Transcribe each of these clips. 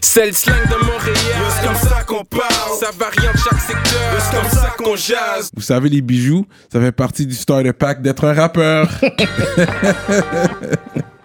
C'est le slang de Montréal. C'est comme ça qu'on parle. Ça varie en chaque secteur. C'est comme ça qu'on jase. Vous savez, les bijoux, ça fait partie du starter pack d'être un rappeur.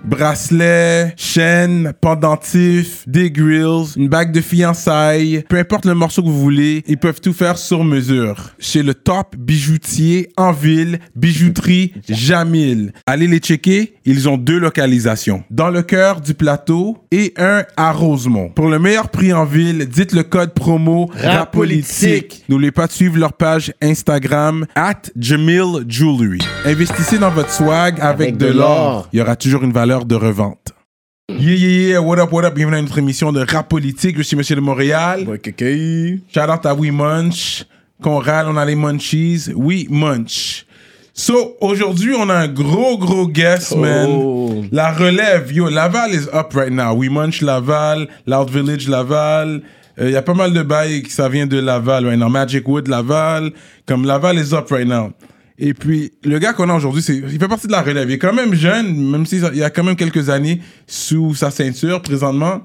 Bracelet, chaîne, pendentif, des grills, une bague de fiançailles, peu importe le morceau que vous voulez, ils peuvent tout faire sur mesure. Chez le top bijoutier en ville, bijouterie Jamil. Allez les checker, ils ont deux localisations, dans le cœur du plateau et un à Rosemont. Pour le meilleur prix en ville, dites le code promo RAPOLITIQUE. N'oubliez pas de suivre leur page Instagram at Jamil Jewelry. Investissez dans votre swag avec, Avec de de l'or. l'or. Il y aura toujours une valeur de revente. Yeah, yeah, yeah, what up, what up, bienvenue à notre émission de Rap Politique, je suis Monsieur de Montréal. Shout out à We Munch, qu'on râle, on a les munchies, We Munch. So, aujourd'hui, on a un gros, gros guest, man. La relève, yo, Laval is up right now. We Munch Laval, Loud Village Laval. Il y a pas mal de bails qui ça vient de Laval right now. Magic Wood Laval, comme Laval is up right now. Et puis, le gars qu'on a aujourd'hui, c'est, il fait partie de la relève. Il est quand même jeune, même s'il y a quand même quelques années sous sa ceinture présentement.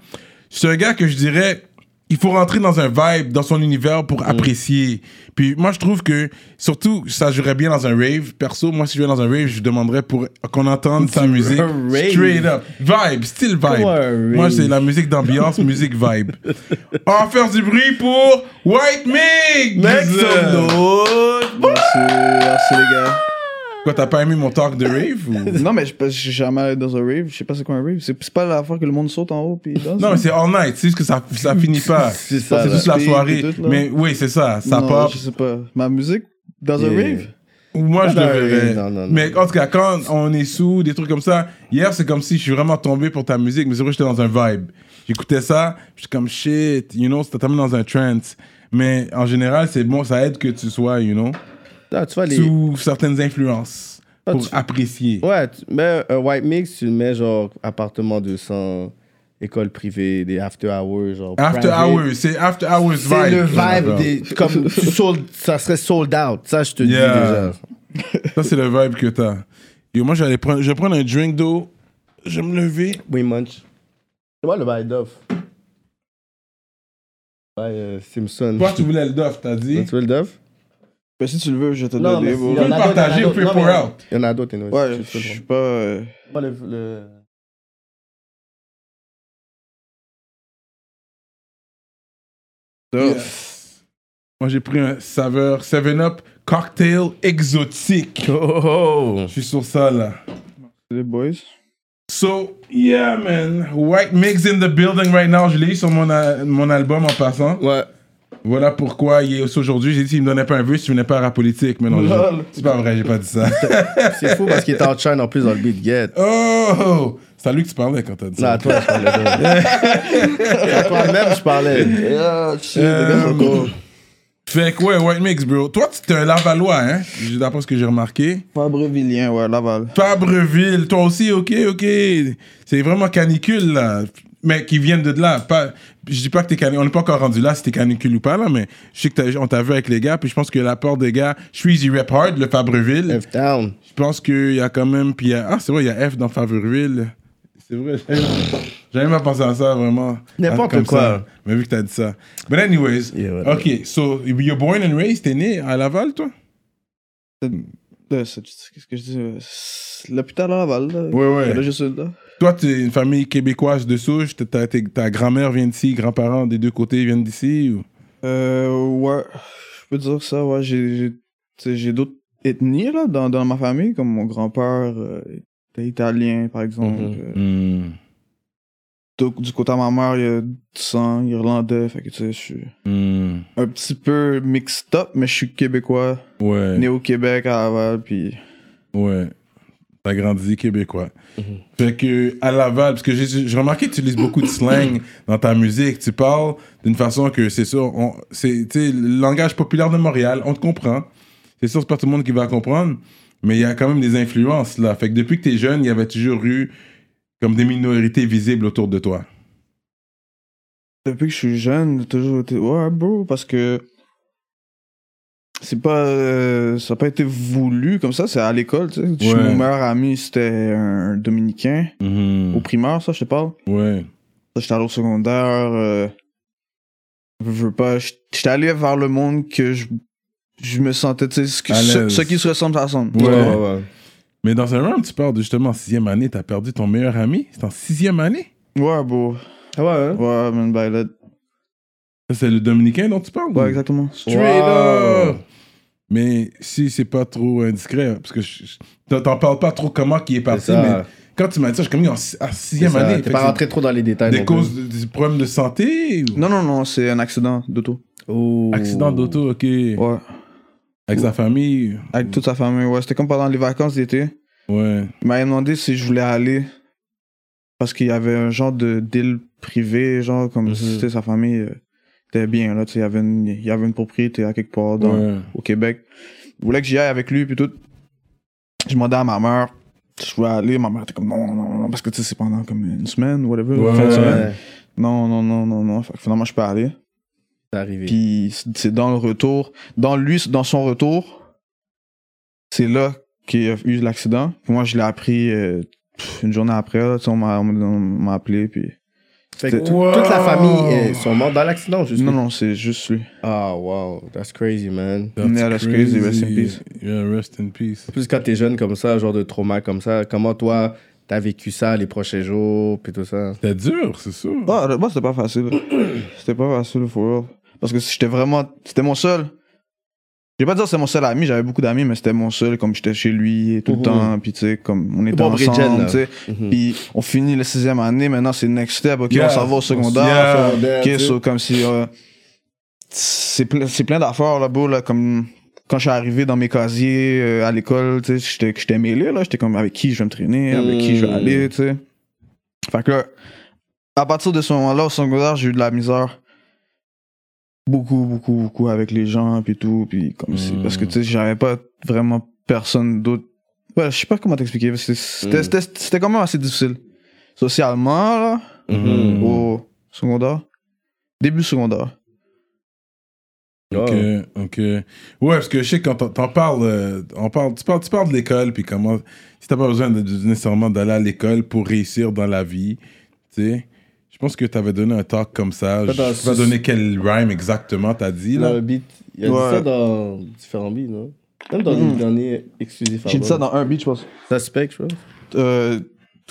C'est un gars que je dirais, il faut rentrer dans un vibe, dans son univers pour apprécier. Puis moi, je trouve que, surtout, ça jouerait bien dans un rave. Perso, moi, si je vais dans un rave, je demanderais pour qu'on entende sa musique. rave. Straight up. Vibe, style vibe. Comme un Moi, rave. c'est la musique d'ambiance, musique vibe. On va faire du bruit pour White Mig! euh, Merci, merci les gars. Quoi, t'as pas aimé mon talk de rave ou... Non, mais je parce que je suis jamais allé dans un rave. Je sais pas c'est quoi un rave. C'est c'est pas la fois que le monde saute en haut puis il danse. Non, mais c'est all night, c'est juste que ça, ça finit pas. C'est Ça, ça, c'est là. juste la Speed et soirée. tout, là. mais oui, c'est ça, ça Non, pop. Je sais pas. Ma musique dans un Yeah. rave Moi, je le Non, verrais. Ah, ben, non, non, non. Mais en tout cas, quand on est sous, des trucs comme ça, hier, c'est comme si je suis vraiment tombé pour ta musique, mais c'est vrai, j'étais dans un vibe. J'écoutais ça, j'étais comme shit, you know, c'était tombé dans un trance. Mais en général, c'est bon, ça aide que tu sois, you know, Ah, tu vois, les... sous certaines influences Ah, pour tu- apprécier. Ouais, tu mets un white mix, tu le mets genre appartement 200, école privée, des after hours, genre. After private. hours, c'est after hours vibe. C'est le vibe genre. des. Comme tu sold, ça serait sold out, ça je te Yeah. dis déjà. Ça, c'est le vibe que t'as. Yo, moi, j'allais prendre, je vais prendre un drink d'eau, je vais me lever. Oui, Munch. C'est moi le vibe d'off. Ouais, euh, Simpson. Toi, tu voulais le dof, t'as dit. Tu veux le Duff? Ben, si tu le veux, je vais te Non, donner. mais bro. Tu peux s'il y en le a d'autres, partager il y en ou a puis d'autres. pour Non, out. Il y en a d'autres, anyway. Ouais, Tu- je tu suis le pas. euh, prends. Moi, le- le- tough. Yes. Moi, j'ai pris un saveur 7-Up cocktail exotique. Oh! Je suis sur ça, là. Les boys. So, yeah, man. White Mix in the building right now. Je l'ai eu sur mon, a- mon album en passant. Ouais. Voilà pourquoi il est aussi aujourd'hui. J'ai dit, s'il me donnait pas un vœu, si tu venais pas à la politique. Mais non, Lol. j'ai- c'est pas vrai, j'ai pas dit ça. C'est fou parce qu'il est en chaîne en plus dans le beat get. oh! C'est à lui que tu parlais quand t'as dit Non, ça. à toi, je parlais. de- à toi-même, je parlais. Yeah, shit, Euh, les gars sont gros. Fait que, ouais, White Mix, bro. Toi, tu t'es un Lavalois, hein? J'ai- D'après ce que j'ai remarqué. Fabrevillien, ouais, Laval. Fabreville, toi aussi, ok, ok. C'est vraiment canicule, là. Mais qui viennent de là. Pas, je dis pas que t'es canicule. On n'est pas encore rendu là si t'es canicule ou pas, là, mais je sais que t'as- on t'a vu avec les gars, puis je pense que l'apport des gars, je suis Easy Rep Hard, le Fabreville. F-Town. Je pense qu'il y a quand même. Puis il y a- ah, c'est vrai, il y a F dans Fabreville. C'est vrai, j'avais- j'avais pas pensé à ça vraiment. N'importe Ah, comme quoi. ça. Mais vu que t'as dit ça. But, anyways, Yeah, whatever. ok, so you're born and raised, t'es né à Laval, toi? Là, Euh, c'est- Qu'est-ce que je dis euh, c'est L'hôpital à Laval. Là. Ouais, ouais. Là, je suis là. Toi, tu es une famille québécoise de souche, ta, ta- ta- ta grand-mère vient d'ici, grands-parents des deux côtés viennent d'ici. ou- Euh, ouais, je peux dire ça, ouais, j'ai, j'ai, tu sais, j'ai d'autres ethnies, là, dans, dans ma famille, comme mon grand-père euh, était italien, par exemple. Mhm. Euh, Hmm, du- du côté de ma mère, il y a du sang irlandais, fait que, tu sais, je suis hmm. un petit peu mixed up, mais je suis québécois, Ouais, né au Québec, à Laval, puis... ouais. T'as grandi québécois. Fait que, à Laval, parce que j'ai j'ai remarqué que tu utilises beaucoup de slang dans ta musique. Tu parles d'une façon que, c'est sûr, on- c'est tu sais, le langage populaire de Montréal, on te comprend. C'est sûr, c'est pas tout le monde qui va comprendre, mais il y a quand même des influences, là. Fait que depuis que t'es jeune, il y avait toujours eu comme des minorités visibles autour de toi. Depuis que je suis jeune, j'ai toujours été. Ouais, bro, parce que. C'est pas. euh, ça n'a pas été voulu comme ça, c'est à l'école, tu sais. Chez Ouais. Mm-hmm. Mm. Mon meilleur ami, c'était un Dominicain, au primaire, ça, je te parle. Ouais. J'étais allé au secondaire. euh, je veux pas. J'étais allé vers le monde que je, je me sentais, tu sais, ce, que- À ce, l'aise. ce qui se ressemble, ça ressemble. Ouais. ouais. Mais dans un round, tu perds de- justement en sixième année, t'as perdu ton meilleur ami. C'est en sixième année? Ouais, bro. Ah ouais, hein? Ouais, man, bah, là. Ça, c'est le Dominicain dont tu parles? Ouais, exactement. Straight Wow. up! Mais si c'est pas trop indiscret, hein, parce que je- je- t'en- t'en parles pas trop comment qui est C'est parti, mais ça. quand tu m'as dit ça, je suis comme en si- à C'est sixième ça. année. T'es Fait pas que rentré trop dans les c'est détails. Des non plus. causes, de- des problèmes de santé ou Non, non, non, c'est un accident d'auto. Oh. accident d'auto, ok. Ouais. Avec sa famille, Avec toute sa famille, ouais. C'était comme pendant les vacances d'été. ouais. Il m'avait demandé si je voulais aller parce qu'il y avait un genre de deal privé, genre comme Mhm. si tu sais, sa famille euh, était bien. Là, tu sais, il y avait une, il y avait une propriété à quelque part dans- ouais. au Québec. Il voulait que j'y aille avec lui, puis tout. Je demandais à ma mère si je voulais aller. Ma mère était comme non, non, non, parce que tu sais, c'est pendant comme une semaine, whatever. Ouais, fin de ouais, semaine. Ouais, Non, non, non, non, non. Fait que finalement, je peux aller. c'est arrivé. Puis c'est- c'est dans le retour, dans lui, dans son retour, c'est là qu'il y a eu l'accident. Puis moi, je l'ai appris euh, pff, une journée après. là, tu sais, on m'a on m'a- on m'a appelé. Puis Fait que Wow. tout- toute la famille euh, sont morts dans l'accident, juste. non, non, c'est juste lui. Ah, wow, that's crazy, man. That's Yeah, that's crazy. Rest in peace. Yeah, rest in peace. En plus, quand t'es jeune comme ça, un genre de trauma comme ça, comment toi, t'as vécu ça les prochains jours, puis tout ça? C'était dur, c'est sûr. Ah, là, moi, c'était pas facile. C'était pas facile, for real. Parce que j'étais vraiment, c'était mon seul. Je vais pas dire que c'est mon seul ami, j'avais beaucoup d'amis, mais c'était mon seul, comme j'étais chez lui tout le Mhm. temps, puis tu sais, comme on était Bon, Bridget, ensemble, là. tu sais. Mhm. Puis on finit la sixième année, maintenant c'est next step, ok, Yeah. on s'en va au secondaire, Yeah. on fait- Yeah, Ok, tu sais. so, comme si. euh, c'est plein, c'est plein d'affaires là-bas, là, comme quand je suis arrivé dans mes casiers euh, à l'école, tu sais, j'étais- j'étais mêlé, là, j'étais comme avec qui je vais me traîner, avec qui je vais Mm. aller, tu sais. Fait que là, à partir de ce moment-là, au secondaire, j'ai eu de la misère. Beaucoup, beaucoup, beaucoup avec les gens, puis tout, puis comme si. Parce que, tu sais, j'avais pas vraiment personne d'autre. Ouais, je sais pas comment t'expliquer, parce que c'était Mm. c'était- c'était quand même assez difficile. Socialement, là, Mhm. au secondaire. Début secondaire. Ok, Oh. ok. Ouais, parce que je sais que quand t'en- t'en parles, euh, on parle, tu parles, tu parles de l'école, puis comment, si t'as pas besoin de, de- nécessairement d'aller à l'école pour réussir dans la vie, tu sais, je pense que t'avais donné un talk comme ça. Je Pas dans- sais pas donner quel rhyme exactement t'as dit, Dans là. le beat, il y a Ouais. dit ça dans différents beats, non? Même dans Mhm. le dernier exclusif. J'ai dit ça album. dans un beat, je pense. Suspect, je crois, Euh,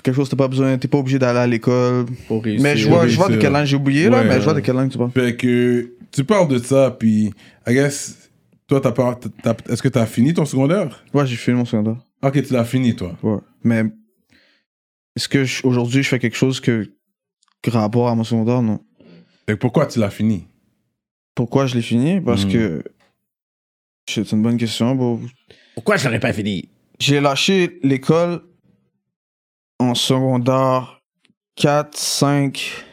quelque chose, t'as pas besoin, t'es pas obligé d'aller à l'école. pour réussir. Mais je vois, je vois de réussir. quelle langue j'ai oublié, là, Ouais, mais je vois de ouais. quelle langue tu parles. Fait que tu parles de ça, puis, I guess, toi, t'as pas, t'as- t'as- est-ce que t'as fini ton secondaire? Ouais, j'ai fini mon secondaire. Ok, tu l'as fini, toi. Ouais. Mais est-ce que je- aujourd'hui je fais quelque chose que que rapport à mon secondaire Non. Fait que pourquoi tu l'as fini? Pourquoi je l'ai fini Parce Mhm. que c'est une bonne question. bro. Pourquoi je l'aurais pas fini? J'ai lâché l'école en secondaire 4, 5.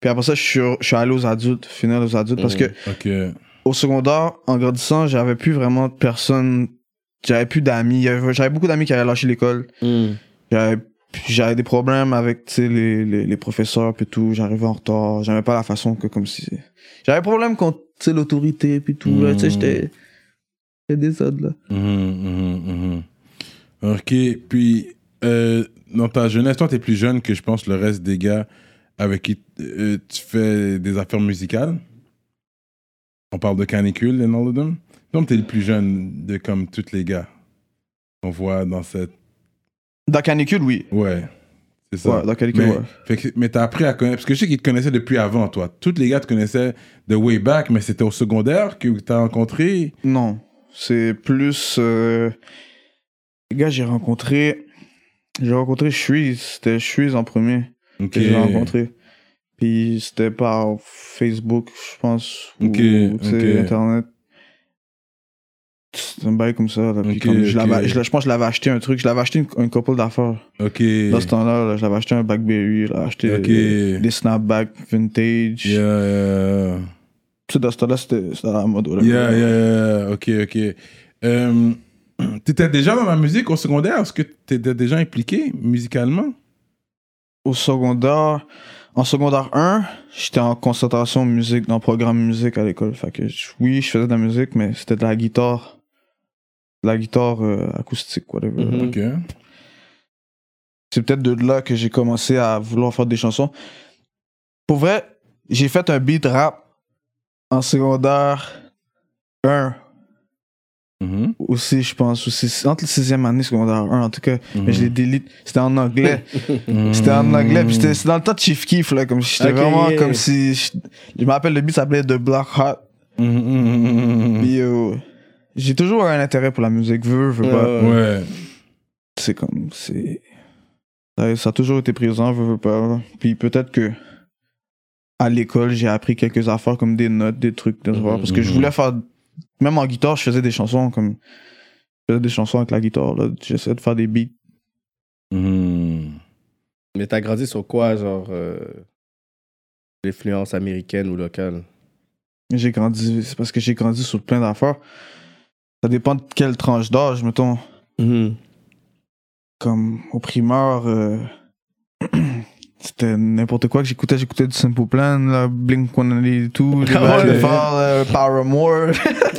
Puis après ça, je suis, je suis allé aux adultes, finir aux adultes. Parce Mhm. que Ok. au secondaire, en grandissant, j'avais plus vraiment de personnes. J'avais plus d'amis. J'avais beaucoup d'amis qui avaient lâché l'école. Mm. J'avais- j'avais des problèmes avec tu sais, les, les, les professeurs puis tout j'arrivais en retard j'aimais pas la façon que comme si j'avais des problèmes contre tu sais, l'autorité puis tout là, tu sais Mm. j'étais j'étais désordre là Mhm, mhm, mhm. Ok, puis euh, dans ta jeunesse, toi, t'es plus jeune que je pense le reste des gars avec qui euh, tu fais des affaires musicales. On parle de canicule and all of them. Donc, t'es le plus jeune de comme tous les gars qu'on voit dans cette. dans canicule oui Ouais, c'est ça. ouais dans canicule Mais, ouais. fait que- mais t'as appris à connaître, parce que je sais qu'ils te connaissaient depuis avant, toi. Tous les gars te connaissaient de way back, mais c'était au secondaire que t'as rencontré. non c'est plus euh, les gars j'ai rencontré j'ai rencontré suis c'était suis en premier Ok. que j'ai rencontré. Puis c'était par Facebook, je pense, ou Ok, tu sais, ok. Internet. C'est un bail comme ça. là. Puis Ok, comme je, ok. l'avais- je, l'ai- je pense que je l'avais acheté un truc, je l'avais acheté une, une couple d'affaires. Ok. Dans ce temps-là, là, je l'avais acheté un Blackberry, je l'avais acheté Ok. euh, des snapbacks vintage. Yeah, yeah, yeah. Tu sais, dans ce temps-là, c'était c'était à la mode. là. Yeah, yeah, yeah. Ok, ok. Euh, t'étais déjà dans la musique au secondaire? Est-ce que t'étais déjà impliqué musicalement? Au secondaire, en secondaire 1, j'étais en concentration musique, dans le programme musique à l'école. Fait que je- oui, je faisais de la musique, mais c'était de la Mhm. guitare. De la guitare euh, acoustique, whatever. Mhm. Ok. c'est peut-être de là que j'ai commencé à vouloir faire des chansons. Pour vrai, j'ai fait un beat rap en secondaire 1 Mm. Mhm. aussi, je pense, ou six- entre le sixième année secondaire 1 en tout cas, Mm-hmm. mais Mhm. je les délite. C'était en anglais. C'était en anglais, puis c'était c'était dans le temps de Chief Keef, là, comme j'étais Hmm. Ok, vraiment yeah. comme si... Je, je me rappelle, le beat s'appelait The Black Hot, Mhm, mhm, mhm, Hmm. mhm. puis euh, j'ai toujours un intérêt pour la musique, veux, veux pas. Ouais, ouais. Ouais. c'est comme c'est ça, ça a toujours été présent veux, veux pas puis peut-être que à l'école j'ai appris quelques affaires comme des notes des trucs des affaires, parce que Hmm. je voulais faire même en guitare je faisais des chansons comme je faisais des chansons avec la guitare là j'essayais de faire des beats Mhm. Mais t'as grandi sur quoi, genre euh, L'influence américaine ou locale j'ai grandi c'est parce que j'ai grandi sur plein d'affaires ça dépend de quelle tranche d'âge mettons Mm-hmm. comme au primaire, euh, c'était n'importe quoi que j'écoutais. J'écoutais du Simple Plan, là, Blink One et tout, les Ah ouais. euh, Paramore,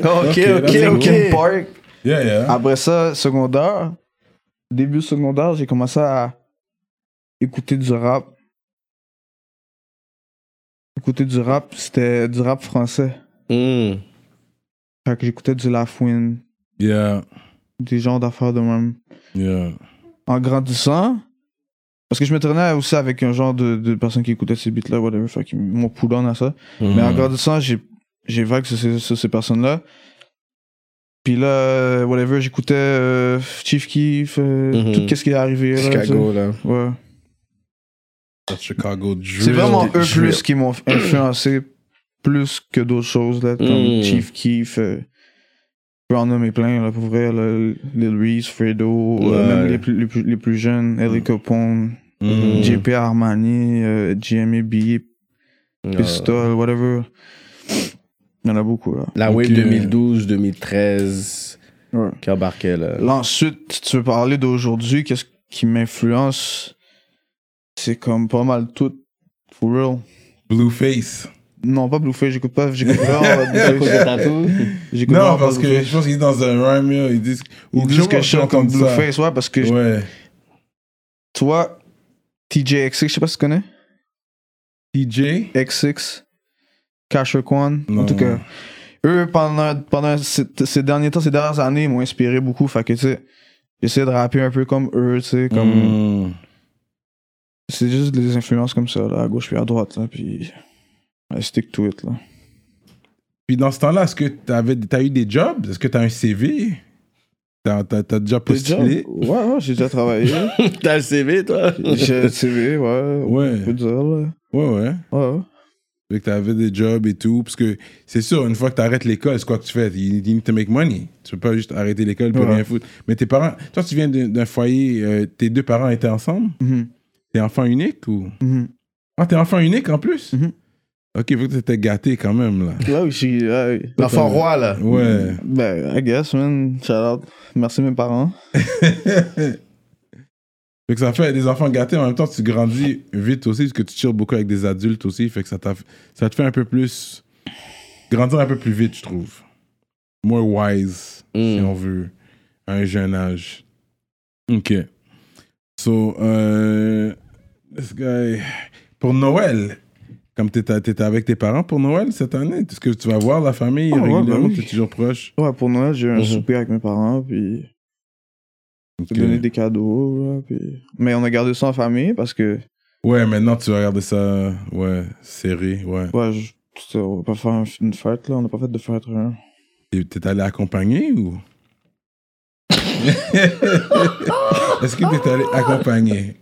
Ok, ok, Linkin ok. Park. Yeah, yeah. Après ça, secondaire, début secondaire, j'ai commencé à écouter du rap. Écouter du rap, c'était du rap français. Mhm. Fait que j'écoutais du Lafouine, Yeah, des genres d'affaires de même. yeah. en grandissant, parce que je me traînais aussi avec un genre de, de personnes qui écoutaient ces beats-là, whatever, fait qu'ils m'ont pull on à ça. Mais Mm-hmm. Mm. en grandissant, j'ai, j'ai vague sur ces, sur ces personnes-là. Puis là, euh, whatever, j'écoutais euh, Chief Keef, euh, Mhm. tout ce qui est arrivé. là, Chicago, là. ça. Ouais. That's Chicago drill. C'est vraiment eux Drill. plus qui m'ont influencé plus que d'autres choses, là, comme Mhm. Chief Keef. euh, je peux en nommer plein, là, pour vrai, là, Lil Reese, Fredo, euh, Ouais. même les plus, les plus, les plus jeunes, Ellie Capone, Mm-hmm. Hmm. Mm. Mhm. JP Armani, euh, GMA B, Euh, Pistol, whatever. Il y en a beaucoup, là. la wave Ok. 2012, 2013 Ouais. qui embarquait, là. Là, ensuite, si tu veux parler d'aujourd'hui, qu'est-ce qui m'influence C'est comme pas mal tout. For real. Blueface. Non, pas Blueface, j'écoute pas. J'écoute vraiment pas À cause des Blueface. tatous. J'écoute Non, vraiment pas parce que Blueface. je pense qu'ils disent dans un rhyme, là, ils disent. Ils disent que je suis chante comme Blueface, ouais, parce que je- Ouais. toi, TJ XX, je sais pas si tu connais. TJ. XX, Casher Kwan. Non. En tout cas, eux, pendant, pendant ces, ces derniers temps, ces dernières années, ils m'ont inspiré beaucoup. Fait que, tu sais, j'essaie de rapper un peu comme eux, tu sais, comme. Comme. C'est juste des influences comme ça, là, à gauche puis à droite, là, puis. I stick to it, là. Puis dans ce temps-là, est-ce que t'avais- t'as eu des jobs Est-ce que t'as un CV T'as t'as- t'as déjà postulé Ouais, ouais, j'ai déjà travaillé. T'as le CV, toi j'ai CV, ouais. Ouais. On peut dire, là. Ouais, ouais. Ouais, ouais. Fait que t'avais des jobs et tout. Parce que c'est sûr, une fois que t'arrêtes l'école, c'est quoi que tu fais You you need to make money. Tu peux pas juste arrêter l'école pour Ouais. rien foutre. Mais tes parents, toi, tu viens d'un d'un foyer, euh, tes deux parents étaient ensemble Mhm, T'es enfant unique ou mhm. Ah, t'es enfant unique en plus Mhm. Ok, vu que t'étais gâté quand même, là. Là où je suis. ouais. L'enfant roi, là. Ouais. Ben, I guess, man. Shout out. Merci, mes parents. Fait que ça fait des enfants gâtés, en même temps, tu grandis vite aussi, parce que tu tires beaucoup avec des adultes aussi, fait que ça, t'a- ça te fait un peu plus. grandir un peu plus vite, je trouve. More wise, si Mm. on veut, à un jeune âge. Ok. So, euh, this guy- Pour Noël, comme t'étais étais avec tes parents pour Noël cette année, est-ce que tu vas voir la famille Ah ouais, régulièrement bah oui. T'es toujours proche Ouais, pour Noël, j'ai eu un Mhm. souper avec mes parents, puis. Ok. J'ai donné des cadeaux, là, puis- Mais on a gardé ça en famille parce que, Ouais, maintenant tu vas regarder ça, ouais, serré, ouais. ouais, je- tu sais, on va pas faire un- une fête, là. On n'a pas fait de fête, rien. Et T'es allé accompagner ou Est-ce que t'es allé accompagner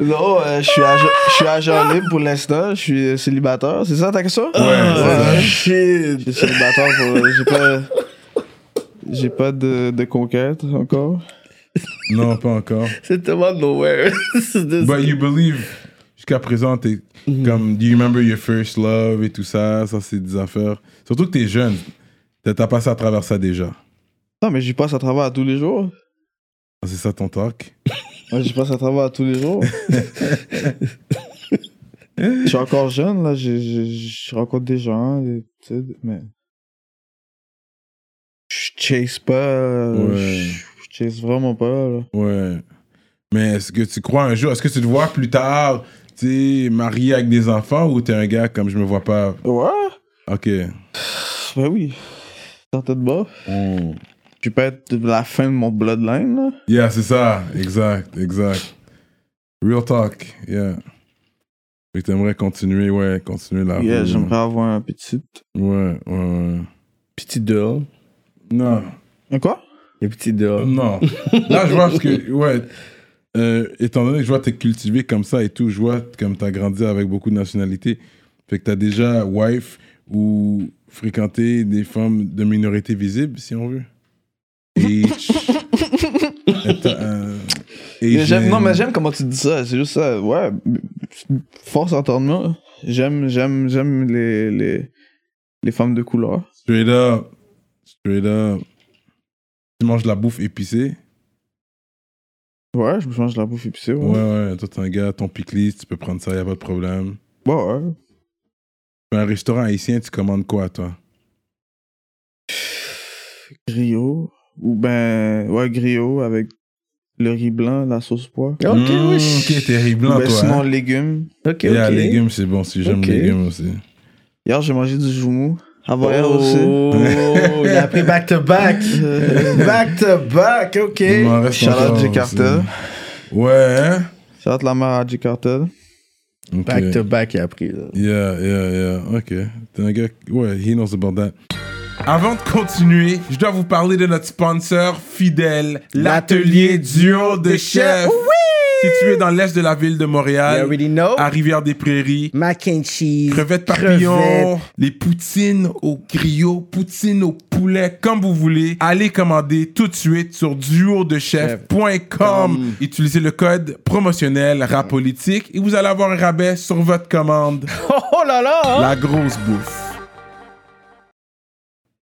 Non, euh, je suis agent, je suis agent libre pour l'instant. Je suis euh, célibataire. C'est ça Ah. ta question? Ouais. Ah. c'est ça. shit. Je suis célibataire pour. euh, J'ai pas. J'ai pas de, de conquête encore. Non, pas encore. C'est tellement nowhere. C'est de- But you believe jusqu'à présent t'es comme do you remember your first love et tout ça, ça c'est des affaires. Surtout que t'es jeune, t'as t'as passé à travers ça déjà. Non, mais j'y passe à travers à tous les jours. Ah, C'est ça ton talk Moi, j'y passe à travers à tous les jours. Je suis encore jeune, là. Je, je, je rencontre des gens, des- tu sais, mais. Je chase pas. euh, Ouais. Je je chase vraiment pas, là. Ouais. Mais est-ce que tu crois un jour, est-ce que tu te vois plus tard, tu sais, marié avec des enfants ou t'es un gars comme je me vois pas Ouais. Ok. Ben oui. Dans de bas. Mm. Tu peux être la fin de mon bloodline, là. Yeah, c'est ça. Exact, exact. Real talk. Yeah. Fait que t'aimerais continuer, ouais, continuer la Yeah, route, j'aimerais avoir un petit. Ouais, ouais, ouais. Petit dehors. Non. Un quoi? Les petits dehors. Non. Là, je vois parce que, ouais, euh, étant donné que je vois t'es cultivé comme ça et tout, je vois comme t'as grandi avec beaucoup de nationalités. Fait que t'as déjà wife ou fréquenté des femmes de minorité visible, si on veut. Et. euh, Mais j'aime- non, mais j'aime comment tu dis ça. C'est juste ça. Ouais. Force entendement. J'aime, j'aime, j'aime les, les, les femmes de couleur. Straight up. Straight up. Tu manges de la bouffe épicée. Ouais, je me change la bouffe épicée. Ouais, Ouais. ouais. Toi, t'es un gars, ton pick list, tu peux prendre ça, y a pas de problème. Ouais, Bah, ouais. Un restaurant haïtien, tu commandes quoi, toi Griot. Ou ben, ouais, griot avec le riz blanc, la sauce pois. Ah, Ok, Mmh, oui. Ok, t'es riz blanc, Ou ben, toi. sinon, hein? légumes. Ok, Yeah, ok. légumes, c'est bon, si j'aime Ok. les légumes aussi. Hier, j'ai mangé du joumou. Oh, Hawaiian aussi. il a pris back to back. back to back, ok. Il m'en reste Shout-out encore J. Cartel. aussi. Ouais, hein? Shout-out la mère à J. Cartel. Ok. Back to back, il a pris. là. Yeah, yeah, yeah. Ok. T'es un gars. Ouais, he knows about that. Avant de continuer, je dois vous parler de notre sponsor fidèle, l'atelier duo de chef. Ah Situé dans l'est de la ville de You Montréal, already know. à Rivière-des-Prairies. Mac and cheese. Crevettes papillons, crevettes. les poutines au griot, poutines au poulet, comme vous voulez. Allez commander tout de suite sur duodechef.com. Utilisez le code promotionnel rapolitique et vous allez avoir un rabais sur votre commande. Oh, oh là là. hein. La grosse bouffe.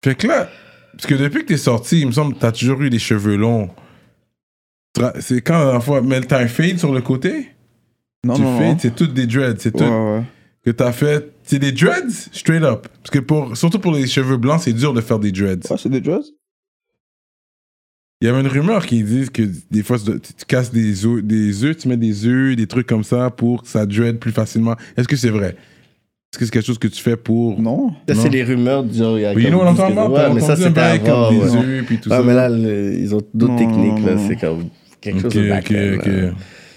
Fait que là, parce que depuis que t'es sorti, il me semble que t'as toujours eu des cheveux longs. Tra- C'est quand la dernière fois? Mais t'as un fade sur le côté? Non, tu non, fades, non. c'est toutes des dreads. C'est tout Ouais, ouais. que t'as fait. C'est des dreads, straight up. Parce que pour, surtout pour les cheveux blancs, c'est dur de faire des dreads. Ouais, c'est des dreads. Il y avait une rumeur qui dit que des fois, tu, tu casses des œufs, des œufs, tu mets des œufs, des trucs comme ça pour que ça dread plus facilement. Est-ce que c'est vrai? Est-ce que c'est quelque chose que tu fais pour. Non. Ça, Non. c'est les rumeurs du genre. il y a Oui, comme nous, on dix entend que- mal. Ouais, mais ça, c'était avant. comme des ouais. œufs, puis tout Ouais, ça. mais là, le- ils ont d'autres Non, techniques. non, là. non. C'est comme quelque ok, chose de back ok, ok.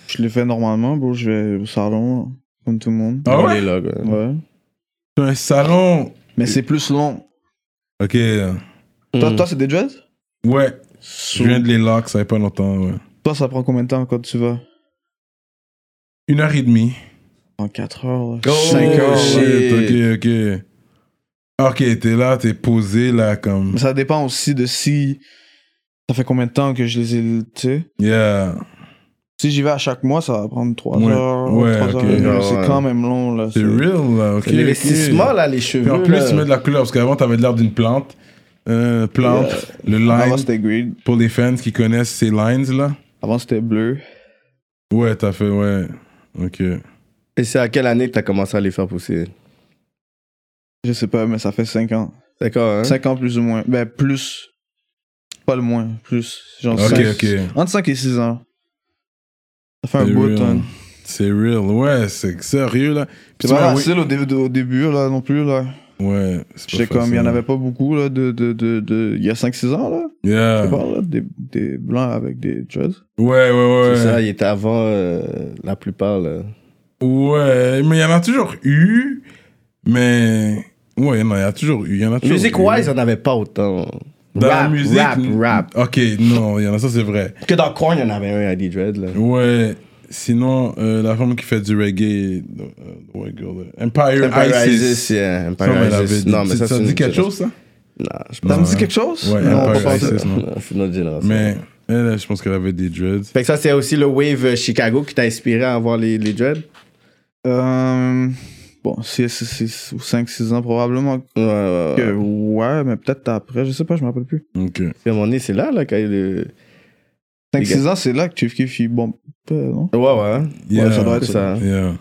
Je les fais normalement, bro. Je vais au salon, comme tout le monde. Ah ouais? Ouais. C'est un salon. Mais c'est plus long. Ok. Mm. Toi, Mm. toi c'est des dreads? Ouais, je viens de les locks, ça fait pas longtemps. ouais. Toi, ça prend combien de temps quand tu vas? Une heure et demie. En 4 heures. là. Oh, Cinq shit. là. Ok, ok. Ok, t'es là, t'es posé là comme. Mais ça dépend aussi de si. Ça fait combien de temps que je les ai. Tu sais? Yeah. Si j'y vais à chaque mois, ça va prendre 3 Ouais. heures. Ouais, trois ok. heures et demie. Ouais, ouais. C'est quand même long, là. C'est real là, ok. ok. L'investissement, là, les Puis cheveux. en plus, là. tu mets de la couleur parce qu'avant, t'avais l'air d'une plante. Euh, plante, le Avant, line. Ah, c'était green. Pour les fans qui connaissent ces lines là. Avant, c'était bleu. Ouais, t'as fait, ouais. Ok. Et c'est à quelle année que t'as commencé à les faire pousser Je sais pas, mais ça fait 5 ans. D'accord, hein 5 ans plus ou moins. Ben, plus. Pas le moins, plus. Genre Ok, cinq- ok. Entre 5 et 6 ans. Ça fait un C'est beau real. ton. C'est real, ouais, c'est sérieux là. Puis C'est tu pas m'as- oui. facile au, dé- au début, là, non plus, là. Ouais, c'est pas J'étais comme, il y en facile. avait pas beaucoup, là, de... de, de, de- il y a 5-6 ans, là. Yeah. Je parle, là, des, des blancs avec des dreads. Ouais, ouais, ouais. C'est ça, il était avant euh, la plupart, là. Ouais, mais il y en a toujours eu. Mais. Ouais, non, il y en a toujours eu. il Y en a toujours eu. Music-wise, on avait pas autant. Dans rap, la musique. mm. rap, rap. Ok, non, il y en a, ça c'est vrai. Que dans Korn, il y en avait un, Eddie Dread, là. Ouais. Sinon, euh, la femme qui fait du reggae. euh, ouais, girl, euh, Empire, Empire Isis. Isis, yeah, Ça, on Empire l'avait Isis. dit. Non, mais ça, ça c'est dit une quelque génération. chose, ça Non, je Ça pense me Ouais. dit quelque chose? Ouais, non, Empire pas Isis, pensé. non. Non, c'est notre génération. Mais elle, je pense qu'elle avait des dreads. Fait que ça, c'est aussi le wave euh, Chicago qui t'a inspiré à avoir les, les dreads. Euh, bon, 6 ou 5-6 ans, probablement. Ouais, ouais, que- ouais, mais peut-être après, je sais pas, je me rappelle plus. Ok. Puis à un moment donné, c'est là, là, quand il y a le... 5-6 ans, c'est là que Chief Keef, il bombe. euh, non? Ouais, hein. ouais. Yeah. ça doit être C'est ça. Yeah.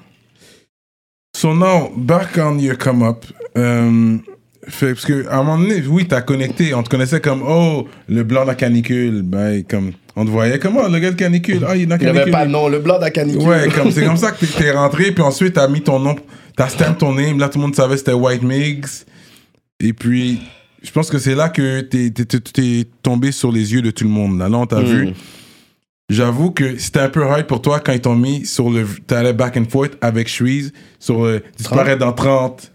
So now, back on your come up. Um, fait, parce que à un moment donné, oui, t'as connecté. On te connaissait comme, oh, le blanc de la canicule. Ben, comme, On te voyait comment, le gars de canicule. Ah, il est dans Il canicule. avait pas le nom, le blanc de la canicule. Ouais, comme, c'est comme ça que t'es- t'es rentré, puis ensuite t'as mis ton nom, t'as stamp ton name, là tout le monde savait c'était White Mix. Et puis, je pense que c'est là que t'es, t'es- t'es- t'es tombé sur les yeux de tout le monde. Là, là on t'a Mm. Hmm. vu. J'avoue que c'était un peu hard pour toi quand ils t'ont mis sur le. T'allais back and forth avec Shuiz sur le disparaître dans 30,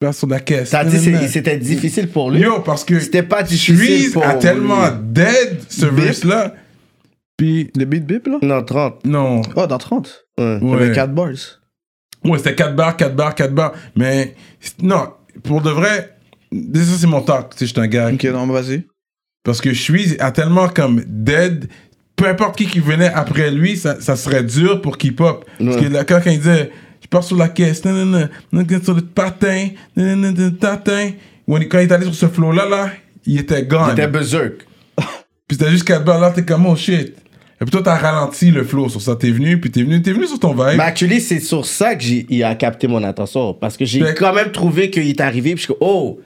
pas sur la caisse. T'as dit Nanana. c'est- c'était difficile pour lui. Yo, parce que C'était pas difficile Shuiz pour a lui. tellement dead ce Bip. verse-là. Puis, Le beat bip, là Non, 30. non. Oh, dans 30. Ouais. J'avais Ouais. 4 bars. Ouais, c'était 4 bars, 4 bars, 4 bars. Mais c'est- non, pour de vrai, ça c'est mon talk, tu sais, je suis un gars. Ok, non, vas-y. Parce que je suis à tellement comme dead, peu importe qui qui venait après lui, ça, ça serait dur pour qu'il pop. Parce que là, quand il disait, je pars sur la caisse, nan, nan, nan, nan, sur le patin, nan, nan, nan, tatin. When il- Quand il est allé sur ce flow-là, là, il était gone. C'était berserk. Puis c'était juste 4 bars, là, t'es comme, oh shit. Et puis toi, t'as ralenti le flow sur ça, t'es venu, puis t'es venu, t'es venu sur ton vibe. Mais actually, c'est sur ça que j'ai, il a capté mon attention. Parce que j'ai Mais- quand même trouvé qu'il est arrivé. Puis je suis comme, oh,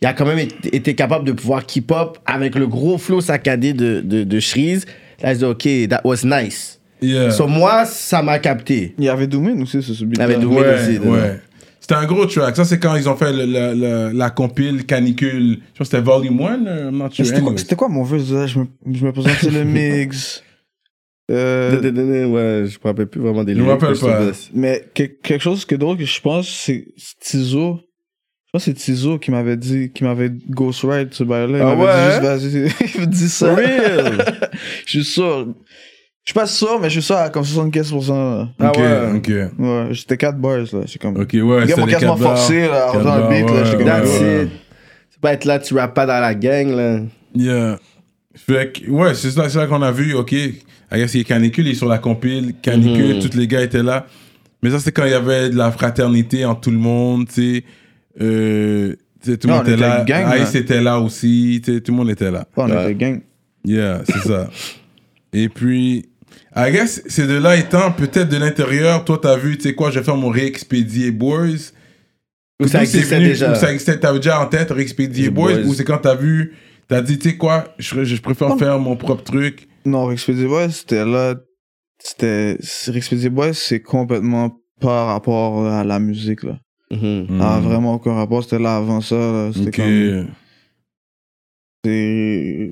il a quand même été, été capable de pouvoir keep up avec le gros flow saccadé de, de, de Shreeze. Là, je dis, OK, that was nice. Yeah. Sur moi, ça m'a capté. Il y avait Doomin aussi, ce beat. Il y avait Doomin. Ouais, aussi, dedans. ouais. C'était un gros track. Ça, c'est quand ils ont fait le- le- le- la compile canicule. Je pense que c'était Volume 1, I'm not sure. C'était quoi, Anyway. c'était quoi mon verse là? Je me, je me présente, c'est le mix. Euh, Ouais, je me rappelle plus vraiment des Je me lyrics, rappelle mais pas. je sais Mais que- quelque chose que d'autre que je pense, c'est c'est Tizo. Je pense que c'est Tizo qui m'avait dit, qui m'avait ghost ride ce bail-là. Il Ah m'avait dit juste, vas-y, il me dit ça. Real. je suis sûr. Je suis pas sûr, mais je suis sûr à comme 75%. là. Ah Ok, ouais. ok. Ouais, j'étais 4 bars, là. C'est comme. Ok, ouais, Les gars c'était m'ont les quasiment quatre bars. forcé, là, en Quatre faisant le bars, beat, là. J'étais pas. Ouais, comme. That's ouais. it. C'est pas être là, tu rappes pas dans la gang, là. Yeah. Fait que, ouais, c'est ça, c'est ça qu'on a vu, ok. I guess il est canicule, il est sur la compile, canicule, Mhm. tous les gars étaient là. Mais ça, c'est quand il y avait de la fraternité entre tout le monde, tu sais. Euh, tu sais, tout le Non, monde on était était là. une gang, hein. Ice là. était là aussi, tu sais, tout le monde était là. Oh, on Ouais. était gang. Yeah, c'est ça. Et puis, I guess, c'est de là étant, peut-être de l'intérieur, toi, t'as vu, tu sais quoi, je vais faire mon réexpédier Boys. Ou ça D'où c'est existait venu- déjà. Ou ça existait, t'avais déjà en tête réexpédier Les Boys, Boys. ou c'est quand t'as vu, t'as dit, tu sais quoi, je, serais- je préfère faire mon propre truc. Non, Rexpédier Boys, c'était là. C'était. Rexpédier Boys, c'est complètement par rapport à la musique, là. Mhm. Ah, vraiment aucun rapport. C'était là avant ça. là. C'était Hmm. Ok. comme. C'est.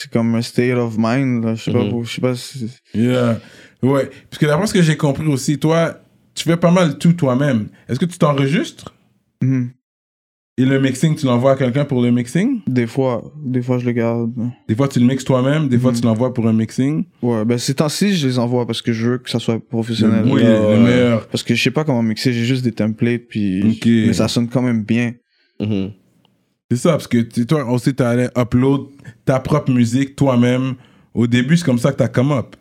C'est comme un state of mind, là. Je sais pas, Mhm. pour- je sais pas si. Yeah. Ouais. Parce que d'après ce que j'ai compris aussi, toi, tu fais pas mal tout toi-même. Est-ce que tu t'enregistres Mhm. et le mixing, tu l'envoies à quelqu'un pour le mixing Des fois, des fois, je le garde. Des fois, tu le mixes toi-même, des Mm. fois, Mhm. tu l'envoies pour un mixing. Ouais, ben ces temps-ci, je les envoie parce que je veux que ça soit professionnel. Oui, là, ouais. le meilleur. Parce que je sais pas comment mixer, j'ai juste des templates, puis. Ok. Mais ça sonne quand même bien. Mhm. C'est ça, parce que tu- toi aussi, tu allais upload ta propre musique toi-même. Au début, c'est comme ça que tu as come up.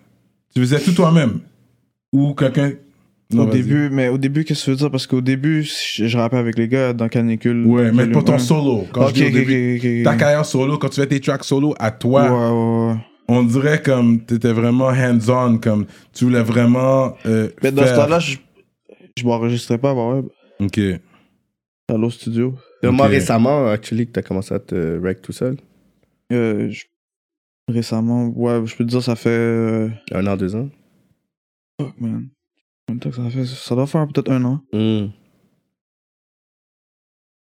Tu faisais tout toi-même. Ou quelqu'un. Non, au vas-y. début, mais au début, qu'est-ce que tu veux dire? Parce qu'au début, je, je rappais avec les gars dans Canicule. Ouais, mais pour ton Volume solo. Quand 1. je dis au Mm, Ok, ok, début, ok, ok, ok. ta carrière solo, quand tu fais tes tracks solo à Ouais, toi, ouais, ouais. on dirait comme tu étais vraiment hands-on, comme tu voulais vraiment. euh, Mais dans ce faire. temps-là, je, je m'enregistrais pas bah par web. Ok. Allô studio. Vraiment Ok. récemment, actually, que t'as commencé à te rec tout seul. Euh, je- Récemment, ouais, je peux te dire, ça fait. euh, Un an, deux ans. Fuck, man. Combien de temps que ça fait Ça doit faire peut-être un an. Mhm.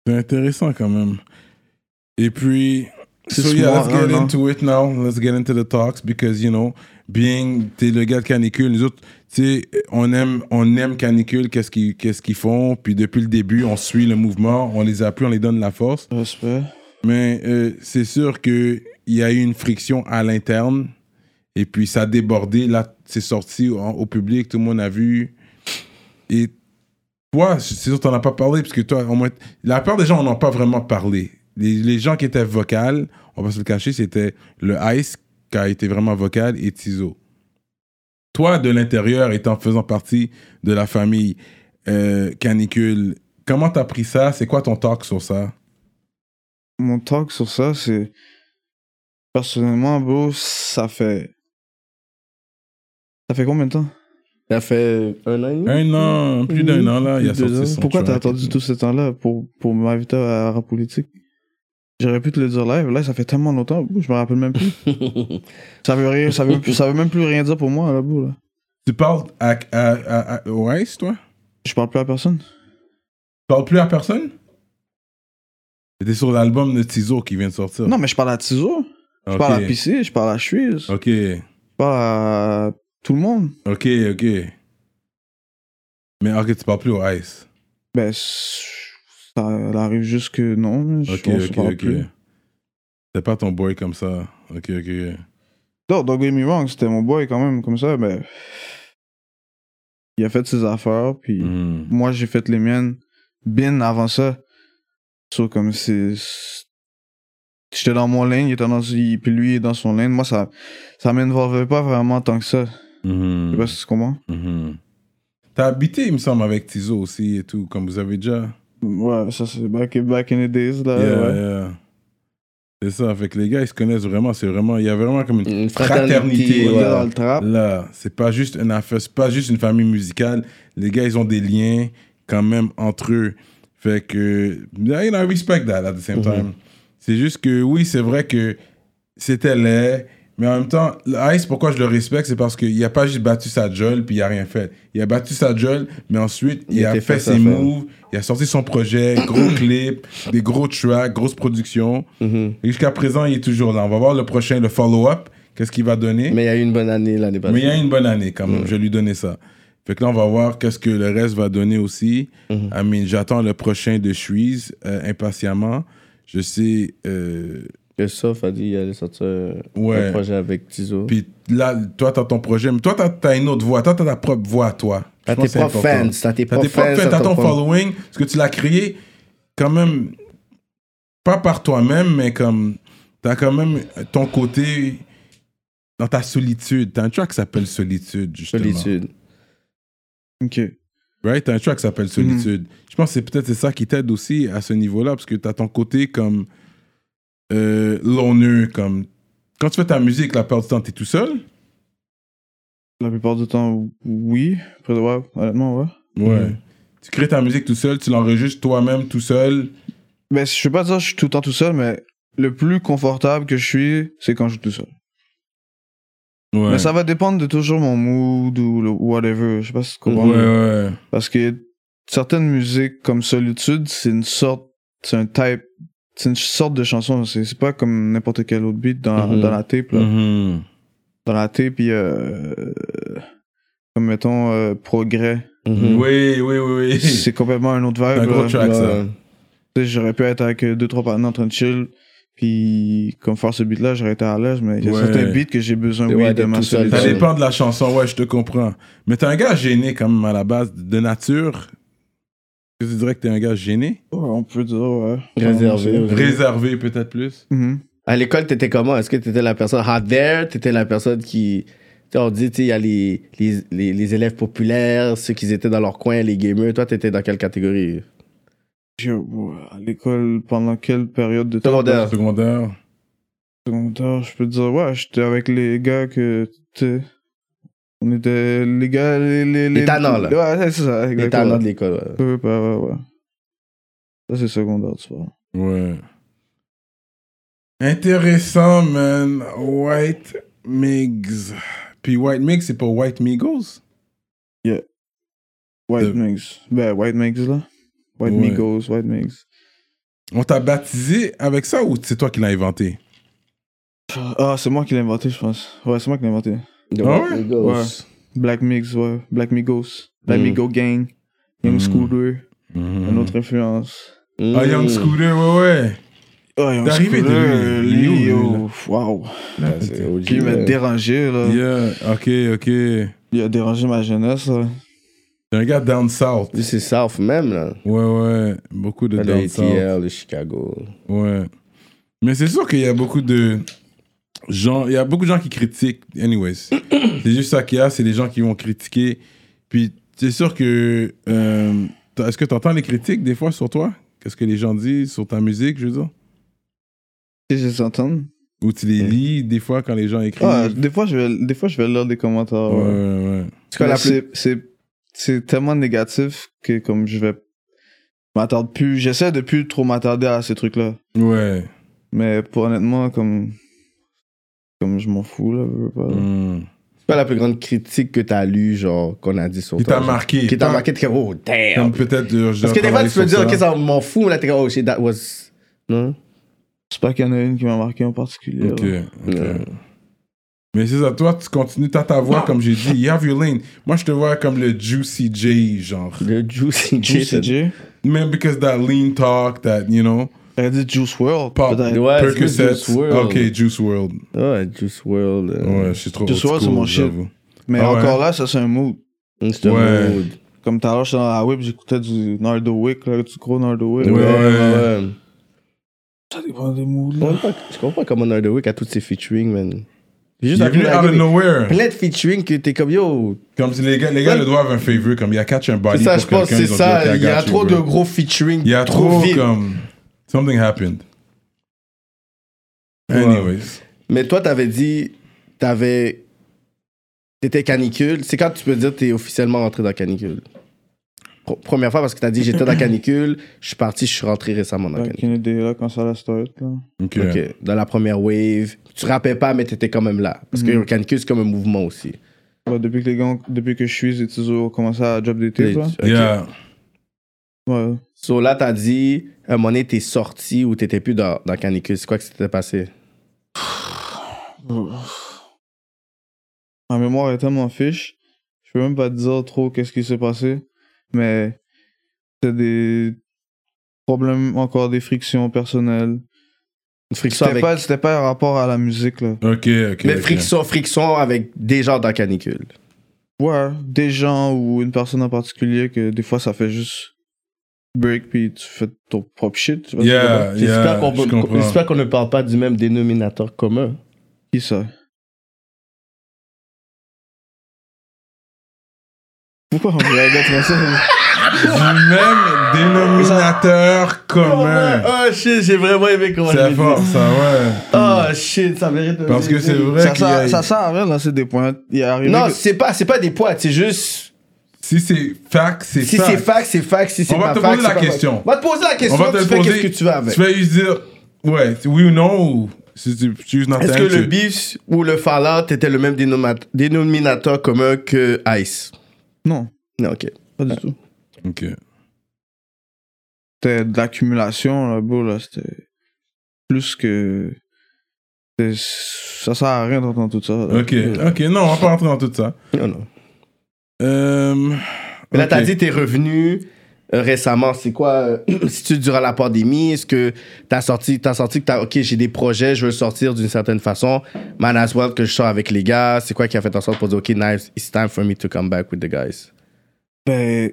C'est intéressant quand même. Et puis, C'est so yeah, souvent let's get un an. into it now. Let's get into the talks because, you know, being, t'es le gars de Canicule, les autres, tu sais, on aime, on aime Canicule, qu'est-ce qu'ils qu'est-ce qu'ils font. Puis depuis le début, on suit le mouvement, on les appuie, on les donne la force. Respect. Mais euh, c'est sûr qu'il y a eu une friction à l'interne. Et puis ça a débordé. Là, c'est sorti au, au public, tout le monde a vu. Et toi, c'est sûr, t'en as pas parlé, parce que toi, au moins, la plupart des gens, on n'en a pas vraiment parlé. Les, les gens qui étaient vocales, on va se le cacher, c'était le Ice qui a été vraiment vocal et Tizo. Toi, de l'intérieur, étant faisant partie de la famille euh, Canicule, comment t'as pris ça? C'est quoi ton talk sur ça? Mon talk sur ça, c'est. Personnellement, bro, ça fait. Ça fait combien de temps Ça fait un an et demi. Un an, plus d'un Mhm. an, là, Ah, il a Plus de deux sorti ans. son Pourquoi t'as track. attendu tout ce temps-là pour, pour m'inviter à la politique J'aurais pu te le dire live. Là, ça fait tellement longtemps. bro, Je me rappelle même plus. ça, veut rien, ça, veut, plus- ça veut même plus rien dire pour moi, là, bro, là. Tu parles à, à, à- à- au Rice, toi Tu Je parle plus à personne. parles plus à personne C'était sur l'album de Tizo qui vient de sortir. Non, mais je parle à Tizo. Je Ok. parle à PC. Je parle à Chuiz. Ok, Je parle à tout le monde. ok, ok. Mais ok, tu parles plus au Rice. Ben, c- ça elle arrive juste que non. mais Je, Ok, on se ok, parle ok. plus. C'est pas ton boy comme ça. Ok, ok. Non, don't get me wrong, c'était mon boy quand même, comme ça, mais. Il a fait ses affaires, puis Hmm. moi j'ai fait les miennes bien avant ça. So, comme c'est. c'est- J'étais dans mon lane, il était dans, il- puis lui il est dans son lane. Moi, ça, ça m'involvait pas vraiment tant que ça. Je sais Mhm. pas si tu comprends. Mhm. T'as habité, il me semble, avec Tizo aussi et tout, comme vous avez déjà. Ouais, ça c'est back, back in the days, là. Yeah, Bah, ouais. yeah. C'est ça, fait que les gars, ils se connaissent vraiment. C'est vraiment, il y a vraiment comme une Une fraternité. fraternité, Il était ouais. dans le trap. Là, c'est pas juste une affaire, c'est pas juste une famille musicale. Les gars, ils ont des liens quand même entre eux. Fait que, yeah, you know, I respect that at the Mm-hmm. same time. C'est juste que, oui, c'est vrai que c'était laid, mais en même temps, le Ice, pourquoi je le respecte, c'est parce qu'il a pas juste battu sa gueule puis il a rien fait. Il a battu sa gueule, mais ensuite, il, Il a était fait face à ses face. moves, il a sorti son projet, gros clip, des gros tracks, grosse production. Mhm. Et jusqu'à présent, il est toujours là. On va voir le prochain, le follow-up, qu'est-ce qu'il va donner. Mais il y a eu une bonne année l'année passée. Mais il y a une bonne année quand Mm. même, je vais lui donner ça. Fait que là, on va voir qu'est-ce que le reste va donner aussi. Mm-hmm. I mean, j'attends le prochain de Suisse impatiemment. Je sais. euh, Que Sof a dit il allait sortir Ouais. un projet avec Tizo. puis là, toi, t'as ton projet, mais toi, t'as, t'as une autre voix. Toi, t'as ta propre voix, toi. T'as Je pense tes que c'est propres important. fans, t'as tes T'as tes propres propres fans, fans, t'as ton propre- following. Parce que tu l'as créé quand même, pas par toi-même, mais comme. T'as quand même ton côté dans ta solitude. T'as un track qui s'appelle Solitude, justement. solitude. Ok. Right? T'as un track qui s'appelle Solitude. Je pense que c'est peut-être c'est ça qui t'aide aussi à ce niveau-là, parce que t'as ton côté comme euh, loner, comme. Quand tu fais ta musique, la plupart du temps, t'es tout seul. La plupart du temps, oui. Après, ouais, honnêtement, ouais. Ouais. Tu crées ta musique tout seul, tu l'enregistres toi-même tout seul. Ben, je peux pas dire que je suis tout le temps tout seul, mais le plus confortable que je suis, c'est quand je suis tout seul. Ouais. Mais ça va dépendre de toujours mon mood ou le whatever. Je sais pas si tu ouais, comprends. ouais. Parce que certaines musiques comme Solitude, c'est une sorte, c'est un type, c'est une sorte de chanson. C'est c'est pas comme n'importe quel autre beat dans, Mhm. Mm-hmm. dans la tape. Là. Mhm. Dans la tape, il y a, euh, comme mettons, euh, Progrès. Mhm. Oui, oui, oui, oui. C'est complètement un autre C'est un vibe. gros là. track, ça. Ouais. Tu sais, J'aurais pu être avec euh, deux, trois partenaires en train de chill. Puis, comme faire ce beat-là, j'aurais été à l'aise, mais il y a Ouais. certains beats que j'ai besoin, Ouais, oui, de d'être ma tout seul. solitude. Ça Ouais. dépend de la chanson, ouais, je te comprends. Mais t'es un gars gêné quand même à la base, de nature. Est-ce que tu dirais que t'es un gars gêné? Ouais, on peut dire, ouais. Réservé. Ouais, Mhm. Réservé peut-être plus? c'est- Mhm. À l'école, t'étais comment Est-ce que t'étais la personne hot there T'étais la personne qui. tu sais, On dit, tu sais, il y a les, les, les, les élèves populaires, ceux qui étaient dans leur coin, les gamers. Toi, t'étais dans quelle catégorie Je- ouais, à l'école, pendant quelle période de temps Secondaire. Secondaire. Secondaire, je peux te dire, ouais, j'étais avec les gars que, tu sais, on était les gars, les... Les, Les tannants, là. Ouais, c'est ça, Les exactement. talents de l'école. ouais. Ouais, ouais, ouais, ouais. Ça, c'est secondaire, tu vois. Ouais. Intéressant, man. White Migs. Puis White Migs, c'est pas White Migos? White Euh. Mix. Ben, White Mix, là. White Ouais. Migos, White Mix. On t'a baptisé avec ça ou c'est toi qui l'as inventé? Ah, c'est moi qui l'ai inventé, je pense. Ouais, c'est moi qui l'ai inventé. The Ah White ouais? Eagles. Ouais. Black Mix, ouais. Black Migos. Black Mm. Migo Gang. Young Mm. Scooter. Une autre influence. Mhm. Ah, Young Scooter, ouais, ouais. Oh, Young D'arriver de Scooter, lui, lui, lui, là. yo, wow. Là, C'est OG, Puis il m'a ouais. dérangé, là. Yeah, ok, ok. T'es Il a dérangé ma jeunesse, là. un gars down south. Lui, C'est South même, là. Ouais, ouais. Beaucoup de Le down south. ATL, le Chicago. Ouais. Mais c'est sûr qu'il y a beaucoup de gens, il y a beaucoup de gens qui critiquent. Anyways, c'est juste ça qu'il y a, c'est les gens qui vont critiquer. Puis c'est sûr que euh, t'as- est-ce que tu entends les critiques des fois sur toi Qu'est-ce que les gens disent sur ta musique, je veux dire Tu sais, je les entends. Ou tu Mm. les lis des fois quand les gens écrivent Ah, des fois, je vais, des fois, je vais lire des commentaires. Hmm. Ouais, ouais. ouais, Tu connais la Mais plus- c'est, c'est, c'est tellement négatif que comme je vais je m'attarde plus, j'essaie de plus trop m'attarder à ces trucs-là. ouais. Ouais. Mais pour honnêtement, comme. Comme je m'en fous, là. je veux pas. Hmm. C'est pas la plus grande critique que t'as lue, genre, qu'on a dit sur Qui toi, t'a genre. marqué. Qui t'a marqué, t'es comme, oh, Comme damn. peut-être. euh, je Parce que des fois, travaille tu peux sur dire, ok, ça m'en fout, mais là, t'es comme, oh shit, that was. Non? C'est pas qu'il y en a une qui m'a marqué en particulier. Ok, là. ok. Mais c'est ça, toi, tu continues, t'as ta Ah. voix, comme j'ai dit, you have your lane. Moi, je te vois comme le Juicy J, genre. Le Juicy Juicy J. J. Man, because that lean talk, that, you know, J'aurais dit Juice World. Pop. peut-être. Ouais, c'est plus Percocets. Juice WRLD. Ok, Juice World. Ouais, Juice World. Ouais, euh, je suis trop Juice old WRLD, c'est school, mon shit. j'avoue. Mais Ah ouais. encore là, ça, c'est un mood. C'est un Ouais. mood. Comme tout à l'heure, j'étais dans la whip, j'écoutais du Nardo Wick, là, du gros Nardo Wick. Ouais. ouais. Ça dépend des moods, Je là. comprends pas- je comprends pas comment Nerd Week a tous ses featuring, man. J'ai Il est appris venu la out of gueule, nowhere. Plein de featuring que t'es comme yo. Comme si les gars, les gars le doivent un favor, comme Ah, il y a catch un body. C'est ça, pour je pense, quelqu'un, c'est ils ont dit, ça. OK, I Il y a got you, trop de bro. gros featuring. Il y a trop vite. comme. Something happened. Ouais. Anyways. Mais toi, t'avais dit, t'avais. T'étais canicule. C'est quand tu peux dire t'es officiellement rentré dans canicule. Pro- Première fois parce que t'as dit j'étais dans canicule, je suis parti, je suis rentré récemment dans Back canicule. in the day, là, quand ça la start, là. Ok. Ok. Dans la première wave, tu rappais pas, mais t'étais quand même là. Parce que canicule, c'est comme un mouvement aussi. Ouais, depuis que les gars, depuis que je suis, les tiseux ont commencé à job des Les- tapes, là. Ok. Yeah. Ouais. So là, t'as dit, à un moment donné, t'es sorti ou t'étais plus dans, dans Canicule. C'est quoi qui s'était passé? Ma mémoire est tellement fiche, je peux même pas te dire trop qu'est-ce qui s'est passé, mais c'est des problèmes, encore des frictions personnelles. Une friction C'était avec... pas, c'était pas un rapport à la musique, là. Ok, ok. Mais ok. friction, friction avec des gens dans Canicule. Ouais, des gens ou une personne en particulier que des fois ça fait juste break puis tu fais ton propre shit. tu vois, c'est Yeah, pas- yeah. je comprends. J'espère qu'on ne parle pas du même dénominateur commun. Qui ça Pourquoi on regarde comme ça Du même dénominateur commun. Oh shit, j'ai vraiment aimé comment C'est fort, ça, ouais. Oh shit, ça mérite de Parce que c'est vrai Ça, qu'il y sert- a- ça sert à rien de lancer des points. Il est arrivé Non, que- c'est pas, c'est pas des poids, c'est juste. Si c'est fact, c'est Si fact. c'est fact, c'est fact. Si c'est On va pas te fact, poser la c'est pas fact. question. On va te poser la question. On va te tu le fais poser. qu'est-ce que tu vas avec. Tu vas juste dire, ouais, oui ou non, ou si tu choose nothing. Est-ce que le tu- beef ou le fallout était le même dénoma- dénominateur commun que Ice Non, Non, ok. pas du tout. Ok. C'était de l'accumulation, là, bro, là. C'était plus que. c'était- Ça sert à rien d'entendre tout ça. là. Ok, ok, non, on va pas rentrer dans tout ça. Non, non. Euh, Mais là, ok. t'as dit t'es revenu euh, récemment. C'est quoi euh, Si tu durant la pandémie, est-ce que t'as sorti, t'as sorti que t'as, ok, j'ai des projets, je veux sortir d'une certaine façon. Man as well que je sors avec les gars. C'est quoi qui a fait en sorte pour dire, ok, Knives, it's time for me to come back with the guys. Ben,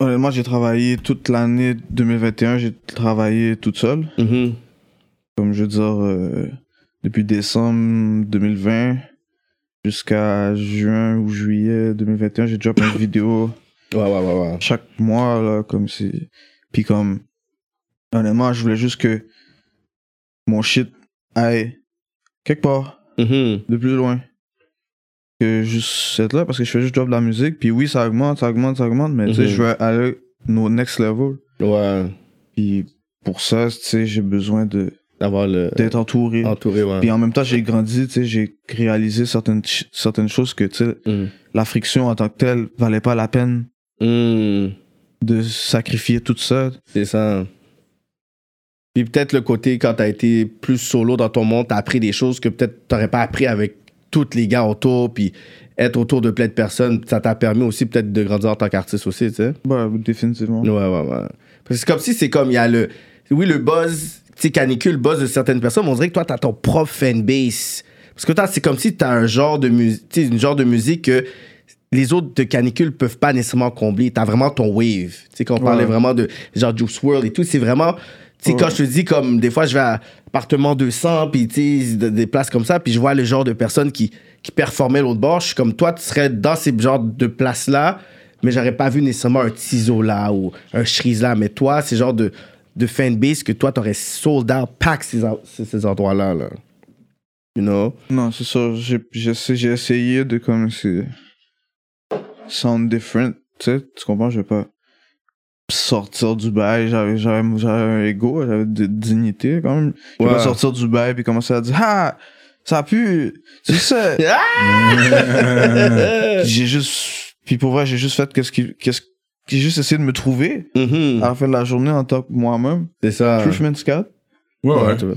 honnêtement, j'ai travaillé toute l'année 2021, j'ai travaillé toute seule. Mhm. Comme je veux dire, euh, depuis décembre 2020 jusqu'à juin ou juillet 2021, j'ai drop une vidéo Ouais, ouais, ouais, ouais. chaque mois, là, comme si. Puis comme. Honnêtement, je voulais juste que mon shit aille quelque part. Mhm. de plus loin que juste être là parce que je fais juste drop de la musique. Puis oui, ça augmente, ça augmente, ça augmente, mais tu sais, Mhm. je veux aller au next level. Ouais. Puis pour ça, tu sais, j'ai besoin de- D'avoir le. d'être entouré. entouré, ouais. Puis en même temps, j'ai grandi, tu sais, j'ai réalisé certaines, ch- certaines choses que, tu sais, Mhm. la friction en tant que telle valait pas la peine Mhm. de sacrifier tout ça. C'est ça. Puis peut-être le côté, quand t'as été plus solo dans ton monde, t'as appris des choses que peut-être t'aurais pas appris avec tous les gars autour, puis être autour de plein de personnes, ça t'a permis aussi peut-être de grandir en tant qu'artiste aussi, tu sais. Bah, définitivement. Ouais, ouais, ouais. Parce que c'est comme si c'est comme, il y a le... Oui, le buzz, tu sais, canicule, buzz de certaines personnes, mais on dirait que toi, t'as ton propre fanbase. Parce que toi, c'est comme si t'as un genre de musique, tu sais, une genre de musique que les autres de canicule peuvent pas nécessairement combler. T'as vraiment ton wave. Tu sais, quand on parlait Ouais. vraiment de genre Juice WRLD et tout, c'est vraiment... Tu sais, Ouais. quand je te dis, comme, des fois, je vais à appartement 200, puis tu sais, de- des places comme ça, puis je vois le genre de personnes qui, qui performaient l'autre bord, je suis comme, toi, tu serais dans ces genres de places-là, mais j'aurais pas vu nécessairement un Tizo là ou un Shreeze là, mais toi, c'est genre de, de fanbase que toi, t'aurais sold out, pack ces, en- ces, ces endroits-là, là. You know? Non, c'est ça. J'ai, je sais- j'ai essayé de comme c'est sound different. Tu sais, tu comprends, je vais pas sortir du bail, j'avais, j'avais, j'avais un ego, j'avais de dignité quand même. Je Ouais. vais pas sortir du bail puis commencer à dire Ah, ça pue, tu sais. Puis j'ai juste, puis pour vrai, j'ai juste fait qu'est-ce qui, qu'est-ce j'ai juste essayé de me trouver Mhm. à la fin de la journée en tant que moi-même. C'est ça. Truthman Scott. Ouais, ouais. tu vois.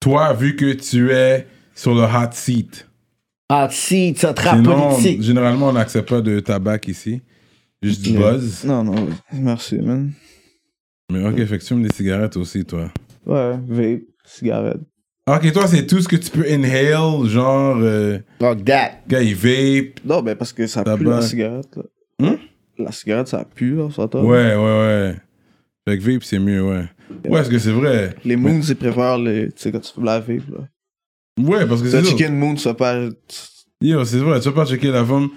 Toi, vu que tu es sur le hot seat, Ah, si, ça te rap sinon, politique. généralement, on n'accepte pas de tabac ici. Juste du Ouais. buzz. Non, non, merci, man. Mais ok, fait que tu fumes des cigarettes aussi, toi. Ah, Ouais, vape, cigarette. Ok, toi, c'est tout ce que tu peux inhale, genre, euh, Fuck that. gars, il vape. Non, ben parce que ça pue Tabac. la cigarette, là. Hein? La cigarette, ça pue, là, ça toi. Ouais, ouais, ouais. Fait que vape, c'est mieux, ouais. Ouais, parce que c'est vrai. Les moons, ils préfèrent les. Tu sais, quand tu fais la vape, là. Ouais, parce que Le c'est ça. chicken moon, ça pas. Yo, c'est vrai, tu vas pas checker la femme.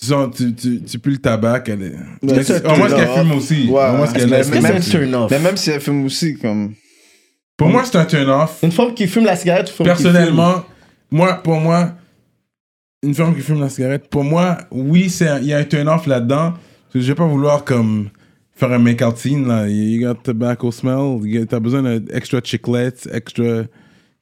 Tu, sens, tu, tu, tu pues le tabac, elle est. Ouais, Mais c'est c'est- au moins, un ce qu'elle turn-off. fume aussi. au Ouais, moins, ce ouais. qu'elle Mais laisse Est-ce que c'est fumer un aussi. turn off? Mais même si elle fume aussi, comme. Pour moi, c'est un turn-off. Une femme qui fume la cigarette, une femme qui fume- Personnellement, moi, pour moi, une femme qui fume la cigarette, pour moi, oui, c'est un- il y a un turn-off là-dedans. Parce que Je vais pas vouloir comme faire un make-out scene, là. You got tobacco smell, you got- t'as besoin d'extra chiclets, extra.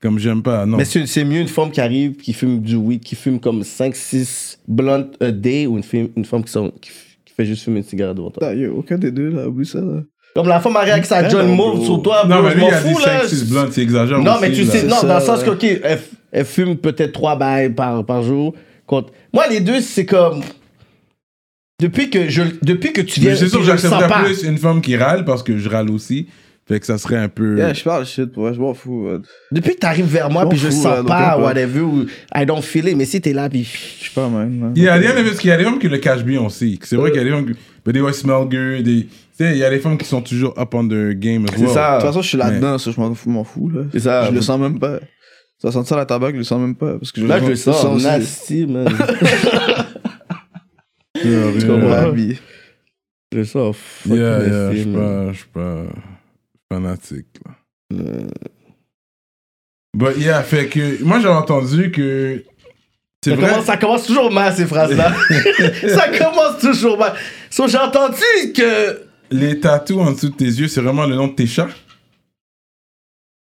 Comme j'aime pas, non. Mais c'est c'est mieux une femme qui arrive, qui fume du weed, qui fume comme 5-6 blunts a day ou une, femme- une femme qui, sont- qui, f- qui fait juste fumer une cigarette devant toi. Putain, yo, aucun des deux, là, oublie ça, là. Comme la femme arrive avec sa Ben John non, Moore bro. sur toi, Non, bro, mais je lui, m'en il a dit fous là. 5-6 blondes, c'est exagère. Non, aussi, mais tu là. sais, C'est non, ça, dans le sens que, ouais. ok, elle, f- elle fume peut-être 3 bails par, par jour. Contre... Moi, les deux, c'est comme. Depuis que, je, depuis que tu viens. Mais c'est sûr puis que je le sens j'accepterais pas. plus une femme qui râle parce que je râle aussi. Fait que ça serait un peu. Yeah, je parle shit, pour vrai, je m'en fous. man. Depuis que t'arrives vers moi, M'en puis je fous, là, sens donc, pas, ouais. whatever, ou I don't feel it, mais si t'es là, puis. Je suis pas, man. Il y a des femmes qui, il y a des femmes qui le cachent bien aussi. C'est vrai qu'il y a des femmes qui. But they always smell good. They, tu sais, il y a des femmes qui sont toujours up on their game as well. De toute façon, je suis là-dedans, ça, je m'en fous, m'en fous, là. C'est ça. Je le sens même pas. Ça sent ça la tabac, je le sens même pas. Parce que Là, je le sens. aussi. Nasty, man. Yeah, Comme yeah. la vie. je le sens. fucking Yeah, yeah, nasty, je suis man. pas, je suis pas fanatique. Là. But yeah, fait que moi j'ai entendu que c'est Ça vrai. commence, ça commence toujours mal, ces phrases-là. ça commence toujours mal. So, j'ai entendu que. Les tatous en dessous de tes yeux, c'est vraiment le nom de tes chats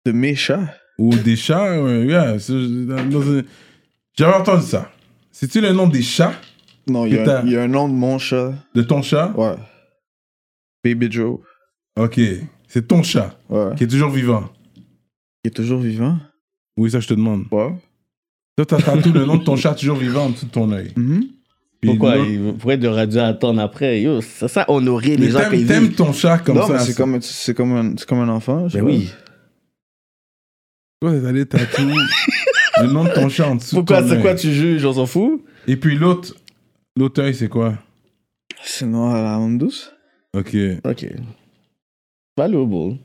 De mes chats. ou des chats. ouais, yeah, c'est- dans- dans un- J'avais entendu ça. C'est-tu le nom des chats Non, il y, a Putain. un- il y a un nom de mon chat. de ton chat Ouais. Baby Joe. Ok, c'est ton chat Ouais. qui est toujours vivant. Il est toujours vivant. Oui, ça je te demande. Ouais. Toi, t'as tatoué le nom de ton chat toujours vivant en dessous de ton œil. Mhm. Puis Pourquoi l'autre- il pourrait de radio attendre après Yo, ça, ça honorer Mais les gens qui t'aimes- vivent. t'aimes ton chat comme non, ça. mais c'est comme, c'est comme, un- c'est comme un enfant. je sais Ben pas. oui. Toi, t'es allé tatouer le nom de ton chat en dessous de Pourquoi ton C'est œil. quoi tu juges On s'en fout Et puis l'autre, l'autre œil, c'est quoi C'est noir à la honte douce. Ok. Ok. Valuable.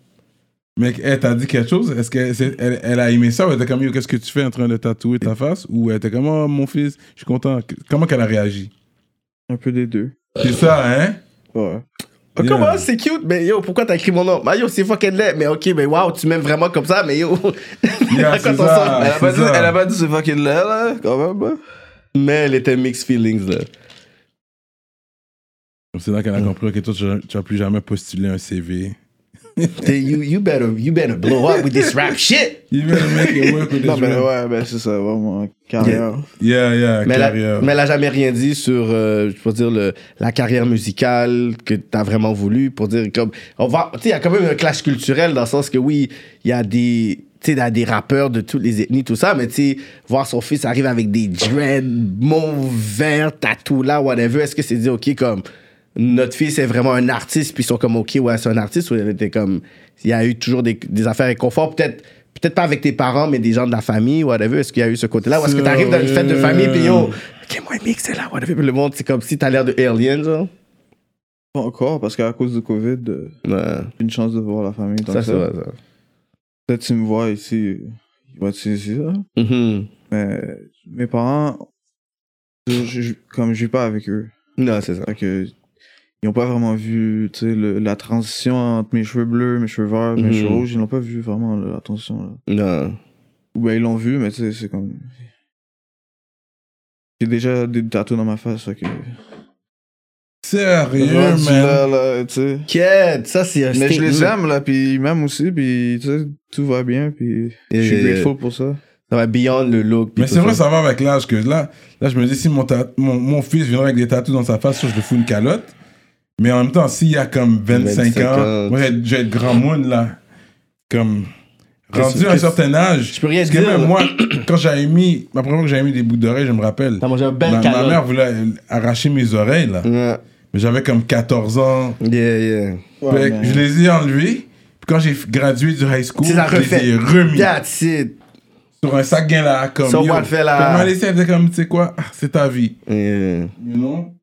Mec, elle t'a dit quelque chose Est-ce qu'elle c'est- elle, elle a aimé ça ou elle était comme Yo, qu'est-ce que tu fais en train de tatouer ta face Ou elle était comme Oh mon fils, je suis content. Que- Comment qu'elle a réagi Un peu des deux. C'est ça, hein Ouais. Ah, Yeah. Comment c'est cute, mais yo, pourquoi t'as écrit mon nom? Ah yo, c'est fucking laid, mais ok, mais wow, tu m'aimes vraiment comme ça, mais yo. Yeah, À quoi c'est t'en ça, sors? elle, a c'est pas dit, ça. elle a pas dit ce fucking là, là, quand même. hein. Mais elle était mixed feelings, là. C'est là qu'elle a compris que toi, tu tu vas plus jamais postuler un CV. You, you, better, you better blow up with this rap shit! You better make it work with this Non, mais rap. ouais, ben c'est ça, vraiment. Carrière. Yeah, yeah, Mais elle, a, carrière. mais elle a jamais rien dit sur, euh, je peux dire, le, la carrière musicale que t'as vraiment voulu pour dire comme. On va. Tu sais, il y a quand même un clash culturel dans le sens que oui, il y a des. Tu sais, il y a des rappeurs de toutes les ethnies, tout ça, mais tu sais, voir son fils arrive avec des dreads, mauve, vert, tatou là, whatever, est-ce que c'est dit, OK, comme. Notre fils est vraiment un artiste, puis ils sont comme, OK, ouais, c'est un artiste, ou elle était comme. Il y a eu toujours des, des affaires inconfort, peut-être. Peut-être pas avec tes parents, mais des gens de la famille, whatever. Est-ce qu'il y a eu ce côté-là? Ou est-ce que t'arrives dans une fête de famille, puis yo, Ok, moi, mec, c'est là, whatever. Puis le monde, c'est comme si t'as l'air de alien, genre. Pas encore, parce qu'à cause du Covid, euh, Ouais. j'ai une chance de voir la famille. tant Ça, que c'est ça. vrai, ça. Peut-être tu me vois ici. euh, Ils vont être ici, là. Mhm. Mais mes parents, je- je- comme je vis pas avec eux. Non, c'est ça. Fait que, ils ont pas vraiment vu tu sais, le- la transition entre mes cheveux bleus, mes cheveux verts, mes Mhm. cheveux rouges. Ils n'ont pas vu vraiment là, la transition. Là. Non. Ou ben, ils l'ont vu, mais tu sais, c'est comme. J'ai déjà des tatous dans ma face. Fait que... Sérieux, rendu man. là, là, tu sais. Quête, ça c'est un Mais je les statement. aime, là, puis ils m'aiment aussi, puis tu sais, tout va bien, puis je suis Et- grateful pour ça. Ça va beyond le look. puis Mais tout c'est vrai, ça va avec l'âge que là, là, je me dis, si mon, ta- mon, mon fils viendrait avec des tatous dans sa face, sûr, je lui fous une calotte. Mais en même temps, s'il y a comme 25, 25 ans, ans. moi, je vais être- je vais être grand moon, là. Comme. Rendu à un qu'est-ce- certain âge. Je peux rien parce que dire, même là. moi, quand j'avais mis. Ma première fois que j'avais mis des boucles d'oreilles, je me rappelle. T'as mangé un bel Ma, ma calotte. mère voulait euh, arracher mes oreilles, là. Ouais. Mais j'avais comme 14 ans. Yeah, yeah. Fait que ben, je les ai enlevés. Puis quand j'ai f- gradué du high school, Tu les as je les ai refait. remis That's it. sur un sac gain là. Comme, So yo, what, fais là? Comment laisser, elle disait comme, tu sais quoi, ah, c'est ta vie. Yeah. You know?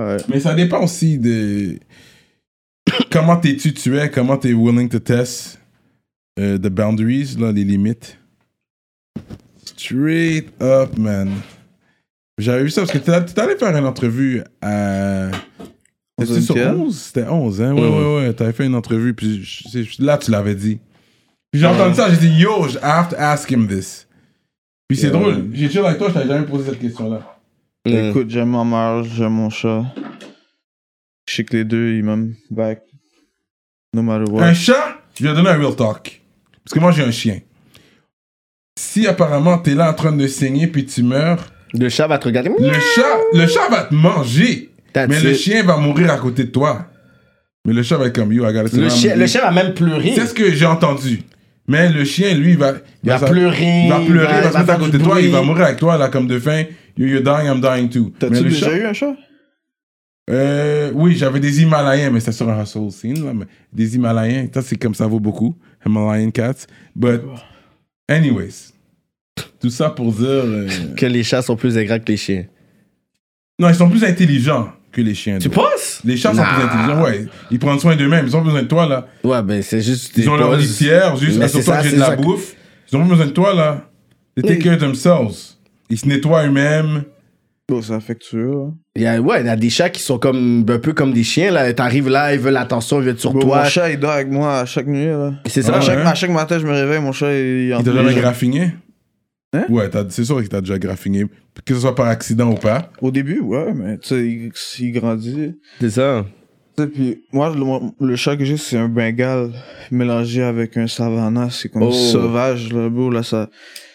Ouais. Mais ça dépend aussi de comment t'es tu tu es, comment t'es willing to test euh, the boundaries, là, les limites. Straight up, man. J'avais vu ça parce que t'as- t'es allé faire une entrevue à. C'était sur 11? 11 C'était 11, hein? Ouais, Mm. ouais, ouais. T'avais fait une entrevue, puis je- c'est- là, tu l'avais dit. Puis j'ai entendu ça, j'ai dit, yo, I have to ask him this. Puis c'est Yeah. drôle, j'ai chill avec toi, je t'avais jamais posé cette question-là. Yeah. Écoute, j'aime ma mère, j'aime mon chat. Je sais que les deux, ils m'aiment back. No matter Un what. chat, je lui ai donné un real talk. Parce que moi, j'ai un chien. Si apparemment t'es là en train de saigner puis tu meurs, Le chat va te regarder. Mm. le chat, le chat va te manger. That's mais le it. chien va mourir à côté de toi. Mais le chat va être comme yo, I gotta Le sit down chien, and le eat. chien va même pleurer. C'est ce que j'ai entendu. Mais le chien, lui, il va, Il va sa- pleurer, Il va pleurer, il va se mettre à faire du côté de toi, bruit. il va mourir avec toi, là, comme de faim. You- You're dying, I'm dying too. Mais T'as-tu le déjà chat- eu un chat? Euh, oui, j'avais des Himalayens, mais c'était sur un hustle scene, là, mais des Himalayens, ça, c'est comme ça vaut beaucoup. Himalayan cats. But, anyways. Tout ça pour dire. euh, Que les chats sont plus aigrants que les chiens. Non, ils sont plus intelligents que les chiens. Tu donc. penses? Les chats sont plus intelligents, ouais. Ils prennent soin d'eux-mêmes, ils ont besoin de toi, là. Ouais, ben c'est juste. des Ils ont leur pauses. litière, juste Mais assure-toi c'est ça, que j'ai c'est de la ça que- bouffe. Ils ont même besoin de toi, là. They take care of themselves. Ils se nettoient eux-mêmes. Bon, c'est affectueux. hein. Il y a, ouais, il y a des chats qui sont comme un peu comme des chiens. là. T'arrives là, ils veulent l'attention, ils viennent sur Bon, toi. mon chat, il dort avec moi à chaque nuit. Là. C'est Ah ça. à, chaque, ouais? à chaque matin, je me réveille, mon chat, il Ils entre t'ont les jamais jambes. graffiné. Hein? Ouais, t'as- c'est sûr qu'il t'a déjà graffiné. Que ce soit par accident ou pas. Au début, ouais, mais tu sais, il, il grandit. C'est ça. Tu sais, puis moi, le, mon- le chat que j'ai, c'est un bengal mélangé avec un savannah. C'est comme Oh. sauvage, là, bro. Là, ça,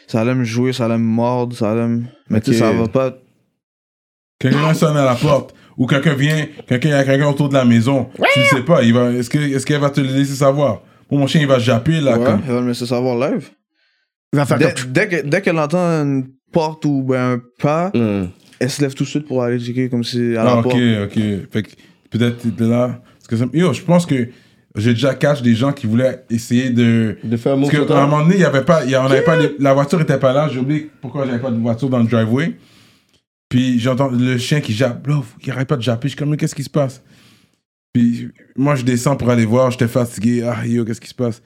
ça allait me jouer, ça allait me mordre, ça allait me... Mais tu sais, Ok. ça va pas... Quelqu'un sonne à la porte ou quelqu'un vient, quelqu'un il y a quelqu'un autour de la maison. Tu ne sais pas, il va est-ce que est-ce qu'elle va te le laisser savoir Moi, mon chien il va japper là Ouais, comme elle va me laisser savoir live. Il va faire Dès, dès que- dès qu'elle entend une porte ou ben, un pas, comme. Hum. elle se lève tout de suite pour aller checker comme si à la Ah, OK, porte. OK. Fait que peut-être t'es là parce que ça- yo, je pense que j'ai déjà catch des gens qui voulaient essayer de De faire un mot parce sur qu'à un toi. moment donné, il y avait pas, il y- on avait pas les- la voiture était pas là, j'ai oublié pourquoi j'avais pas de voiture dans le driveway. Puis j'entends le chien qui jappe, là, il arrête pas de japper, je suis comme Mais qu'est-ce qui se passe Puis moi je descends pour aller voir, j'étais fatigué, ah yo, qu'est-ce qui se passe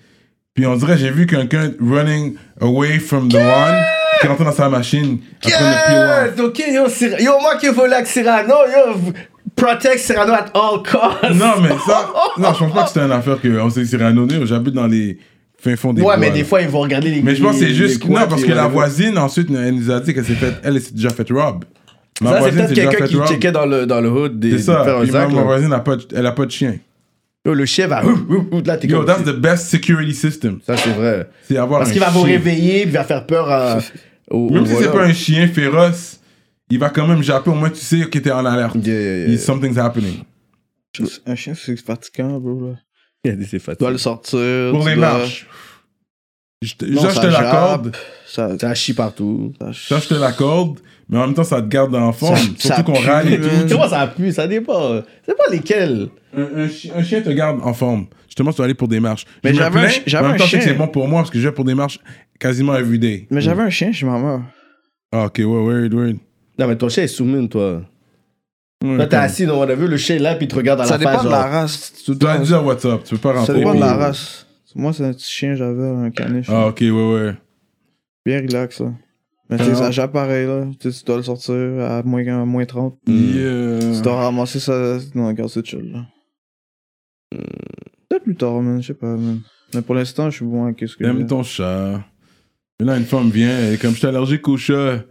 Puis on dirait j'ai vu quelqu'un running away from the lawn qui rentre dans sa machine en train de peel off. Yeah, ok, yo, Cyr- yo, moi qui ai volé avec Cyrano, yo, v- protect Cyrano at all costs. Non mais ça non, je pense pas que c'était une affaire que on s'est renommé, j'habite dans les fins fonds des ouais, bois, mais des là. fois, ils vont regarder les Mais je pense que c'est les- juste. les Non, coins, parce puis que la whatever. voisine, ensuite, elle nous a dit qu'elle s'est faite. Elle s'est déjà faite rob. Ma Ça, c'est voisine peut-être s'est déjà quelqu'un faite qui rob. checkait dans le, dans le hood des, C'est de ça. faire un Puis ma, sac. ma là. voisine, a pas, de- elle a pas de chien. Yo, le chien va. ouf, ouf, ouf, Là, t'es Yo, comme- that's the best security system. Ça, c'est vrai. C'est avoir Parce un qu'il va vous chien. réveiller, puis il va faire peur à. au- Même au si c'est voleur. pas un chien féroce, il va quand même japper. Au moins, tu sais que t'es en alerte. Yeah, yeah, Il- yeah. Something's happening. Un chien, c'est fatigant, bro. Là. C'est Tu dois fatigant. le sortir. Pour tu les dois- marches. Je te- Non, ça, je ça te jappe, l'accorde. Ça, Ça chie partout. ça- Ça, je te l'accorde. Mais en même temps, ça te garde en forme. ça Surtout qu'on pue, râle et man. tout. hein. Tu vois, ça pue, ça dépend. C'est pas lesquels. Un, un chi- un chien te garde en forme. Justement, tu dois aller pour des marches. Mais Je me j'avais un plains, chi- j'avais mais en un même temps, je sais que chien. c'est bon pour moi parce que je vais pour des marches quasiment every day. Mais j'avais un chien chez ma mère. Ah, ok, ouais, word, word. Non, mais ton chien est soumis, toi. Ouais, Toi, t'es comme- assis, non, whatever, le chien est là, puis il te regarde à Ça la face. dépend de genre. la race. Tu Tu dois dois- dire what's up, tu peux pas Ça rentrer. dépend de puis- la race. Moi, c'est un petit chien, j'avais un caniche. Ah, ok, ouais, ouais. Bien relax, là. Mais tu sais, Ah. ça jappe pareil, là. Tu sais, tu dois le sortir à moins, à moins 30. Yeah. Tu dois ramasser ça. Non, regarde, c'est chill, là. Peut-être plus tard, man. Je sais pas, man. Mais pour l'instant, je suis bon à qu'est-ce que. Aime ton chat. Mais là, une femme vient, et comme je suis allergique au chat,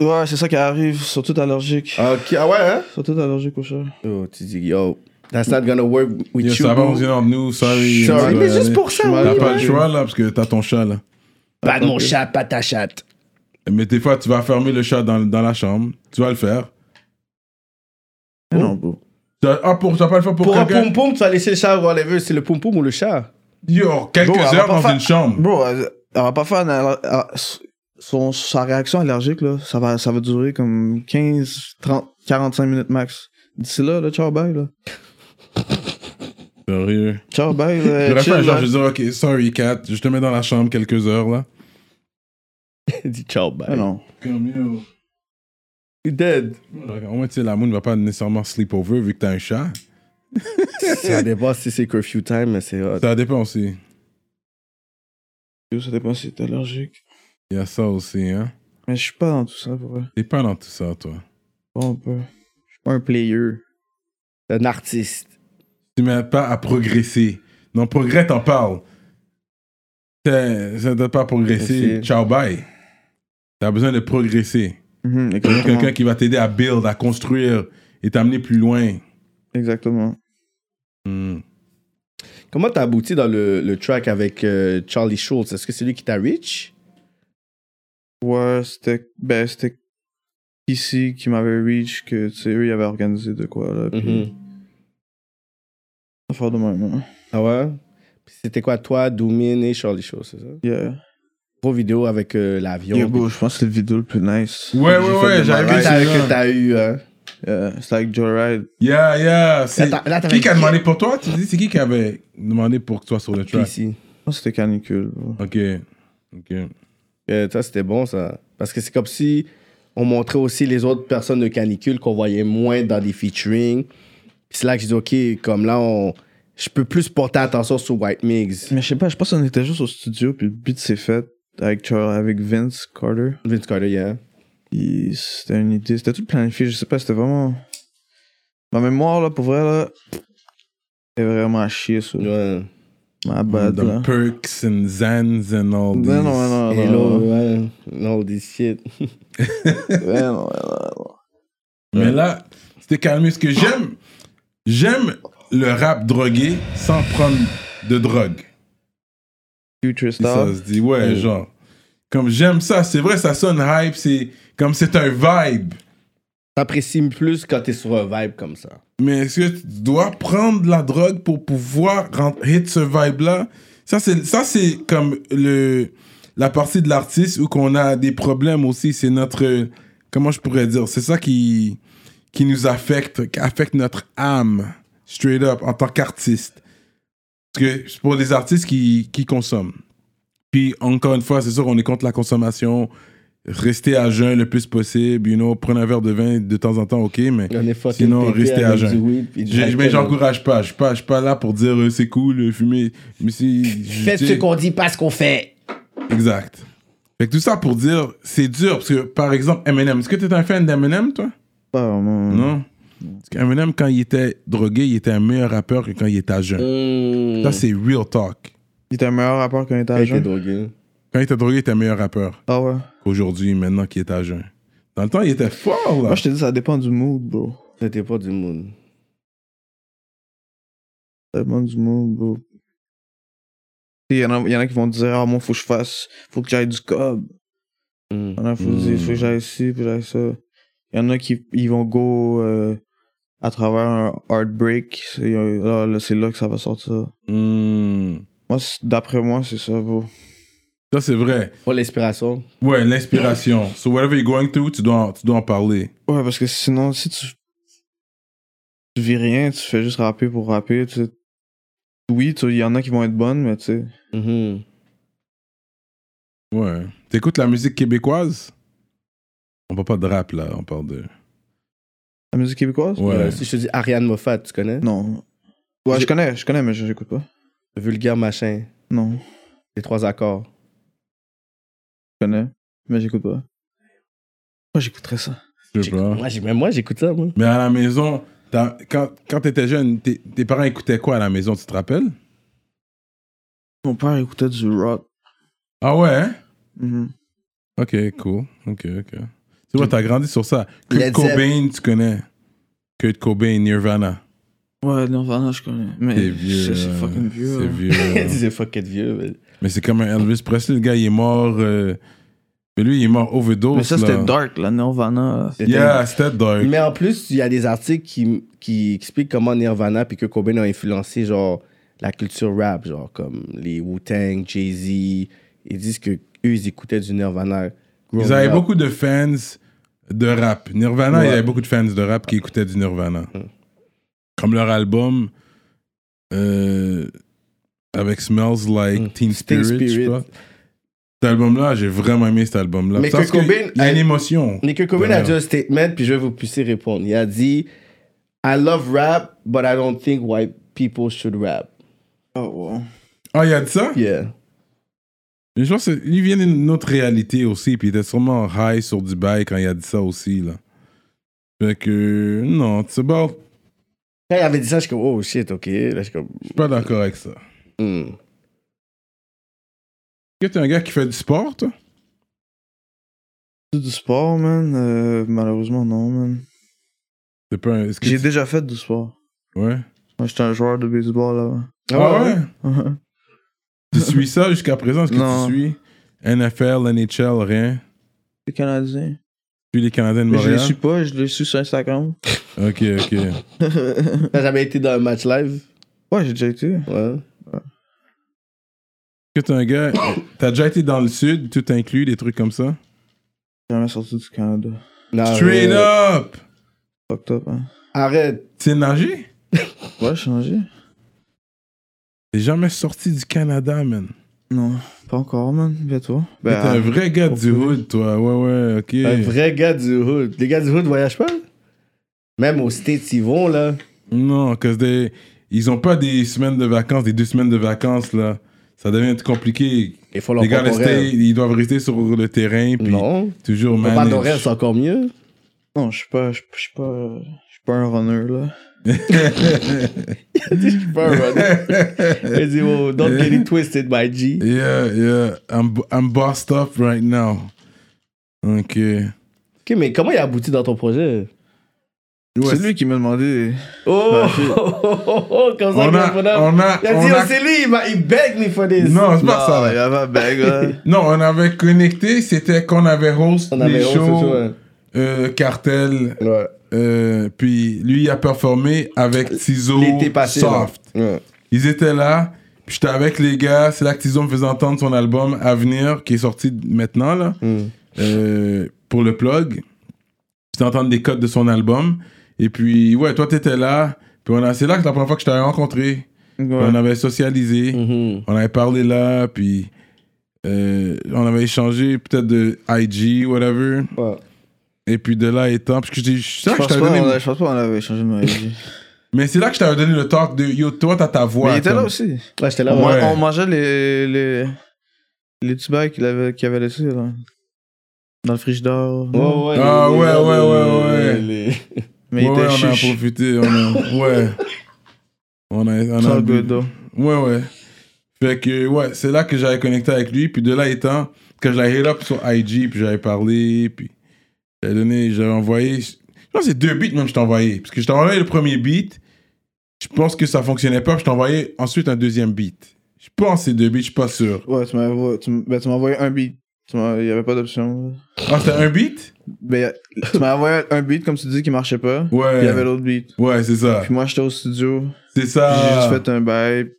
Ouais, c'est ça qui arrive. Ils sont tous allergiques. Ok, ah ouais, hein? Ils sont tous allergiques au chat. Yo, tu dis, yo, that's not gonna work with Yo, you. ça va bro. fonctionner entre nous, sorry. Sorry, Ouais, mais ouais, juste ouais. pour ça, T'as oui, pas ouais. le choix, là, parce que t'as ton chat, là. Pas de mon chat, pas ta chatte. Mais des fois, tu vas fermer le chat dans, dans la chambre. Tu vas le faire. Mais Non, bro. Tu vas- Ah, pour, tu vas pas le faire pour, Pour un quelqu'un. poum-poum, tu vas laisser le chat avoir les vœux. C'est le poum-poum ou le chat? Yo, quelques Bro, elle va heures pas dans faire- une chambre. Bro, elle, elle va pas faire une aller- ah, son, sa réaction allergique, là. Ça va, ça va durer comme 15, 30, 45 minutes max. D'ici là, là, ciao, bye, là. Sérieux. Ciao, bye, là. J'aurais fait un Euh, Chill, genre, là. je vais dire, ok, sorry, cat, je te mets dans la chambre quelques heures, là. Dis ciao, Ah, bye. non. Comme, yo. You dead. Au moins, tu sais, la moune va pas nécessairement sleep over vu que t'as un chat. Ça dépend si c'est curfew time, mais c'est hot. Ça dépend aussi. Yo, Ça dépend si t'es allergique. Il y a ça aussi, hein. Mais je suis pas dans tout ça, pour vrai. T'es pas dans tout ça, toi. Bon, peu. Je suis pas un player. Un artiste. Tu m'as pas à progresser. Non, progrès, t'en parles. T'es- Ça t'a pas progressé. Progresser. Ciao, bye. T'as besoin de progresser. Mhm, T'as exactement. quelqu'un qui va t'aider à build, à construire et t'amener plus loin. Exactement. Hmm. Comment t'as abouti dans le, le track avec euh, Charlie Schultz? Est-ce que c'est lui qui t'a reach? Ouais, c'était. Ben, c'était. Ici, qui m'avait reach, que, tu sais, eux, ils avaient organisé de quoi, là. Puis. Mhm. Mm-hmm. Affaire de même, hein. Ah ouais? Puis C'était quoi, toi, Doumine et Charlie Schultz, c'est ça? Yeah. Gros vidéo avec euh, l'avion. Yo, bro, je pense que c'est le vidéo le plus nice. Ouais, que j'ai ouais, fait ouais, de ma j'avais life. vu T'as- celui-là. que t'as eu, hein? Yeah, C'était avec Euh, Joyride. Yeah, yeah. C'est... Là, t'as- là, t'avais qui qui a dit- demandé pour toi Tu dis, c'est qui qui avait demandé pour que tu sois sur le track Ici. Je pense que Ah, c'était canicule, bro. Ok. Ok. Euh, ça, c'était bon, ça. Parce que c'est comme si on montrait aussi les autres personnes de canicule qu'on voyait moins dans des featuring. Puis c'est là que je dis, OK, comme là, on... je peux plus porter attention sur White Mix. Mais je sais pas, je pense qu'on était juste au studio, puis le beat s'est fait avec, Char- avec Vince Carter. Vince Carter, yeah. Puis c'était une idée, c'était tout planifié, je sais pas, c'était vraiment. Ma mémoire, là, pour vrai, là, c'est vraiment à chier, ça. Ouais. Ma bad, The là. perks and zans and all this. Bah, Non, non, Ah. non, Et non, là, non. ouais, all this shit. Ouais, non, ouais, non, non. Mais là, c'était calmé. Ce que j'aime, j'aime le rap drogué sans prendre de drogue. Future Si ça Star. se dit, ouais, genre. Comme j'aime ça, c'est vrai, ça sonne hype, c'est comme c'est un vibe. T'apprécies plus quand t'es sur un vibe comme ça. Mais est-ce que tu dois prendre la drogue pour pouvoir rent- hit ce vibe-là Ça, c'est ça, c'est comme le la partie de l'artiste où qu'on a des problèmes aussi. C'est notre comment je pourrais dire C'est ça qui qui nous affecte, qui affecte notre âme straight up en tant qu'artiste. Parce que c'est pour les artistes qui qui consomment. Puis encore une fois, c'est sûr, on est contre la consommation. Rester à jeun le plus possible, you know, prendre un verre de vin de temps en temps, ok, mais On est fucking Sinon, pété restez à avec jeun. du weed puis du j'ai, mais alcool. j'encourage pas. Je suis pas, je suis pas là pour dire euh, c'est cool, euh, fumer. Mais si. je- Faites tu ce sais, qu'on dit, pas ce qu'on fait. Exact. Fait que tout ça pour dire, c'est dur. Parce que, par exemple, Eminem. Est-ce que t'es un fan d'Eminem, toi Pas vraiment. Non. Parce qu'Eminem, quand il était drogué, il était un meilleur rappeur que quand il était à jeun. Mmh. Ça, c'est real talk. Il était un meilleur rappeur qu'on était à T'as été jeune. drogué. Quand il était drogué, il était un meilleur rappeur Ah ouais. qu'aujourd'hui, maintenant qu'il est à jeun. Dans le temps, il était fort, là. Moi, je te dis, ça dépend du mood, bro. C'était pas du monde. Ça dépend du mood, bro. Il y, en a- y en a qui vont dire, ah, moi, faut que je fasse, faut que j'aille du cob. Mmh. Il y en a qui vont dire, faut que j'aille ci, faut que j'aille ça. Il y en a qui ils vont go euh, à travers un heartbreak. C'est euh, là, là, c'est là que ça va sortir. Hmm. Moi, c'est- d'après moi, c'est ça, bro. Ça, c'est vrai. Pas l'inspiration. Ouais, l'inspiration. So, whatever you're going through, tu dois en- tu dois en parler. Ouais, parce que sinon, si tu. Tu vis rien, tu fais juste rapper pour rapper, tu sais. Oui, tu- il y en a qui vont être bonnes, mais tu sais. Mhm. Ouais. T'écoutes la musique québécoise On parle pas de rap là, on parle de. La musique québécoise Ouais. Euh, si je te dis Ariane Moffat, tu connais Non. Ouais, je connais, je connais, mais je j'écoute pas. Vulgaire machin. Non. Les trois accords. Je connais, mais j'écoute pas. Moi, j'écouterais ça. Je sais J'écoute- pas. Moi, j'ai- même moi, j'écoute ça, moi. Mais à la maison, t'as- quand, quand t'étais jeune, tes- tes parents écoutaient quoi à la maison, tu te rappelles Mon père écoutait du rock. Mm-hmm. Ah ouais hein? Ok, cool. Ok, ok. Tu vois, t'as grandi sur ça. Kurt Led Cobain, tu connais. Kurt Cobain, Nirvana. Ouais, non, Vanna, je connais. Mais C'est vieux. c'est- C'est là. fucking vieux. C'est hein. vieux. là. disait fuck être vieux. mais- Mais c'est comme un Elvis Presley, le gars, il est mort. euh, Mais lui, il est mort overdose. Mais ça, c'était là. dark, là, Nirvana. C'était- Yeah, c'était dark. Mais en plus, il y a des articles qui, qui expliquent comment Nirvana puis que Cobain ont influencé genre la culture rap, genre comme les Wu-Tang, Jay-Z. Ils disent que eux ils écoutaient du Nirvana. growing Ils avaient up. beaucoup de fans de rap. Nirvana, il y Ouais. Mm. avait beaucoup de fans de rap qui écoutaient du Nirvana. Comme leur album euh, avec Smells Like Mm. Teen Spirit, Teen je Spirit. crois. Cet album-là, j'ai vraiment aimé cet album-là. Mais Parce que que Cobain- il y a une elle- émotion. Nick Cobain a Derrière. dit un statement, puis je vais vous pousser répondre. Il a dit I love rap, but I don't think white people should rap. Oh, wow. Ah, il y a de ça? Yeah. Mais Je pense qu'il vient d'une autre réalité aussi, puis il était sûrement high sur du bail quand il a dit ça aussi, là. Fait que, non, tu sais, bon, Quand il avait dit ça, je suis comme Oh shit, ok. Là, je suis comme je suis pas d'accord avec ça. Est-ce Hmm. que t'es un gars qui fait du sport, toi? Du sport, man. euh, malheureusement, non, man. T'es pas un... est-ce que J'ai tu- déjà fait du sport. Ouais. Moi, j'étais un joueur de baseball, Ah ouais? là. Tu suis ça jusqu'à présent? Est-ce que Non. tu suis NFL, NHL, rien? Les Canadiens. Tu suis les Canadiens de Mais je les Montréal? suis pas, je les suis sur Instagram. Ok, ok. ouais, T'as jamais été dans un match live? j'ai déjà été. Ouais. Est-ce que t'es un gars... T'as déjà été dans le sud, tout inclus, des trucs comme ça? J'ai Jamais sorti du Canada. Non, Straight arrête. up! Fucked up, hein. Arrête. Tu sais nager? Ouais, changé. T'es jamais sorti du Canada, man. Non, pas encore, man. Bientôt. T'es un Ben, vrai gars du hood, toi. Ouais, ouais, ok. Un vrai gars du hood. Les gars du hood voyagent pas? Même aux States, ils vont, là. Non, parce que ils ont pas des semaines de vacances, des deux semaines de vacances, là. Ça devient compliqué. Il faut leur les gars, propre restent- horaire. ils doivent rester sur le terrain, puis Non. toujours Pas manage. d'horaire, c'est encore mieux. non, je suis pas, je je suis pas, euh, je suis pas un runner, là. Je suis pas un runner. Il dit, oh, don't get it twisted, my G. Yeah, yeah. I'm, I'm bossed up right now. Ok. Ouais, Ok, mais comment il a abouti dans ton projet? c'est lui qui m'a demandé. Oh, Ah, shit. oh, oh, oh, oh, comme ça, on comme a, ça. on a, on a, Il a dit, oh, c'est lui, il m'a- il begged me for this. non, c'est pas ça. là. Il y avait un bag, là. Non, on avait connecté, c'était qu'on avait host On les avait honte, shows, c'est hein. euh, cartel, ça, ouais. euh, puis lui il a performé avec Tizo L'été passé. là. Soft. Ouais. Ils étaient là. Puis j'étais avec les gars. C'est là que Tizon me faisait entendre son album Avenir, qui est sorti maintenant, là, Mm. euh, pour le plug. J'étais entendre des codes de son album. Et puis, ouais, toi, t'étais là. Puis on a, c'est là que c'est la première fois que je t'avais rencontré. Puis Ouais. Mm. On avait socialisé. Mhm. On avait parlé là. Puis euh, on avait échangé peut-être de IG, whatever. Ouais. Et puis de là étant. Parce que j'ai- c'est Je là que pense je pas, t'avais donné. on a- je pense pas qu'on avait changé de maladie. Mais c'est là que je t'avais donné le talk de Yo, toi, t'as ta voix. Mais il était là comme- aussi. Ouais, Ah j'étais là, On, ouais. man- on mangeait les, les, les petits bags qu'il avait, qu'il avait laissés, là. Dans le frigidaire. Ouais, ouais, Ah, les- ouais, les- ouais, ouais, ouais. les- les- Mais ouais, il était ouais, on a chiche. profité, on a, ouais. On a, on a Ça, bu. good, though. Ouais, ouais. Fait que, ouais, c'est là que j'avais connecté avec lui, puis de là étant, que je l'avais hit up sur IG, puis j'avais parlé, puis j'avais donné, j'avais envoyé, je pense que c'est deux beats même que je t'ai envoyé, parce que je t'ai envoyé le premier beat, je pense que ça fonctionnait pas, puis je t'ai envoyé ensuite un deuxième beat. Je pense que c'est deux beats, je suis pas sûr. Ouais, tu m'as envoyé, tu, m- ben, tu m'as envoyé un beat. Tu m'as- Il y avait pas d'option. Ah, c'était un beat? Ben, tu m'as envoyé un beat, comme tu dis, qui marchait pas. Puis il y avait Ouais. l'autre beat. Ouais, c'est ça. Puis moi, j'étais au studio. C'est puis J'ai ça. juste fait un bail.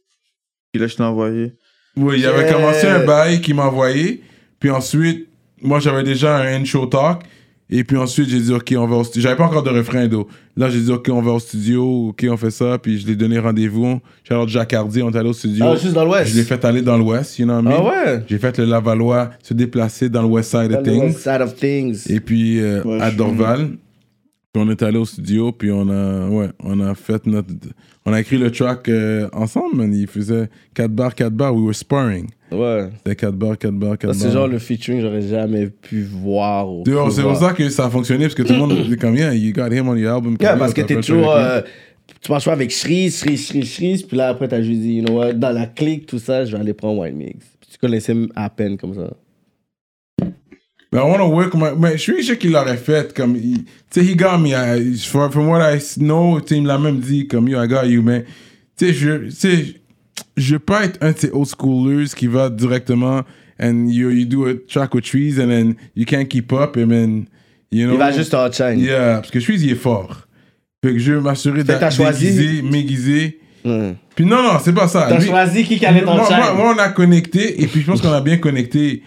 Puis là, je t'ai envoyé. Oui, il avait Yeah. commencé un bail qu'il m'a envoyé. Puis ensuite, moi, j'avais déjà un intro talk. Et puis ensuite, j'ai dit, OK, on va au studio. J'avais pas encore de refrain, d'eau. Là, j'ai dit, OK, on va au studio. OK, on fait ça. Puis je l'ai donné rendez-vous. J'ai alors Jacardi, on est allé au studio. Ah, juste dans l'Ouest. je l'ai fait aller dans l'Ouest, you know what I mean? Ah ouais? J'ai fait le Lavallois se déplacer dans le West Side of Dans le Things. side of things. Et puis euh, Ouais, à je- Dorval. Puis on est allé au studio, puis on a, ouais, on a fait notre. On a écrit le track euh, ensemble, man. Il faisait 4 bars, 4 bars. We were sparring. ouais. C'était 4 bars, 4 bars, 4 Ça, bars. c'est genre le featuring que j'aurais jamais pu voir. ou Dude, pu C'est voir. pour ça que ça a fonctionné, parce que tout le monde dit comme, yeah, you got him on your album. Yeah, Camille, parce que t'as t'es fait toujours. avec lui. euh, tu marches pas avec Shreeze, Shreeze, Shreeze, Shreeze, puis là après t'as juste dit, you know what, dans la clique, tout ça, je vais aller prendre Wild Mix. Puis tu connaissais m- à peine comme ça. But I want to work my. Mais je suis sûr qu'il l'aurait fait. Comme, il- tu sais, he got me. I, from, from what I know, tu sais, il me l'a même dit, comme, yo, I got you, mais. Tu sais, je. Tu sais, je veux pas être un de ces old schoolers qui va directement. And you, you do a track with trees, and then you can't keep up, and then. You know, Il va juste en chaîne. Yeah, parce que Trees, il est fort. Fait que je veux m'assurer Fait que t'as d'être choisi- déguisé, m'aiguisé. Puis non, non, c'est pas ça. T'as Lui- choisi qui allait moi, en moi, chaîne. moi, on a connecté et puis je pense qu'on a bien connecté.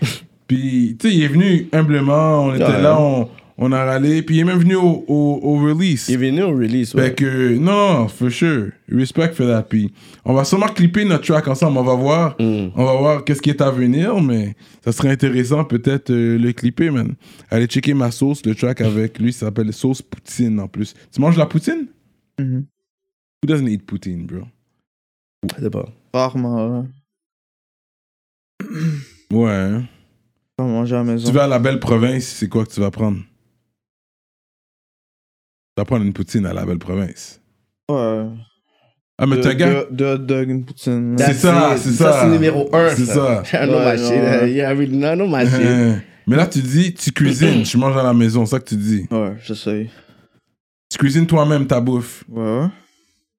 Puis, tu sais, il est venu humblement, on était Ouais. là, on, on a râlé. Puis il est même venu au, au, au release. Il est venu au release, Fait ouais. que, non, non, for sure. Respect for that. Puis on va sûrement clipper notre track ensemble, on va voir. On va voir qu'est-ce qui est à venir, mais ça serait intéressant peut-être euh, le clipper, man. Allez checker ma sauce, le track avec lui, ça s'appelle Sauce Poutine en plus. Tu manges la poutine? Mhm. Who doesn't eat poutine, bro? C'est pas. Rarement, ouais. Ouais. hein. Pas manger à la maison. Tu vas à la belle province, c'est quoi que tu vas prendre? Tu vas prendre une poutine à la belle province. Ouais. Ah, mais Deux- t'es un gars. deux- Deux hot dogs, une poutine. C'est ça, c'est ça. c'est numéro un. C'est ça. I know my Ouais, shit. ouais. Yeah, I really know my shit. Hein. Mais là, tu dis, tu cuisines, tu manges à la maison, c'est ça que tu dis. Ouais, j'essaye. Tu cuisines toi-même ta bouffe, Ouais,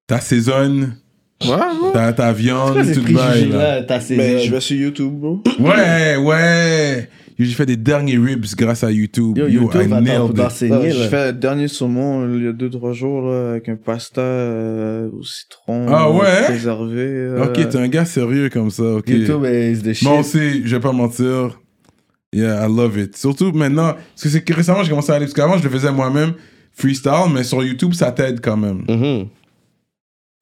t'assaisonnes, ouais. Ouais, ta, ta viande, Pourquoi ces tout le bail. là. préjugés-là, t'as ces Mais je vais sur YouTube, bro. Ouais, ouais. J'ai fait des derniers ribs grâce à YouTube. Yo, Yo, I YouTube va t'en- nailed it. t'enseigner, Euh, J'ai là. fait le dernier saumon euh, il y a 2-3 jours là, avec un pasta euh, au citron. Ah ouais? Préservé. euh, Ok, t'es un gars sérieux comme ça, ok. YouTube is the shit. Moi aussi, je vais pas mentir. Yeah, I love it. Surtout maintenant, parce que c'est que récemment, j'ai commencé à aller, parce qu'avant, je le faisais moi-même, freestyle, mais sur YouTube, ça t'aide quand même. Mhm.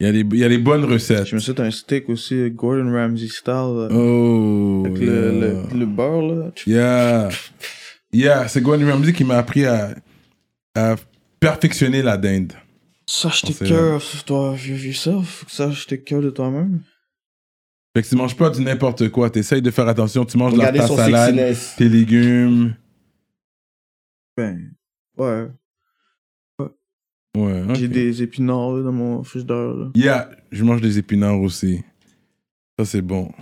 Il y, a des- il y a des bonnes recettes. Mm. Je me suis fait un steak aussi, euh, Gordon Ramsay style. là, Oh. avec yeah. le, le, le beurre, là. Tu- Yeah. Yeah, c'est Gordon Ramsay qui m'a appris à, à perfectionner la dinde. Ça, je On sait, t'écoeure sur toi, vieux, vieux ça. Faut que ça, je t'écoeure de toi-même. Fait que tu manges pas du n'importe quoi, t'essayes de faire attention, tu manges de la Regardez ta son salade, sexiness. tes légumes. Ben, ouais. Ouais, ok. J'ai des épinards là, dans mon frigidaire, là. Yeah, je mange des épinards aussi. Ça, c'est bon.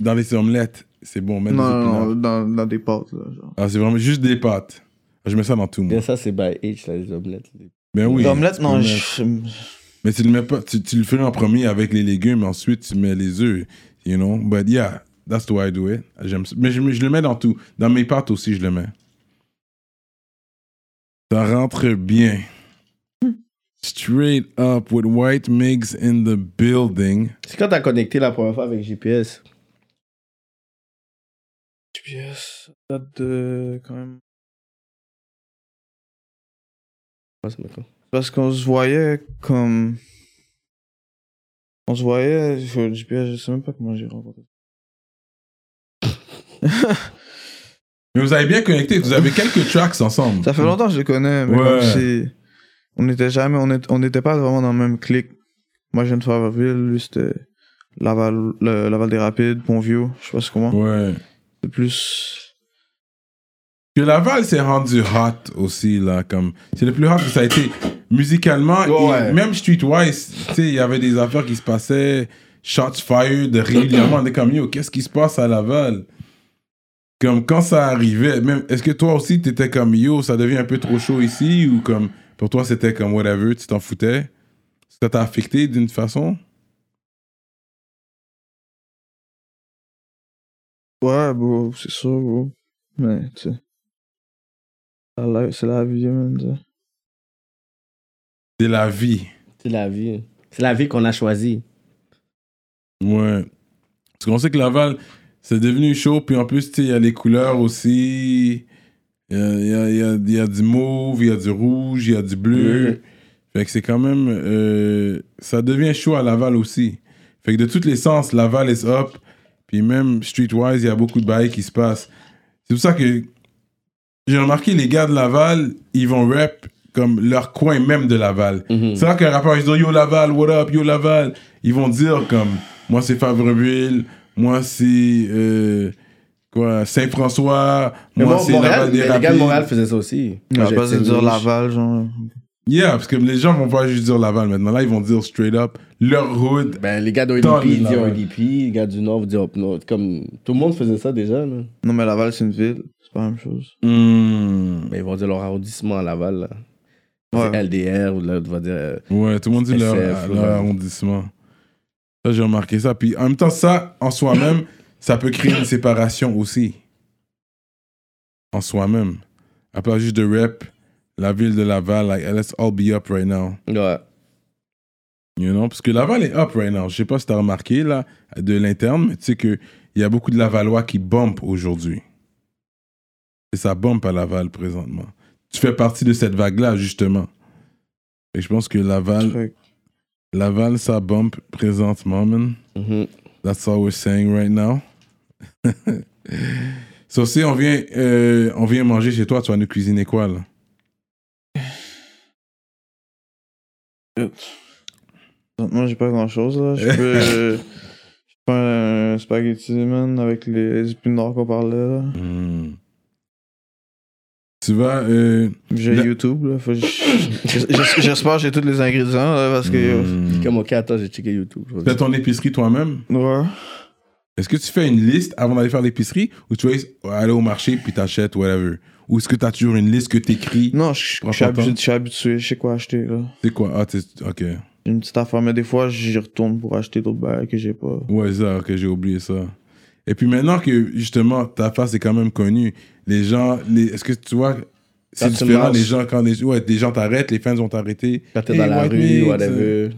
Dans les omelettes, c'est bon, Non, mettre des non, épinards. non, dans, dans des pâtes, là. Genre. Ah, c'est vraiment juste des pâtes. Je mets ça dans tout, moi. Bien ça, c'est by H, là, les omelettes. Ben oui. L'omelette, tu peux non, mettre. je. Mais tu le mets pas, tu, tu le fais en premier avec les légumes, ensuite tu mets les œufs, you know. But yeah, that's the way I do it. J'aime ça. Mais je, mais je le mets dans tout. Dans mes pâtes aussi, je le mets. Ça rentre bien. Straight up with white mix in the building. C'est quand t'as connecté la première fois avec GPS. GPS, ça date de. quand même. Ouais, c'est maintenant. Parce qu'on se voyait comme. On se voyait. sur le GPS, je sais même pas comment j'ai rencontré. Mais vous avez bien connecté, vous avez quelques tracks ensemble. Ça fait longtemps que je le connais, mais Ouais. comme si. On n'était jamais. On est- on n'était pas vraiment dans le même clic. Moi, je viens de Favreville, lui, c'était. Laval, le- Laval des Rapides, Pontvio, je sais pas ce comment. Ouais. C'est plus. Que Laval s'est rendu hot aussi, là, comme... C'est le plus hot que ça a été musicalement. Ouais, et ouais. Même Streetwise, tu sais, il y avait des affaires qui se passaient, shots fired régulièrement. On est comme, yo, qu'est-ce qui se passe à Laval? Comme, quand ça arrivait, même... Est-ce que toi aussi, t'étais comme, yo, ça devient un peu trop chaud ici? Ou comme, pour toi, c'était comme whatever, tu t'en foutais? Ça t'a affecté d'une façon? Ouais, bro, c'est sûr, bro. Mais, tu sais. La life, C'est la vie, man, tu sais. C'est la vie. C'est la vie. C'est la vie qu'on a choisie. Ouais. Parce qu'on sait que Laval, c'est devenu chaud, puis en plus, tu sais, il y a les couleurs aussi. Il y a, il y a- il y a- il y a du mauve, il y a du rouge, il y a du bleu. Bleu. Fait que c'est quand même. euh, ça devient chaud à Laval aussi. Fait que de tous les sens, Laval est up. Puis même streetwise, il y a beaucoup de bails qui se passent. C'est pour ça que j'ai remarqué les gars de Laval, ils vont rap comme leur coin même de Laval. Mm-hmm. C'est vrai qu'un rappeur, ils disent Yo Laval, what up, yo Laval. Ils vont dire comme Moi c'est Favreville, moi c'est. euh, quoi, Saint-François, Mais moi bon, c'est Montréal, Laval mais des les gars de Rapides. Montréal faisaient ça aussi. On va J'ai pas se fait dire le- Laval, genre. Yeah, parce que les gens vont pas juste dire Laval maintenant. Là, ils vont dire straight up leur hood. Ben, les gars Tant d'ODP, ils de disent Laval. ODP, les gars du Nord, ils disent Up North. Comme tout le monde faisait ça déjà, là. Non, mais Laval, c'est une ville. C'est pas la même chose. Hmm. Mais ils vont dire leur arrondissement à Laval. là. Ouais. C'est LDR, ou là, on va dire. euh, Ouais, tout le monde dit leur, SF, leur ouais. arrondissement. Ça, j'ai remarqué ça. Puis en même temps, ça, en soi-même, ça peut créer une séparation aussi. En soi-même. À part juste de rep, la ville de Laval, like, let's all be up right now. Ouais. You know? Parce que Laval est up right now. Je sais pas si t'as remarqué, là, de l'interne, mais tu sais qu'il y a beaucoup de Lavalois qui bump aujourd'hui. Et ça bump à Laval présentement. Tu fais partie de cette vague-là, justement. Et je pense que Laval, Fait que Laval, ça bump présentement, man. Mhm. That's all we're saying right now. so, si on vient, euh, on vient manger chez toi, tu vas nous cuisiner quoi, là? Moi, j'ai pas grand chose, là. Je peux. euh, Je peux faire un spaghetti, man, avec les les épines noires qu'on parlait, là. Hmm. Tu vas... euh, J'ai Le- YouTube, là. Faut que je- Ben- j'es- J'espère que j'ai tous les ingrédients, là, parce que. euh, hmm. Comme, ok, attends, j'ai checké YouTube. je vais Fais ton épicerie toi-même. Ouais. Est-ce que tu fais une liste avant d'aller faire l'épicerie ou tu vas aller au marché puis t'achètes, whatever? Ou est-ce que t'as toujours une liste que t'écris? Non, je je Prends suis ton temps. habitué, je suis habitué, je sais quoi acheter, là. C'est quoi? Ah, t'es- ok. J'ai une petite affaire, mais des fois, j'y retourne pour acheter d'autres bails que j'ai pas. Ouais, ça, ok, j'ai oublié ça. Et puis maintenant que justement ta face est quand même connue, les gens, les, est-ce que tu vois, c'est Quand tu différent, marches. les gens, quand les, ouais, des gens t'arrêtent, les fans vont t'arrêter. Quand t'es Hey, dans la white rue, meat, euh. whatever.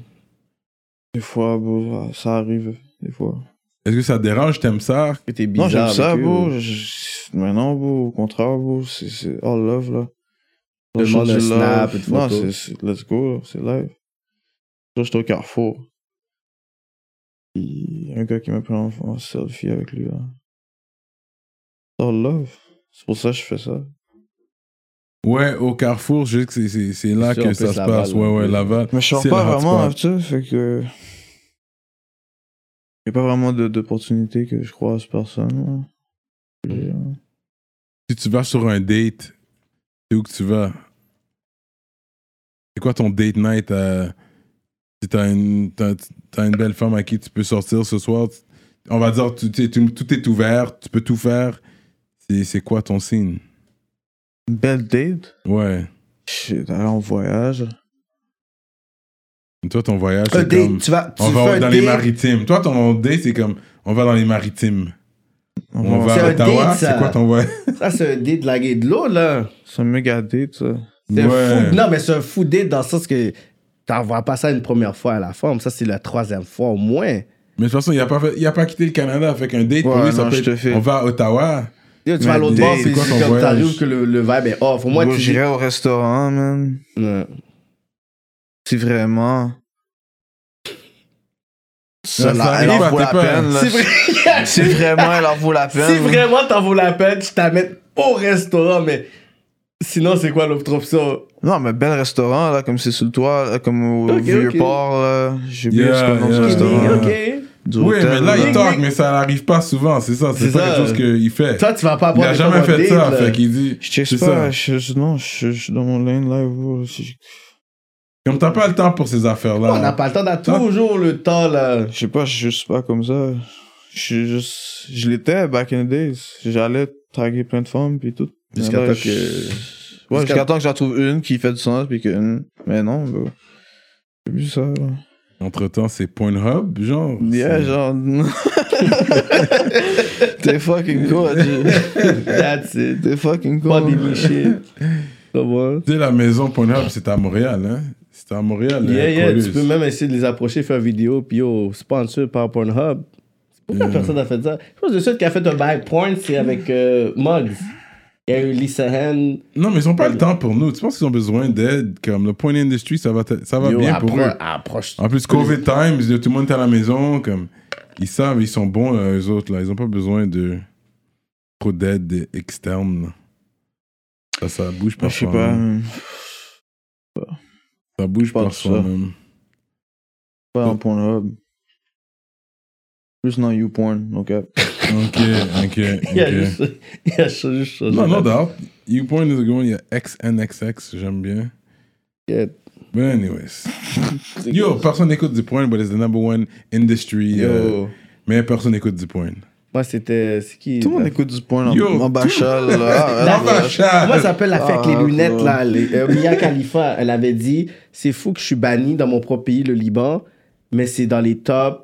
Des fois, bon, ça arrive, des fois. Est-ce que ça te dérange, t'aimes ça? Que t'es Non, bizarre. j'aime ça, avec eux. bro. Je- Mais non, bro. Au contraire, bro. C'est c'est all love, là. Tout le Je monde fais un du snap, live. une Non, photo. c'est- c'est let's go, là, c'est live. Là, j'étais au carrefour. Il y a un gars qui m'a pris en, en selfie avec lui, là. C'est all love. C'est pour ça que je fais ça. Ouais, au Carrefour, je sais que c'est- c'est c'est là C'est que sûr, ça en plus, se Laval, passe. Ouais, ouais, ouais. Laval. Mais je sors C'est pas le vraiment, hotspot. tu sais, fait que. Il a pas vraiment de- d'opportunité que je croise personne. là. Et, euh, Mm. Si tu vas sur un date, c'est où que tu vas? C'est quoi ton date night? euh, si t'as une, t'as- t'as une belle femme à qui tu peux sortir ce soir, tu- on va dire tu, tu- tu- tout est ouvert, tu peux tout faire. C'est c'est quoi ton signe? Une belle date. Ouais. Shit, aller en voyage. Et toi, ton voyage, Un c'est date, comme. tu vas, tu On fais va un dans date. les maritimes. Toi, ton date, c'est comme. On va dans les maritimes. On Ouais. va C'est à un Ottawa. date, C'est ça. quoi ton voyage? Ça, c'est un date de la gueule de l'eau, là. C'est un méga date, ça. C'est un Ouais. food- Non, mais c'est un food date dans le sens que t'envoies pas ça une première fois à la forme. Ça, c'est la troisième fois au moins. Mais de toute façon, il n'a pas, fait- il a pas quitté le Canada. Fait qu'un date, pour Ouais, lui, ça non, peut je te être- fais. On va à Ottawa. Tu Mais vas à l'autre date, bord, c'est puis quoi ton comme voyage? t'arrives que le, le vibe est off. Au moins, Moi, tu dis... j'irais au restaurant, man. Ouais. Si vraiment. Ça, ça là, arrive, elle en vaut t'es la pas- peine, là. C'est vrai. Si vraiment elle en vaut la peine. Si vraiment t'en vaut la peine, tu t'amènes au restaurant, mais sinon, c'est quoi l'autre option? Non, mais bel restaurant, là, comme c'est sous le toit, là, comme au Ok, vieux ok. port, là. J'ai oublié Yeah, ce que le nom du yeah. restaurant. Ok. Du Oui, hôtel, mais là, il là. talk, mais ça n'arrive pas souvent, c'est ça. C'est C'est pas ça. quelque chose qu'il fait. Toi, tu vas pas Il avoir a des jamais fait commandes ça, dates, là. fait qu'il dit. Je check C'est pas, ça. je, je- non, je, je suis dans mon lane live. bro. Je Comme t'as pas le temps pour ces affaires-là. On n'a pas le Hein? temps, on a toujours le temps, là. je sais pas, je suis juste pas comme ça. Je suis juste. Je l'étais back in the days. J'allais taguer plein de femmes puis tout. Jusqu'à Mais là, temps que- je- Ouais, jusqu'à- jusqu'à temps que j'en trouve une qui fait du sens puis que. Mais non, bro. J'ai vu ça, là. Entre temps, c'est Pornhub, genre. Yeah, C'est- genre. T'es fucking con, That's it. T'es fucking Pas con. des bullshit. Ça va? Tu sais, la maison Pornhub, c'est à Montréal, hein. C'est à Montréal. Yeah, hein, yeah, Colus. tu peux même essayer de les approcher, faire vidéo, puis yo, sponsor par Pornhub. C'est pourquoi Yeah. personne n'a fait ça. Je pense que le seul qui a fait un bail porn, c'est avec euh, Muggs. Il y a eu Lisa Hen. Non, mais ils ont pas le temps pour nous. Tu penses qu'ils ont besoin d'aide? Comme le porn industry, ça va, te- ça va Yo, Ah, bien appro- pour eux. approche. En plus, COVID times, tout le monde est à la maison, comme. Ils savent, ils sont bons, là, eux autres, là. Ils ont pas besoin de. trop d'aide externe, là. Ça, ça bouge Je parfois. sais pas. hein. euh, Ça bouge Pas par de ça. soi-même. Pas en porn hub. Plus dans YouPorn, ok. Ok, ok, Il a Ah, ok. juste. Il a juste changé. Non, ben, no doubt. You point is going, il y a XNXX, j'aime bien. Yeah. But anyways. Yo, personne n'écoute du point, but it's the number one industry. euh, Yo. mais personne n'écoute du point. Moi, c'était. C'est qui Euh, Tout le monde la- écoute du point en, Yo. en bachal. La- là. Bachal. Bachar. Moi, ça s'appelle la fête avec Ah, les lunettes, ouais. là. Les, euh, Mia Khalifa, elle avait dit C'est fou que je suis banni dans mon propre pays, le Liban, mais c'est dans les tops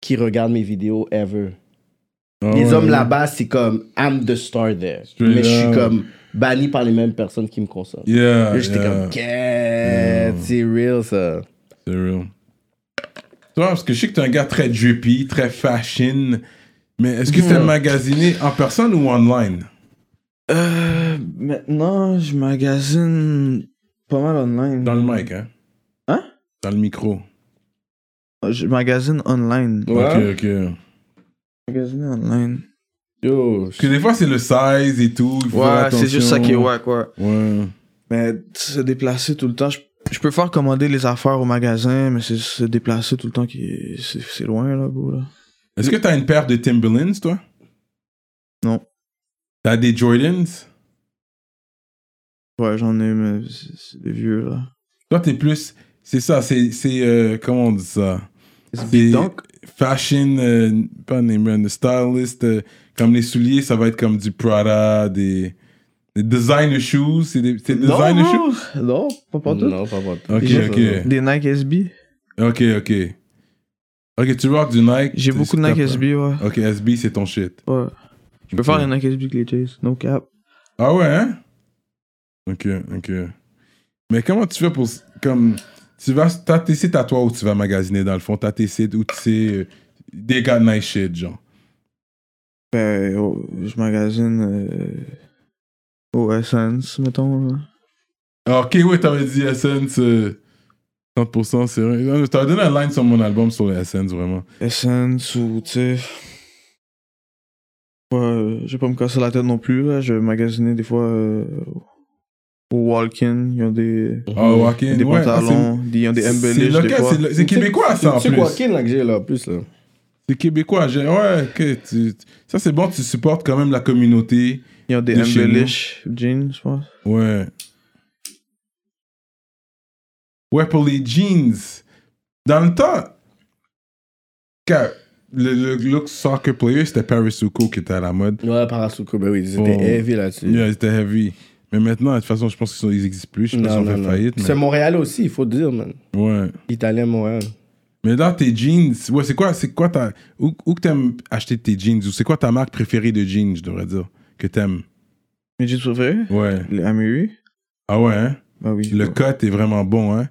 qui regardent mes vidéos ever. Ah les hommes là-bas, c'est comme I'm the star there. Straight mais je suis up. comme banni par les mêmes personnes qui me consomment. Yeah. Là, J'étais yeah. Mm. comme, Get, c'est real ça. C'est real. Toi, parce que je sais que t'es un gars très drippy, très fashion, mais est-ce que t'as Hmm. magasiné en personne ou online? Euh, maintenant, je magasine pas mal online. Dans le mic, hein? Hein? Dans le micro. Je magasine online. Ok, ok. Magasiner online. Yo, Parce que des fois, c'est le size et tout. il faut faire Ouais, c'est juste ça qui est attention. wack, ouais. Ouais. Mais se déplacer tout le temps, je, je peux faire commander les affaires au magasin, mais c'est se déplacer tout le temps qui est- c'est c'est loin là, bro. Là. Est-ce que t'as une paire de Timberlands, toi? Non. T'as des Jordans? Ouais, j'en ai, mais c'est c'est des vieux là. Toi, t'es plus. C'est ça, c'est. c'est, euh, comment on dit ça? Big C'est Dunk? fashion, euh, pas name brand, stylist. euh, comme les souliers, ça va être comme du Prada, des, des designer shoes. C'est des, c'est Non, designer shoes? bro. Non, pas pour tout. Non, pas moi. Ok, Des- ok. Des Nike SB. Ok, ok. Ok, tu rock du Nike. J'ai tu- beaucoup de tu Nike tapes, SB, ouais. hein. Ok, SB, c'est ton shit. ouais. Je peux Ok. faire les Nike SB que les Jays, no cap. Ah ouais, hein? Ok, ok. Mais comment tu fais pour. Comme. Tu vas. T'as tes sites à toi où tu vas magasiner dans le fond. T'as tes sites où tu sais. euh, Des gars de nice shit, genre. Ben, oh, je magasine euh, au Essence, mettons. Là. Ah, Ok, oui, t'avais dit Essence. euh, 30%, c'est vrai. Non, T'avais donné un line sur mon album sur les Essence, vraiment. Essence ou, tu sais. Ouais, euh, je vais pas me casser la tête non plus, là. Je vais magasiner des fois euh, au Walk-in. Ils ont des, Ah, Walk In, Mm. des ouais. ah, pantalons, des- ils ont des c'est- embellishes. C'est des local, fois. c'est lo- c'est québécois, ça, en C'est quoi, plus. Kin, là, que j'ai, là, en plus, là. C'est québécois. j'ai- Ouais, ok. tu- Ça, c'est bon, tu supportes quand même la communauté. Ils ont des de chez nous. embellishes jeans, je pense. Ouais. Ouais, pour les jeans. Dans le temps, quand le, le look soccer player, c'était Paris Suko qui était à la mode. Ouais, Parasuko, ben oui, c'était Oh. heavy là-dessus. Yeah, ils étaient heavy. Mais maintenant, de toute façon, je pense qu'ils sont- ils existent plus. Je pense Non, qu'ils non, ont fait non. faillite. C'est Mais... Montréal aussi, il faut dire, man. Ouais. Italien, Montréal. Mais là, tes jeans, ouais, c'est quoi, c'est quoi ta, où, où que t'aimes acheter tes jeans ou c'est quoi ta marque préférée de jeans, je devrais dire, que t'aimes? Mes jeans préférés? Ouais. Les Amiri? Ah ouais, hein? Ben oui. Le ouais. cut est vraiment bon, hein?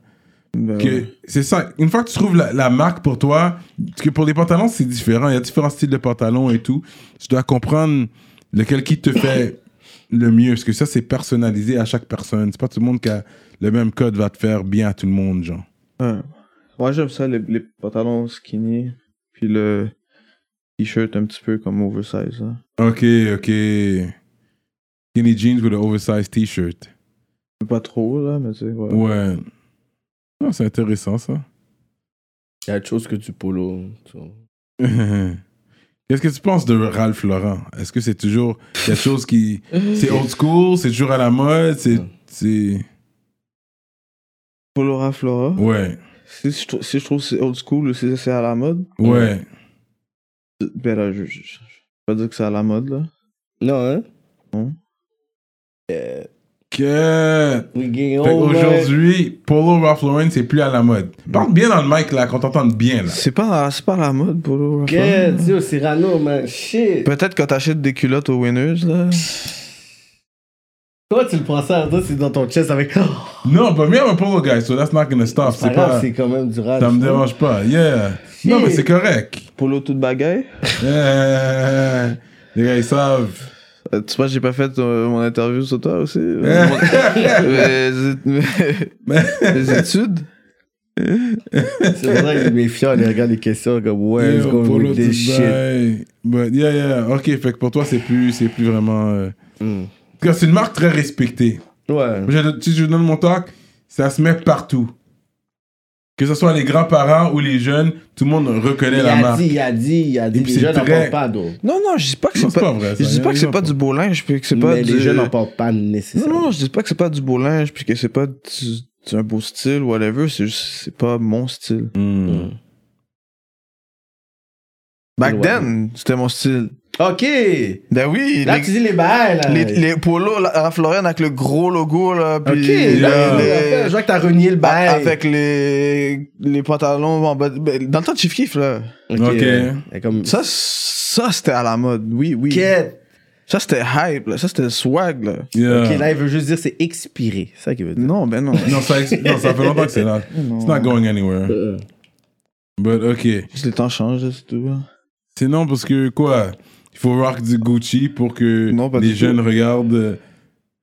Ben Que- ouais. C'est ça. Une fois que tu trouves la, la marque pour toi, parce que pour les pantalons, c'est différent. Il y a différents styles de pantalons et tout. Tu dois comprendre lequel qui te fait le mieux. Parce que ça, c'est personnalisé à chaque personne. C'est pas tout le monde qui a le même code va te faire bien à tout le monde, genre. Ouais, Ouais, j'aime ça, les, les pantalons skinny, puis le t-shirt un petit peu comme oversize. hein. là. Ok, ok. Skinny jeans with an oversized t-shirt. Pas trop, là, mais tu sais, ouais. Ouais. Non, c'est intéressant, ça. Il y a autre chose que du polo. tu vois. Qu'est-ce que tu penses de Ralph Lauren? Est-ce que c'est toujours quelque chose qui... C'est old school, c'est toujours à la mode, c'est. Ouais. c'est- Polora Flora. Ouais, Si, je, trou- si je trouve que c'est old school ou si c'est à la mode, ouais. ben là, je, je, je- je peux pas dire que c'est à la mode, là. Non, hein? Que. We getting Fait old, oh, man. Aujourd'hui, Polo Ralph Lauren, c'est plus à la mode. Parle bien dans le mic là, qu'on t'entende bien là. C'est pas, c'est pas à la mode, Polora Flora. Get, yo, Cyrano, man. Shit. Peut-être quand t'achètes des culottes aux winners, là. Toi, tu le prends ça, toi, c'est dans ton chest avec. Non, but me, I'm a Polo guy, so that's not gonna stop. C'est C'est pas grave, pas. c'est quand même du rap. Ça me dérange pas, yeah. Non, mais c'est correct. Polo toute bagaille. Yeah. Eh, Les gars, ils savent. Euh, tu sais pas, j'ai pas fait euh, mon interview sur toi aussi. Euh, mon- mes, mes- mes études. C'est pour ça qu'il est méfiant, il regarde les questions comme ouais, Yeah, it's going Polo with this shit. Dubaï. But yeah, yeah. Ok, fait que pour toi, c'est plus, c'est plus vraiment. euh, Mm. En tout cas, C'est une marque très respectée. Ouais. Je- si je vous donne mon talk, ça se met partout. Que ce soit les grands-parents ou les jeunes, tout le monde reconnaît Il la a marque. dit, il a dit, il a dit, Et puis les c'est jeunes n'en très- portent pas d'eau. Non, non, je dis pas que Non, c'est c'est pas, pas vrai, ça. je dis Il y en pas que a c'est pas pas. du beau linge, puis que c'est pas Mais du... les jeunes n'en portent pas Non, nécessairement. non, je dis pas que c'est pas du beau linge, puis que c'est pas du, du- un beau style, Mm. whatever, c'est juste, c'est pas mon style. Hmm. Back Ouais. then, c'était mon style. OK. Ben oui, Là, les- tu dis les bails, là. les, les polos la- Ralph Lauren avec le gros logo là OK. puis là, les- Je vois que t'as renié le a- bail. avec les les pantalons en bas de- ben, dans le temps de Chief Keef là OK. Ok. Et Comme... ça ça c'était à la mode oui oui Quête. ça c'était hype là. ça c'était le swag là Yeah. OK, là, il veut juste dire c'est expiré. C'est ça qu'il veut dire. non ben non Non, ça, non, ça fait longtemps que c'est là. It's not going anywhere. But ok. Juste les temps changent c'est tout hein. là. Sinon, parce que quoi Il faut rock du Gucci pour que Non, pas les du jeunes regardent. euh,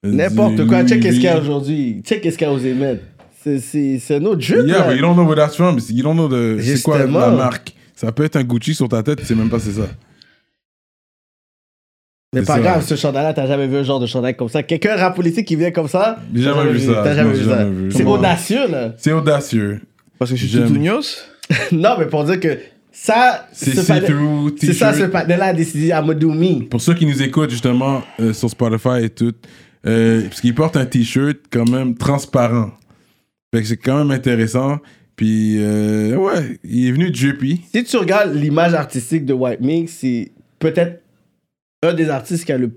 N'importe du quoi. Louis Check qu'est-ce qu'il y a V. aujourd'hui. Check qu'est-ce qu'il y a aux émettes. C'est- C'est c'est un autre jeu, Yeah, là. but you don't know where that's from. You don't know the- c'est quoi la Justement. marque. Ça peut être un Gucci sur ta tête, tu sais même pas c'est ça. Mais C'est pas ça. grave, ce chandail-là, t'as jamais vu un genre de chandail comme ça. Quelqu'un rap politique qui vient comme ça. J'ai t'as jamais vu ça. T'as jamais Non, vu j'ai ça. jamais vu. C'est Comment? audacieux, là. C'est audacieux. parce que je suis J'aime. tout Nus non, mais pour dire que ça. C'est ce panel- see-through, C'est ça, ce t-shirt. panel-là a décidé à Modou Me. Pour ceux qui nous écoutent justement euh, sur Spotify et tout, euh, parce qu'ils portent un t-shirt quand même transparent. Fait que c'est quand même intéressant. Puis euh, ouais, il est venu de Juppie. Si tu regardes l'image artistique de White Mink, c'est peut-être un des artistes qui a le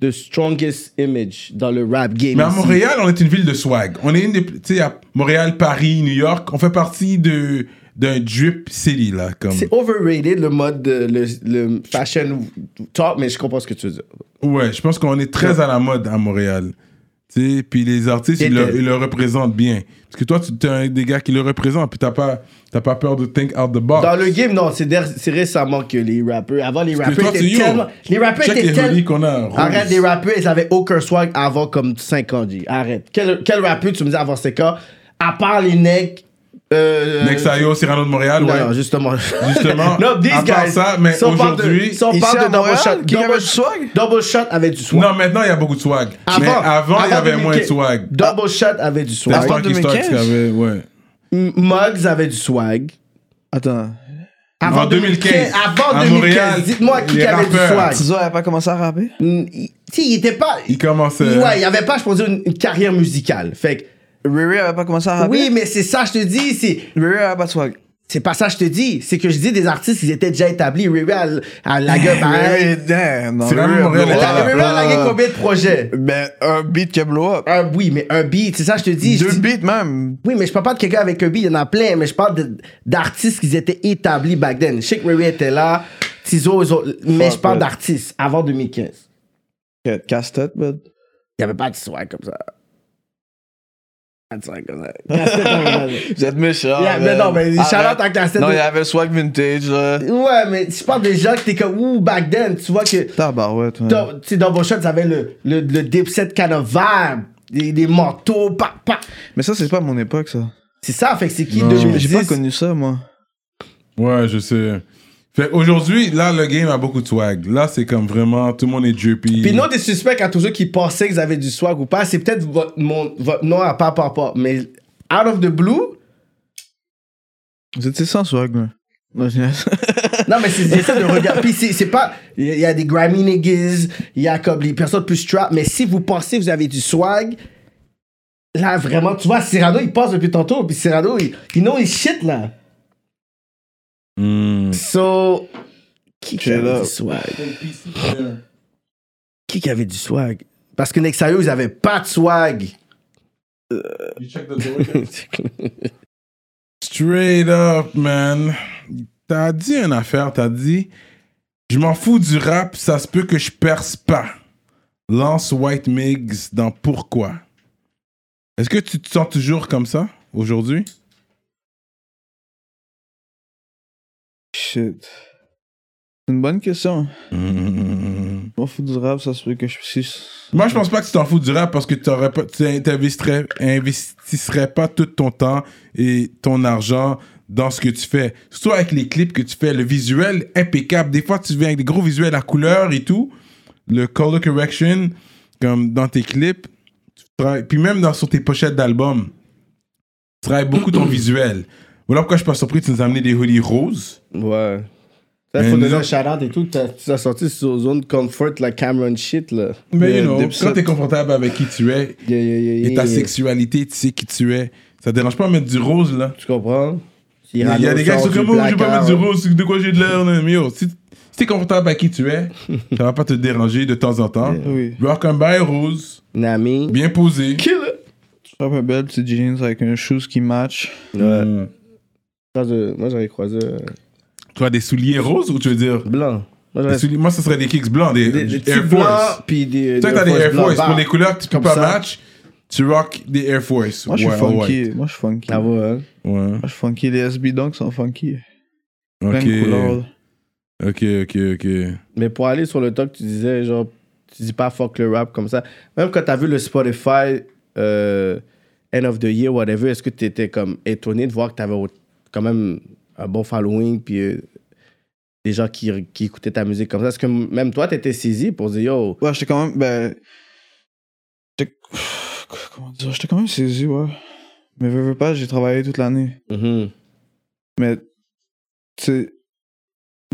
the strongest image dans le rap game. Mais à ici. Montréal, on est une ville de swag. On est une des, tu sais, à Montréal, Paris, New York, on fait partie de d'un drip city là, comme. C'est overrated le mode, de- le, le fashion talk, mais je comprends ce que tu veux dire. Ouais, je pense qu'on est très à la mode à Montréal. Tu sais, puis les artistes, ils T'étais- le, ils le représentent bien. Parce que toi, tu es un des gars qui le représente, puis t'as pas, t'as pas peur de think out the box. Dans le game, non, c'est der- c'est récemment que les rappeurs. Avant, les Parce que rappeurs toi, étaient tu- yo, tellement. Les rappeurs Check étaient les hoodies tellement. qu'on a. rose. Arrête, les rappeurs, ils avaient aucun swag avant comme 5 ans, G. Arrête. Quel, quel rappeur tu me dis avant 5 ans À part les necks. Euh, Nexayo, Cyrano de Montréal, Non, ouais. non, justement. Justement, non, these à part guys, ça, mais si on parle de- aujourd'hui- Si on Ici, parle à de double Montréal, shot, qui avait double du swag? Double shot avait du swag. Non, maintenant, il y a beaucoup de swag. mais avant, il y avait moins de 2015, swag. Double shot avait du C'est swag. Avant Starkey Starks 2015? qui avait, ouais. M- Muggs avait du swag. attends En 2015, Avant à 2015. Montréal, Dites-moi qui les avait du rappeurs. swag. Tizo avait pas commencé à rapper Mm, il- Tu sais, il était pas. Il euh, commençait. Ouais, il y avait pas, je pense, une, une carrière musicale. Fait que. Riri avait pas commencé à rapper Oui, mais c'est ça, je te dis. C'est, Riri avait pas de swag c'est pas ça, je te dis. C'est que je dis des artistes, ils étaient déjà établis. Ray Ray à, l- à la gueule. Riri damn non, C'est Riri vraiment a Montréal. blow up, Ray Ray a lagué là. combien de projets ben un beat qui a blow up Un, oui, mais un beat, c'est ça, je te dis. Je deux dis- beats même Oui, mais je parle pas de quelqu'un avec un beat, il y en a plein, mais je parle de- d'artistes qui étaient établis back then. Je sais que Ray Ray était là, Tizo, ils ont- mais Fuck, je parle ouais. d'artistes avant 2015. Ca- Casse-tête, bud. Il y avait pas de swag comme ça. Pas de swag comme ça. Casse-tête comme ça. Vous êtes méchants. Ah, Yeah, mais non, mais Charlotte a cassé Non, deux- il y avait le swag vintage, là. Ouais, mais je parle des gens que t'es comme, ouh, back then, tu vois que, Tabarouette, ouais. dans- tu sais, dans vos shots, ça avait le, le, le dipset canevas, des, des manteaux, pa, pa. Mais ça, c'est pas mon époque, ça. C'est ça, fait que c'est qui Non. J'ai pas 2010? connu ça, moi. Ouais, je sais. Fait aujourd'hui, là, le game a beaucoup de swag. Là, c'est comme vraiment, tout le monde est Juppie. Puis non, des suspects à tous ceux qui pensaient que vous avez du swag ou pas, c'est peut-être votre, mon- votre nom à pas, pas, pas. Mais out of the blue, Vous étiez sans swag, là. Non, je- non, mais c'est j'essaie de regarder. Puis c'est c'est pas. Il y a des Grammy niggas, il y a comme les personnes plus trap, mais si vous pensez que vous avez du swag, là vraiment, tu vois, Cyrano il passe depuis tantôt, puis Cyrano il, il know his shit là. Hmm. So. Qui qui Mm. Chill avait out. du swag? Qui qui avait du swag? Parce que Nexayo, ils avaient pas de swag. Straight up, man. T'as dit une affaire, t'as dit Je m'en fous du rap, ça se peut que je perce pas. Lance White Migs dans Pourquoi. Est-ce que tu te sens toujours comme ça aujourd'hui Shit. C'est une bonne question. Moi, Je m'en fous du rap, ça se peut que je suis. je pense pas que tu t'en fous du rap parce que t'aurais pas- tu n'investirais investisserais pas tout ton temps et ton argent dans ce que tu fais. Soit avec les clips que tu fais, le visuel impeccable. Des fois, tu viens avec des gros visuels à couleur et tout. Le color correction, comme dans tes clips. Tu travailles- Puis même dans, sur tes pochettes d'albums, tu travailles beaucoup ton visuel. Voilà pourquoi je suis pas surpris que tu nous as amené des hoodies roses. Ouais. Ça, Mais faut nous donner un autres- shout-out et tout. t'as- Tu as sorti sur Zone Comfort, la Cameron shit, là. Mais Yeah, you know, Dipset. Euh, quand t'es confortable avec qui tu es, Yeah, yeah, yeah, et yeah, ta yeah. sexualité, tu sais qui tu es. Ça te dérange pas de mettre du rose, là? Tu comprends? Il y a des gars qui sont comme, oh, je vais pas mettre du rose, de quoi j'ai de l'air, non, mais yo, si, si t'es confortable à qui tu es, ça va pas te déranger de temps en temps. Oui. Genre comme bail rose, Nami. bien posé. Kill it. Je frappe un bel petit jeans avec un shoes qui match. Ouais. Hmm. Ça, je- Moi, j'avais croisé euh, Tu as des souliers roses ou tu veux dire blanc. des Moi, j'avais souliers- Moi, ce serait des kicks blancs, des, des, des petits Air Force. blancs, puis des. Toi, des t'as des Air blancs. Force. Pour Bah, les couleurs, tu peux Comme pas ça. match. Tu rock des Air Force. Moi, je suis Ouais, funky. Moi, je suis funky. Ça Moi, va, hein. ouais. Ouais. je suis funky. Les SB Dunks sont funky. Plein de Ok. couleurs. Ok, ok, ok. Mais pour aller sur le talk, tu disais, genre, tu dis pas fuck le rap comme ça. Même quand t'as vu le Spotify, euh, End of the Year, whatever, est-ce que t'étais comme étonné de voir que t'avais au- quand même un bon following, puis euh, des gens qui, qui écoutaient ta musique comme ça? Est-ce que m- même toi, t'étais saisi pour dire, yo, Ouais, j'étais quand même. Ben. j'étais- Comment dire J'étais quand même saisi, ouais. Mais veux, veux pas, j'ai travaillé toute l'année. Mm-hmm. mhm, Mais. Tu sais.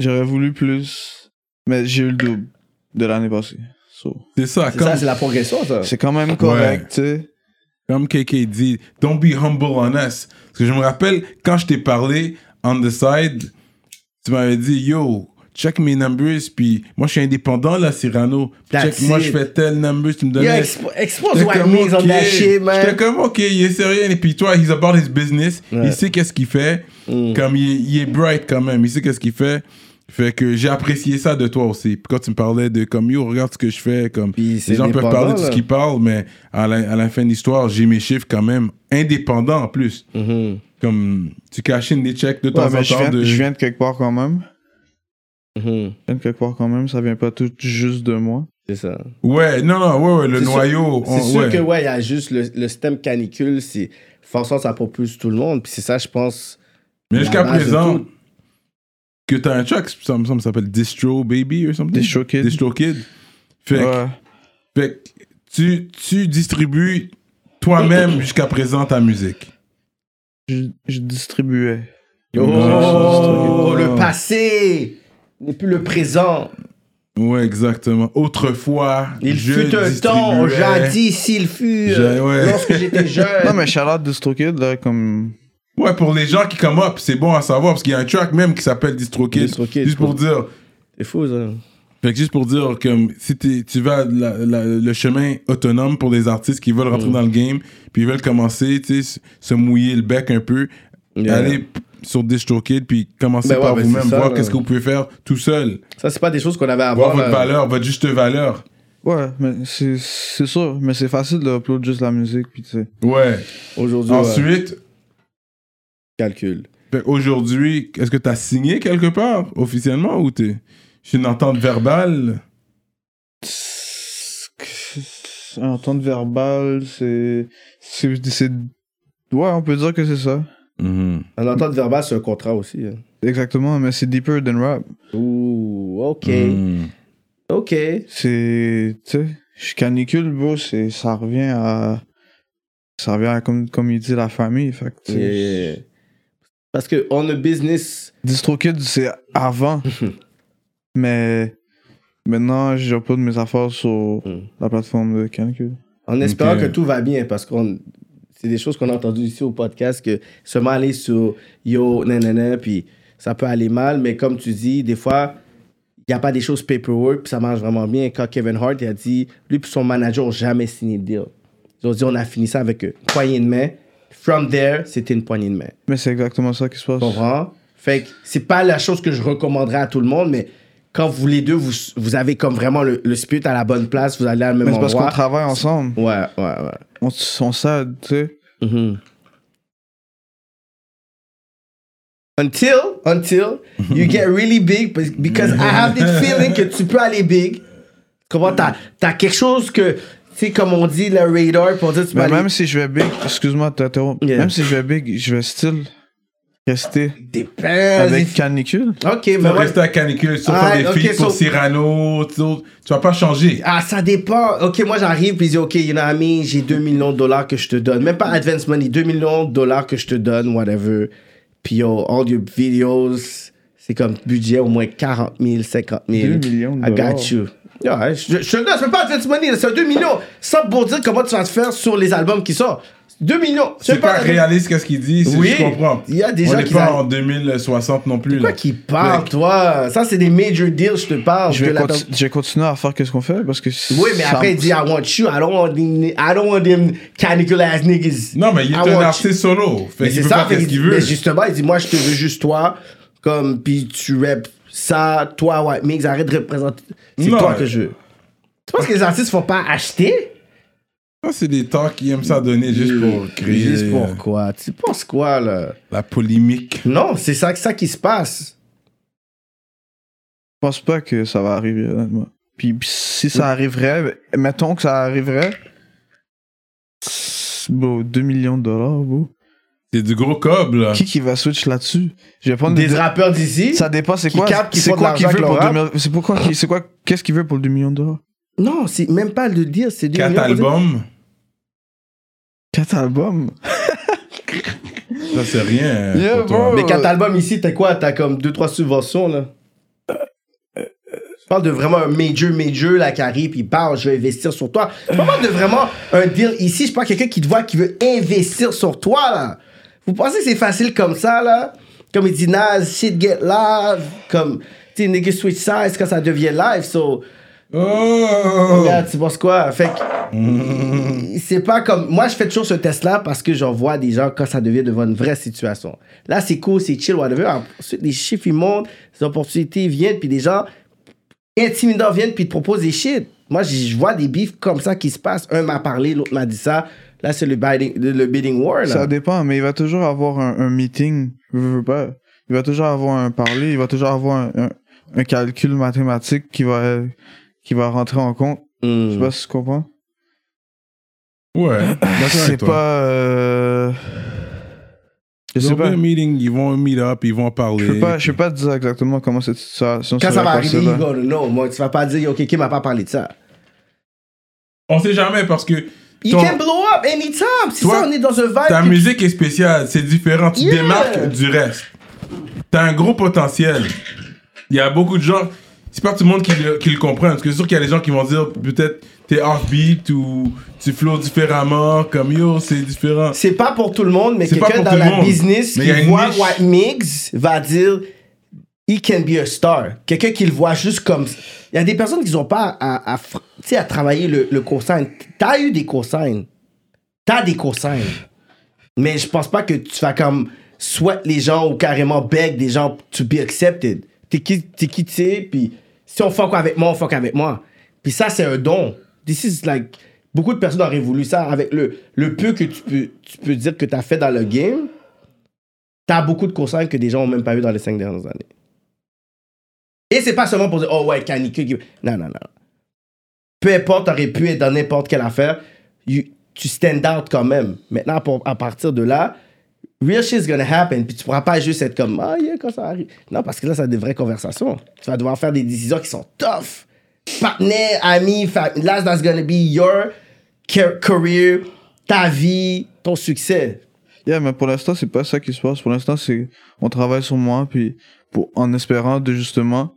J'aurais voulu plus. Mais j'ai eu le double de l'année passée. So, C'est ça, c'est comme, ça, c'est la progression, ça? C'est quand même correct, tu sais. comme KK dit, don't be humble on us. Parce que je me rappelle, quand je t'ai parlé on the side, tu m'avais dit, yo, check mes numbers, puis moi je suis indépendant là, Cyrano. That's check, moi it. je fais tel numbers, tu me Yo, donnais. expo- expose J'étais White comme, Mings on ok. that shit, J'étais man. comme, ok, il est sérieux. Et puis toi, he's about his business. Ouais. Mm. Il sait qu'est-ce qu'il fait. Comme il, est- il est bright quand même. Il sait qu'est-ce qu'il fait. Fait que j'ai apprécié ça de toi aussi. Puis quand tu me parlais de comme, yo, regarde ce que je fais. Comme, Puis c'est les gens peuvent dépendant, parler de là. ce qu'ils parlent, mais à la, à la fin de l'histoire, j'ai mes chiffres quand même indépendants en plus. Mhm, Comme, tu cachines des checks de temps Ouais, en mais je temps. viens, de- je viens de quelque part quand même. Je mhm, viens de quelque part quand même. Ça vient pas tout juste de moi. C'est ça. Ouais, non, non, ouais, ouais, le C'est sûr- noyau. on- C'est sûr ouais. que, ouais, il y a juste le, le système canicule, c'est forcément, ça propulse tout le monde. Puis c'est ça, je pense. Mais la jusqu'à base de présent, tout. que t'as un track, ça me semble, ça s'appelle Distro Baby ou something. Distro Kid. Distro Kid. Fait, que- Ouais. fait que tu, tu distribues toi-même jusqu'à présent ta musique. Je, je distribuais. Oh, Oh. le passé n'est plus le présent. Ouais, exactement. Autrefois, Il je fut un temps, distribuais- jadis, s'il fut, euh, Je- ouais. lorsque j'étais jeune. Non, mais shout-out Distro Kid, là, comme. Ouais, pour les gens qui come up, c'est bon à savoir parce qu'il y a un track même qui s'appelle Distro Kid. Distro Kid, Juste pour cool. dire, C'est fou, ça. Fait que juste pour dire que um, si t'es- tu vas la- la- le chemin autonome pour des artistes qui veulent Mm. rentrer dans le game, puis ils veulent commencer, tu sais, s- se mouiller le bec un peu, Yeah. aller p- sur DistroKid, puis commencer Ben ouais, par ben vous-même, c'est ça, voir là. qu'est-ce que vous pouvez faire tout seul, Ça, c'est pas des choses qu'on avait à voir voir. euh, votre là. valeur, votre juste valeur. Ouais, mais c'est c'est sûr. Mais c'est facile de upload juste la musique, puis tu sais. Ouais. Aujourd'hui, ouais. Ensuite, calcul. fait aujourd'hui, est-ce que t'as signé quelque part officiellement ou t'es j'ai une entente verbale? En entente verbale, c'est. c'est- c'est- Ouais, on peut dire que c'est ça. En entente verbale, c'est un contrat aussi. hein. Exactement, mais c'est deeper than rap. Ouh, ok. Mm. Ok. C'est. Tu sais, je canicule, bro, c'est- ça revient à. Ça revient à, comme, comme il dit, la famille. Fait que, tu sais, Yeah. Parce que on a business. DistroKid, c'est avant. mais maintenant, j'upload mes affaires sur Mm. la plateforme de Canicule. En espérant Ok. euh, que tout va bien, parce qu'on c'est des choses qu'on a entendues ici au podcast, que seulement aller sur yo, nanana, puis ça peut aller mal, mais comme tu dis, des fois, il n'y a pas des choses paperwork, puis ça marche vraiment bien. Quand Kevin Hart, il a dit, lui puis son manager n'ont jamais signé de deal. Ils ont dit, on a fini ça avec une poignée de main. From there, c'était une poignée de main. Mais c'est exactement ça qui se passe. Tu comprends? Fait que c'est pas la chose que je recommanderais à tout le monde, mais quand vous les deux, vous, vous avez comme vraiment le, le spirit à la bonne place, vous allez à le même mais c'est endroit. parce qu'on travaille ensemble. Ouais, ouais, ouais. On, s- on s'aide, tu sais. Mhm. Until, until Mm-hmm. you get really big, be- because I have this feeling que tu peux aller big. Comment t'as, t'as quelque chose que, tu sais, comme on dit, le radar, pour dire tu peux Mais aller même si je vais big, excuse-moi de t'interrompre, Yeah. même si je vais big, je vais still rester des pères. avec Canicule. Ok, mais Tu vas Ben ouais. rester à canicule, sur Ah, des ok, filles pour so- Cyrano, tu tu vas pas changer. Ah, ça dépend. Ok, moi j'arrive, puis je dis, ok, you know what I mean, j'ai 2 millions de dollars que je te donne. Même pas advance money, 2 millions de dollars que je te donne, whatever. Puis yo, all your videos, c'est comme budget au moins 40 000, 50 000. 2 millions de I dollars. got you. Yeah, je, je te donne, c'est même pas advance money, là, c'est 2 millions. Ça pour dire comment tu vas te faire sur les albums qui sortent. 2 millions. Je sais C'est pas la- réaliste qu'est-ce qu'il dit, c'est- Oui. je comprends. Il y a des On gens n'est qui pas savent- en 2060 non plus. Quoi Là. qu'il parle, toi Ça, c'est des major deals, je te parle. Je que vais, la conti- personne- je vais continuer à faire que ce qu'on fait parce que. Oui, mais après, il dit I want you, I don't want them, I don't want them canicle ass niggas. Non, mais il est I un want you. artiste solo. Fait Ah, Mais qu'il c'est peut ça, faire fait qu'est-ce qu'il- qu'il veut. Mais justement, il dit Moi, je te veux juste toi, comme, puis tu rap ça, toi, ouais, mais arrête de représenter. C'est Non. toi que je veux. Tu penses que les artistes font pas acheter Ça, c'est des temps qui aiment ça donner juste pour créer Juste euh, pour quoi Tu penses quoi, là la polémique. Non, c'est ça, ça qui se passe. Je pense pas que ça va arriver, honnêtement. Puis puis si ça arriverait, mettons que ça arriverait. c'est- Bro, 2 millions de dollars, bro. C'est du gros cob, là. Qui qui va switch là-dessus Je vais prendre Des le- rappeurs d'ici Ça dépend, c'est qui quoi captent, qui C'est font de quoi qu'il l'argent veut pour avec leur 2 C'est pourquoi qu'il- C'est quoi Qu'est-ce qu'il veut pour le 2 millions de dollars Non, c'est même pas le dire, c'est du. Quatre albums, 4 albums ça, c'est rien. hein, Yeah, pour toi. bro. Mais quatre albums ici, t'as quoi T'as comme deux, trois subventions, là Je parle de vraiment un major, major, là, qui arrive, puis il parle, je vais investir sur toi. Je parle pas de vraiment un deal ici, je parle de quelqu'un qui te voit, qui veut investir sur toi, là. Vous pensez que c'est facile comme ça, là Comme il dit, Naz, shit get live, comme, tu sais, nigga switch size quand ça devient live, so. Oh! Mm. Là, tu penses quoi? Fait que. C'est pas comme. Moi, je fais toujours ce test-là parce que j'en vois des gens quand ça devient devant une vraie situation. Là, c'est cool, c'est chill, whatever. Ensuite, les chiffres, ils montent, les opportunités viennent, puis des gens intimidants viennent, puis ils te proposent des shit. Moi, j- je vois des bifs comme ça qui se passent. Un m'a parlé, l'autre m'a dit ça. Là, c'est le bidding, le, le bidding war, là. Ça dépend, mais il va toujours avoir un, un meeting. Je veux pas. Il va toujours avoir un parler, il va toujours avoir un, un- un calcul mathématique qui va, qui va rentrer en compte. Hmm. Je sais pas si tu comprends. Ouais, d'accord C'est avec toi. pas. euh, Je Ils sais ont fait pas. un meeting, ils vont meet up, ils vont parler. Je peux pas, je peux pas te dire exactement comment cette situation Quand ça serait va passée, arriver, là. ils vont, non, moi, tu vas pas dire, OK, qui m'a pas parlé de ça. On sait jamais parce que You ton- can blow up anytime. C'est Toi, ça, on est dans un vibe. ta puis- musique est spéciale, c'est différent, tu te Yeah. démarques du reste. T'as un gros potentiel. Il y a beaucoup de gens, c'est pas tout le monde qui le, qui le comprend, parce que c'est sûr qu'il y a des gens qui vont dire peut-être t'es offbeat ou tu flows différemment, comme yo, c'est différent. C'est pas pour tout le monde, mais C'est pas quelqu'un pour dans tout le la monde. business Mais qui y a une voit niche. White Mix va dire he can be a star. Quelqu'un qui le voit juste comme. Il y a des personnes qui n'ont pas à, à, fr- tu sais, à travailler le, le cosign. T'as eu des cosignes. T'as des cosignes. Mais je pense pas que tu vas comme soit les gens ou carrément beg des gens to be accepted. T'es qui t'es qui tu es, puis si on fuck avec moi, on fuck avec moi. Puis ça, c'est un don. This is like. Beaucoup de personnes auraient voulu ça avec le, le peu que tu peux, tu peux dire que t'as fait dans le game. T'as beaucoup de conseils que des gens ont même pas eu dans les cinq dernières années. Et c'est pas seulement pour dire, oh ouais, canicule. qui- Non, non, non. Peu importe, t'aurais pu être dans n'importe quelle affaire, you- tu stand out quand même. Maintenant, pour- à partir de là, real shit's gonna happen. Puis tu pourras pas juste être comme, ah yeah, quand ça arrive. Non, parce que là, c'est des vraies conversations. Tu vas devoir faire des décisions qui sont tough. Partner, ami, famille. Là, that's gonna be your ca- career, ta vie, ton succès. Yeah, mais pour l'instant, c'est pas ça qui se passe. Pour l'instant, c'est on travaille sur moi, puis pour, en espérant de justement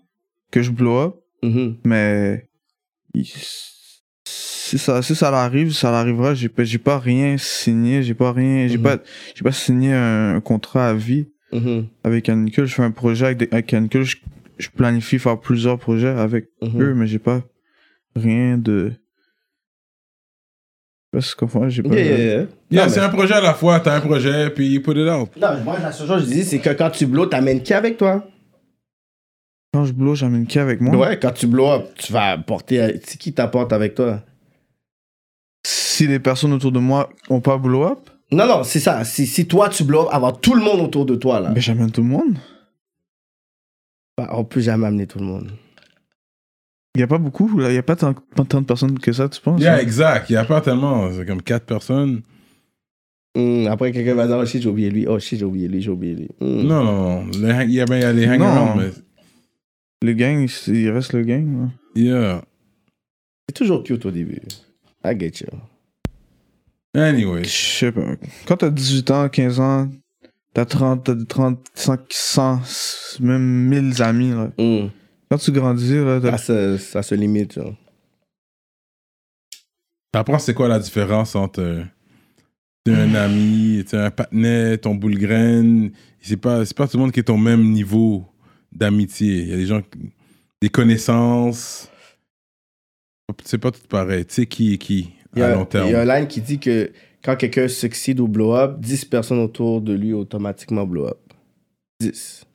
que je blow up. Mhm. Mais il- si ça, si ça l'arrive, ça l'arrivera. J'ai pas, j'ai pas rien signé, j'ai pas rien, j'ai Mhm. pas, j'ai pas signé un, un contrat à vie Mhm. avec Canicule. Je fais un projet avec, des- avec Canicule. Je, je planifie faire plusieurs projets avec Mhm. Euh, eux, mais j'ai pas rien de. Parce que enfin, j'ai pas. Yeah, yeah, yeah. Yeah, Non, c'est un projet à la fois, t'as un projet, puis you put it out. Non, mais moi, la seule chose que je dis, c'est que quand tu blow, t'amènes qui avec toi? Quand je blow, j'amène qui avec moi Ouais, quand tu blow up, tu vas porter. C'est qui t'apporte avec toi? Si les personnes autour de moi ont pas blow up, Non, non, c'est ça. Si, si toi, tu blow up avant tout le monde autour de toi, là, ben j'amène tout le monde. bah, on peut jamais amener tout le monde. Il y a pas beaucoup, là. Il y a pas tant, pas tant de personnes que ça, tu penses Yeah, hein? exact, il y a pas tellement, c'est comme quatre personnes. Hum, après, quelqu'un va dire, oh shit, j'ai oublié lui. Oh shit, j'ai oublié lui, j'ai oublié lui. Hum. Non, non, non, les hang- il y a ben- il y a les hang Non. around, mais Le gang, il- il reste le gang. là. yeah. C'est toujours cute au début. I get you. Anyway, Je sais pas. Quand t'as 18 ans, 15 ans, t'as 30, t'as 30, 100, 100, même 1000 amis. Là. Hum. Quand tu grandis, là, t'as- Ça, se- ça se limite, hein. genre. t'apprends c'est quoi la différence entre euh, t'es un Hmm. ami, t'es un patinet, ton boule graine. C'est pas, c'est pas tout le monde qui est au même niveau d'amitié. Il y a des gens, qui- des connaissances. C'est pas tout pareil. Tu sais qui est qui Il y à a- long terme. Il y a un line qui dit que quand quelqu'un succède ou blow up, 10 personnes autour de lui automatiquement blow up. 10.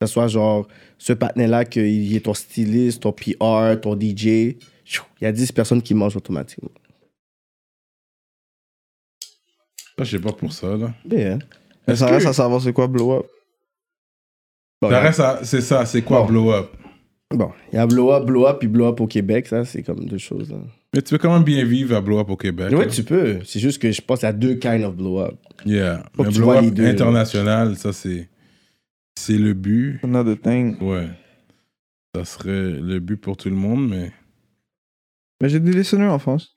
Que ce soit genre ce partenaire-là, qu'il est ton styliste, ton PR, ton DJ. chou, Il y a 10 personnes qui mangent automatiquement. Ça, Ah, je sais pas pour ça, là. Bien. hein. Mais ben, ça Est-ce reste que- à savoir c'est quoi blow up. Bon, Ça reste à- c'est ça, c'est quoi hein. Bon. blow up? bon, il y a blow up, blow up, puis blow up au Québec, ça, c'est comme deux choses. hein. Mais tu peux quand même bien vivre à blow up au Québec. là. Ouais, tu peux. C'est juste que je pense à deux kinds of blow up. Yeah. Faut Mais que tu blow vois les up deux, là. international, ça, c'est, c'est le but. Another thing. Ouais. Ça serait le but pour tout le monde, mais. Mais j'ai des listeners en France.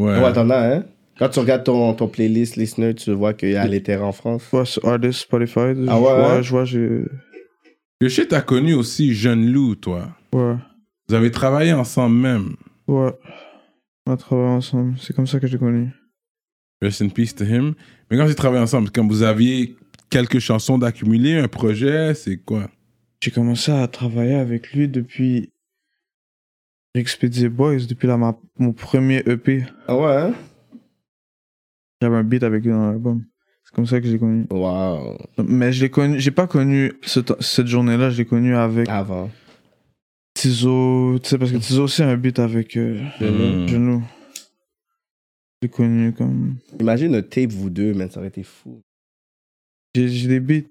Ouais. Ouais, t'en as, hein? Quand tu regardes ton, ton playlist listener, tu vois qu'il y a les terres en France. Ouais, sur Artist, Spotify. je Ah ouais, vois- ouais? Je vois, j'ai. Le shit t'as connu aussi Jeune Lou, toi. Ouais. Vous avez travaillé ensemble même. Ouais. On a travaillé ensemble. C'est comme ça que j'ai connu. Rest in peace to him. Mais quand vous avez travaillé ensemble, quand vous aviez quelques chansons d'accumuler, un projet, c'est quoi J'ai commencé à travailler avec lui depuis. J'ai expédié Boys, depuis la, ma- mon premier EP. Ah ouais, hein? J'avais un beat avec lui dans l'album. C'est comme ça que j'ai connu. Wow. Mais je l'ai connu, j'ai pas connu ce t- cette journée-là, je l'ai connu avec Avant. Tizo, tu sais, parce que Tizo aussi a un beat avec euh, Mm. Hmm. Genou. Je l'ai connu comme. Imagine un tape, vous deux, man, ça aurait été fou. J'ai j'ai des beats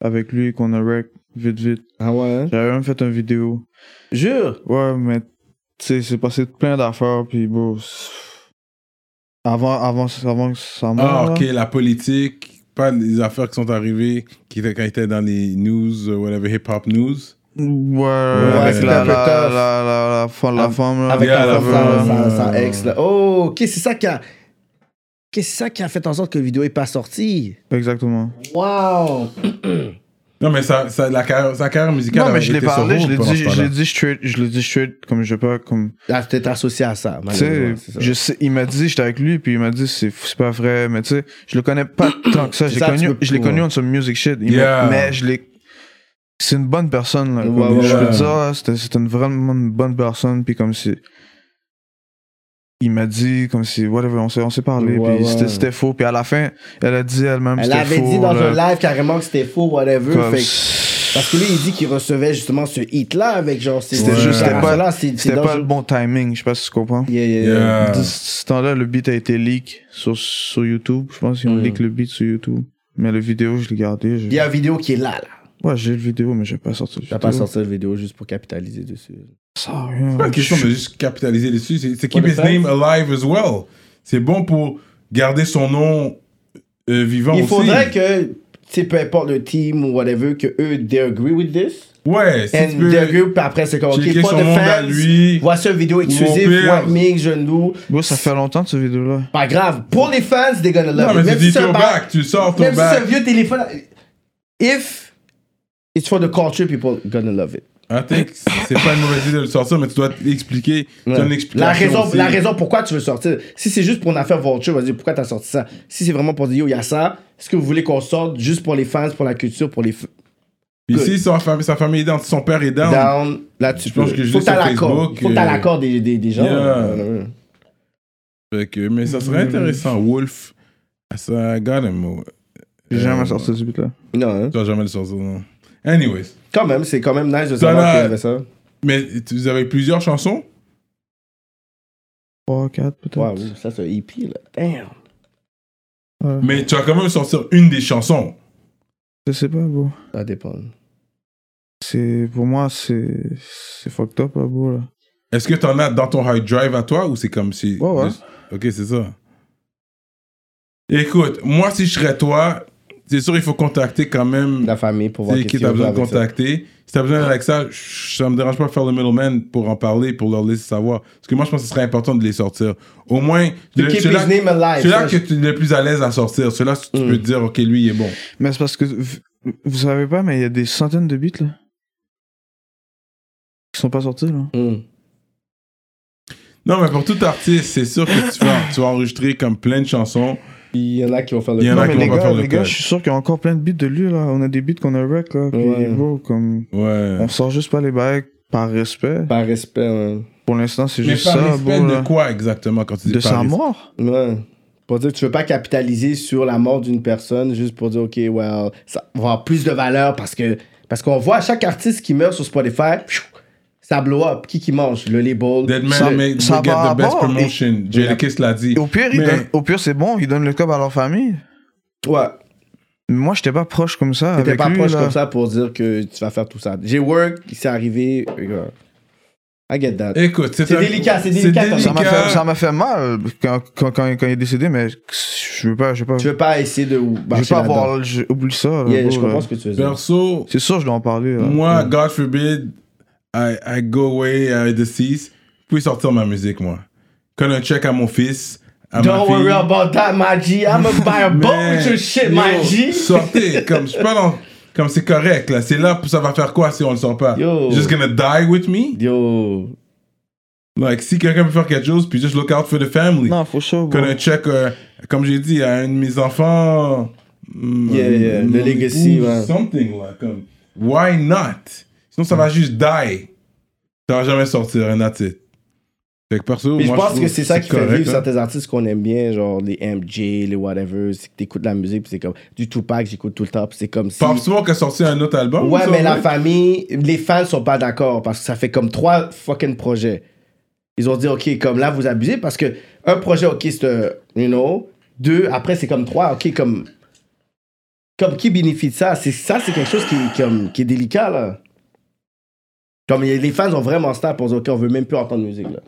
avec lui qu'on a rec vite vite. Ah ouais, hein? J'avais même fait une vidéo. Jure! Ouais, mais tu sais, c'est passé plein d'affaires, puis bon. c'est- Avant, avant, avant que ça Ah, meure. ok, là. la politique, pas les affaires qui sont arrivées, qui étaient, quand ils étaient dans les news, euh, whatever, hip-hop news. Ouais, avec c'était la, un peu la, tough. la, la, la, femme- la Avec- femme, là. Avec Yeah, la la femme, sa- femme. sa, sa ex, là. Oh, ok, c'est ça qui a. ok, c'est ça qui a fait en sorte que la vidéo est pas sortie. Exactement. Wow! Non, mais ça, ça, la carrière, sa carrière musicale. Non, mais avait je l'ai été parlé, sur je l'ai hold pendant dit, ce je l'ai temps-là. dit straight, je l'ai dit straight, comme je sais pas, comme. Ah, peut-être associé à ça, Tu sais, malheureusement. c'est ça. je sais, il m'a dit, j'étais avec lui, puis il m'a dit, c'est c'est pas vrai, mais tu sais, je le connais pas tant que ça. C'est J'ai ça, tu connu, peux- je l'ai connu en some music shit. il m'a- Yeah. Mais je l'ai. C'est une bonne personne, là. Ouais, comme ouais, je peux ouais. te dire, là, c'était- c'était une vraiment une bonne personne, puis comme si. Il m'a dit, comme si, whatever, on s'est, on s'est parlé, Ouais, puis ouais. c'était, c'était faux, puis à la fin, elle a dit elle-même, Elle c'était avait faux. dit dans là. un live carrément que c'était faux, whatever. Comme- Fait que- Parce que lui, il dit qu'il recevait justement ce hit-là avec genre. ces- C'était ces juste- c'était pas- là, c'est- c'est C'était pas dangereux. le bon timing, je sais pas si tu comprends. Yeah, yeah, yeah. Yeah. De ce temps-là, le beat a été leak sur, sur YouTube. Je pense qu'ils ont Mm. leak le beat sur YouTube. Mais la vidéo, je l'ai gardé. je- Il y a une vidéo qui est là, là. Ouais, j'ai le vidéo, mais j'ai pas sorti le T'as vidéo. pas sorti la vidéo juste pour capitaliser dessus. Ça sert à rien. C'est pas une question Je- de juste capitaliser dessus. C'est c'est keep Ouais, his mais name alive as well. C'est bon pour garder son nom euh, vivant Il aussi. faudrait que, tu sais, peu importe le team ou whatever, que eux, they agree with this. Ouais, si And tu peux- they agree, puis après, c'est comme, ok, checker pas son de monde à fans. lui. Voici une vidéo Ou exclusive, au pire- White Mix, Genou. Bro, ça fait longtemps, cette vidéo-là. Pas grave. Pour les fans, they're gonna love Non, it. mais tu dis c'est un ton ba- back, tu sors ton Même si c'est un back. vieux téléphone. If it's for the culture, people gonna love it. I think c'est pas une mauvaise idée de le sortir, mais tu dois expliquer. Tu dois une La explication raison, aussi. la raison pourquoi tu veux sortir. Si c'est juste pour une affaire vulture, vas-y, pourquoi t'as sorti ça? Si c'est vraiment pour dire, yo, il y a ça, est-ce que vous voulez qu'on sorte juste pour les fans, pour la culture, pour les f- Puis si son fam- sa famille est down, si son père est down, down? Là, tu Je pense peux. que je Faut l'ai que t'as sur l'accord. Facebook, Faut que t'as euh, l'accord des, des, des gens. Yeah. Euh, fait que- mais ça serait intéressant. Wolf, ça got him. ouais. J'ai Euh, jamais sorti ce beat-là. Non, hein. Tu vas jamais le sortir, non. Anyways, Quand même, c'est quand même nice de Ça, savoir là- qu'il y avait ça. mais tu- vous avez plusieurs chansons 3, 4, peut-être. Waouh, ça c'est un EP, là. Damn. Ouais. Mais tu vas quand même sortir une des chansons. Je sais pas, bro. Ça dépend. Mm. C'est, pour moi, c'est, c'est fucked up, là, bro, là. Est-ce que t'en as dans ton hard drive à toi ou c'est comme si. Ouais, ouais. Ok, c'est ça. Écoute, moi, si je serais toi, c'est sûr, il faut contacter quand même La famille pour voir C'est qu'est-ce qui qu'il t'as veut besoin de avec ça. contacter. Si t'as besoin d'Alexa, je- ça me dérange pas de faire le middleman pour en parler, pour leur laisser savoir. Parce que moi, je pense que ce serait important de les sortir. Au moins, To le- keep celui-là his name alive. celui-là ça, que tu es le plus à l'aise à sortir, celui-là, tu Mm. peux te dire, OK, lui, il est bon. Mais c'est parce que, v- vous savez pas, mais il y a des centaines de beats, Mm. là. Qui sont pas sortis, là. je- Hmm. Non, mais pour tout artiste, c'est sûr que tu vas, tu vas enregistrer comme plein de chansons. Il y en a qui vont faire le Il y en Non, a mais qui vont les pas gars, faire le les gars, code. je suis sûr qu'il y a encore plein de beats de lui, là. On a des beats qu'on a rec, là. Puis, Ouais. bro, comme, Ouais. on sort juste pas les bails par respect. Par respect, hein. ouais. Pour l'instant, c'est Mais juste par ça, respect bro. de là. quoi exactement quand tu dis De par sa respect? mort? Ouais. Pour dire que tu veux pas capitaliser sur la mort d'une personne juste pour dire, OK, well, ça va avoir plus de valeur parce que parce qu'on voit à chaque artiste qui meurt sur Spotify, pfiou, ça blow up. Qui qui mange Le label. Deadman Ça- may ça will get va the best avoir, mais- promotion. Jadakiss l'a dit. Et au pire, il Mais- donne- au pire, c'est bon, il donne le cob à leur famille. Ouais. Mais Moi, j'étais pas proche comme ça. T'étais avec pas lui, proche là. comme ça pour dire que tu vas faire tout ça. J'ai work, il s'est arrivé. euh, I get that. Écoute, c'est C'est un- délicat, c'est délicat, comme Ça m'a Nicolas. fait, ça m'a fait mal quand, quand, quand, quand il est décédé, mais je veux pas, je veux pas, Tu veux pas essayer de. euh, je veux marcher pas là-dedans. avoir, je- oublie ça. là, Yeah, bro, je là. comprends ce que tu veux dire. Perso, C'est sûr, je dois en parler. là. moi, God forbid, I, I go away, I deceased. Je peux sortir ma musique, moi. Quand un check à mon fils, à ma Don't fille. worry about that, my G. I'm gonna buy a boat Man, with your yo, shit, my G. Sortez, comme je suis pas dans- Comme c'est correct, là. C'est là, pour- ça va faire quoi si on le sort pas? Yo. Just gonna die with me? Yo. Like, si quelqu'un peut faire quelque chose, puis just look out for the family. Non, faut chaud. Quand un check, euh, comme j'ai dit, à un de mes enfants. mm, Yeah, yeah, mon le legacy, épouse, ouais. Something, là. Comme, why not? Sinon, ça Mm. va juste die. Ça va jamais sortir, and that's it. Fait que perso, Mais je moi, pense trouve que c'est ça qui fait correct, vivre hein. certains artistes qu'on aime bien, genre les MJ, les whatever. C'est que t'écoutes la musique, puis c'est comme du Tupac, j'écoute tout le temps, puis c'est comme si. Pop Smoke a sorti un autre album. Ouais, ça, mais la famille, les fans sont pas d'accord parce que ça fait comme trois fucking projets. Ils ont dit, OK, comme là, vous abusez parce que un projet, OK, c'est, euh, you know, deux, après, c'est comme trois, OK, comme. Comme qui bénéficie de ça? C'est, ça, c'est quelque chose qui, comme, qui est délicat, là. Comme y- les fans ont vraiment ça pour dire, OK, on veut même plus entendre de musique, là.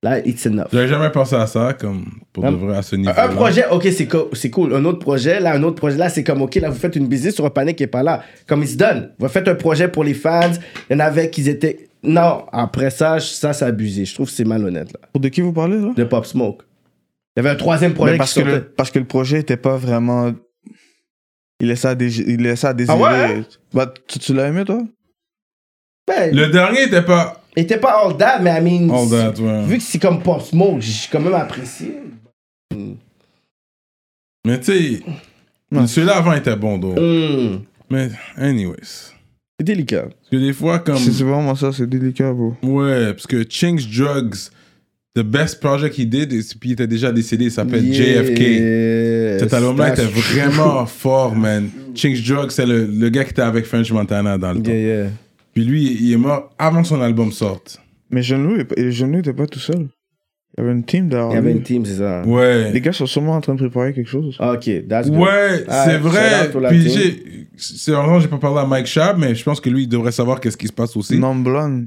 Là, it's enough. J'avais jamais pensé à ça, comme, pour Un- de vrai, à ce niveau. Un projet, ok, c'est co- c'est cool. Un autre projet, là, un autre projet, là, c'est comme, ok, là, vous faites une business sur un panier qui est pas là. Comme ils se donnent. Vous faites un projet pour les fans. Il y en avait qui étaient. Non, après ça, je- ça, c'est abusé. Je trouve que c'est malhonnête, là. Pour de qui vous parlez là De Pop Smoke. Il y avait un troisième Mais projet Ben, parce, qui que sortait. le, parce que le projet était pas vraiment. Il laissait à, dég- il laissait à désirer. Ah ouais? Bah, tu, tu l'as aimé toi Ben, Le dernier était pas Il était pas all that, mais I mean. all that, ouais. Vu que c'est comme Pop Smoke, j'ai quand même apprécié. Mais tu sais, Ouais. celui-là avant était bon, donc. Hmm. Mais, anyways. C'est délicat. Parce que des fois, comme. C'est c'est vraiment ça, c'est délicat, bro. Ouais, parce que Chinks Drugs, the best project he did, et puis il était déjà décédé, il s'appelle JFK. Cet album-là était vraiment fort, man. Chinks Drugs, c'est le, le gars qui était avec French Montana dans le temps. Yeah, yeah. Puis lui, il est mort avant que son album sorte. Mais Jeune-Loup, était pas tout seul. Il y avait une team derrière. Il y avait lui. une team, c'est ça. Les Ouais. gars sont sûrement en train de préparer quelque chose. Ok, that's good. Ouais, Ah, c'est vrai. shout-out au Latin. Puis j'ai. C'est vraiment, j'ai pas parlé à Mike Schaab, mais je pense que lui, il devrait savoir qu'est-ce qui se passe aussi. Non blonde.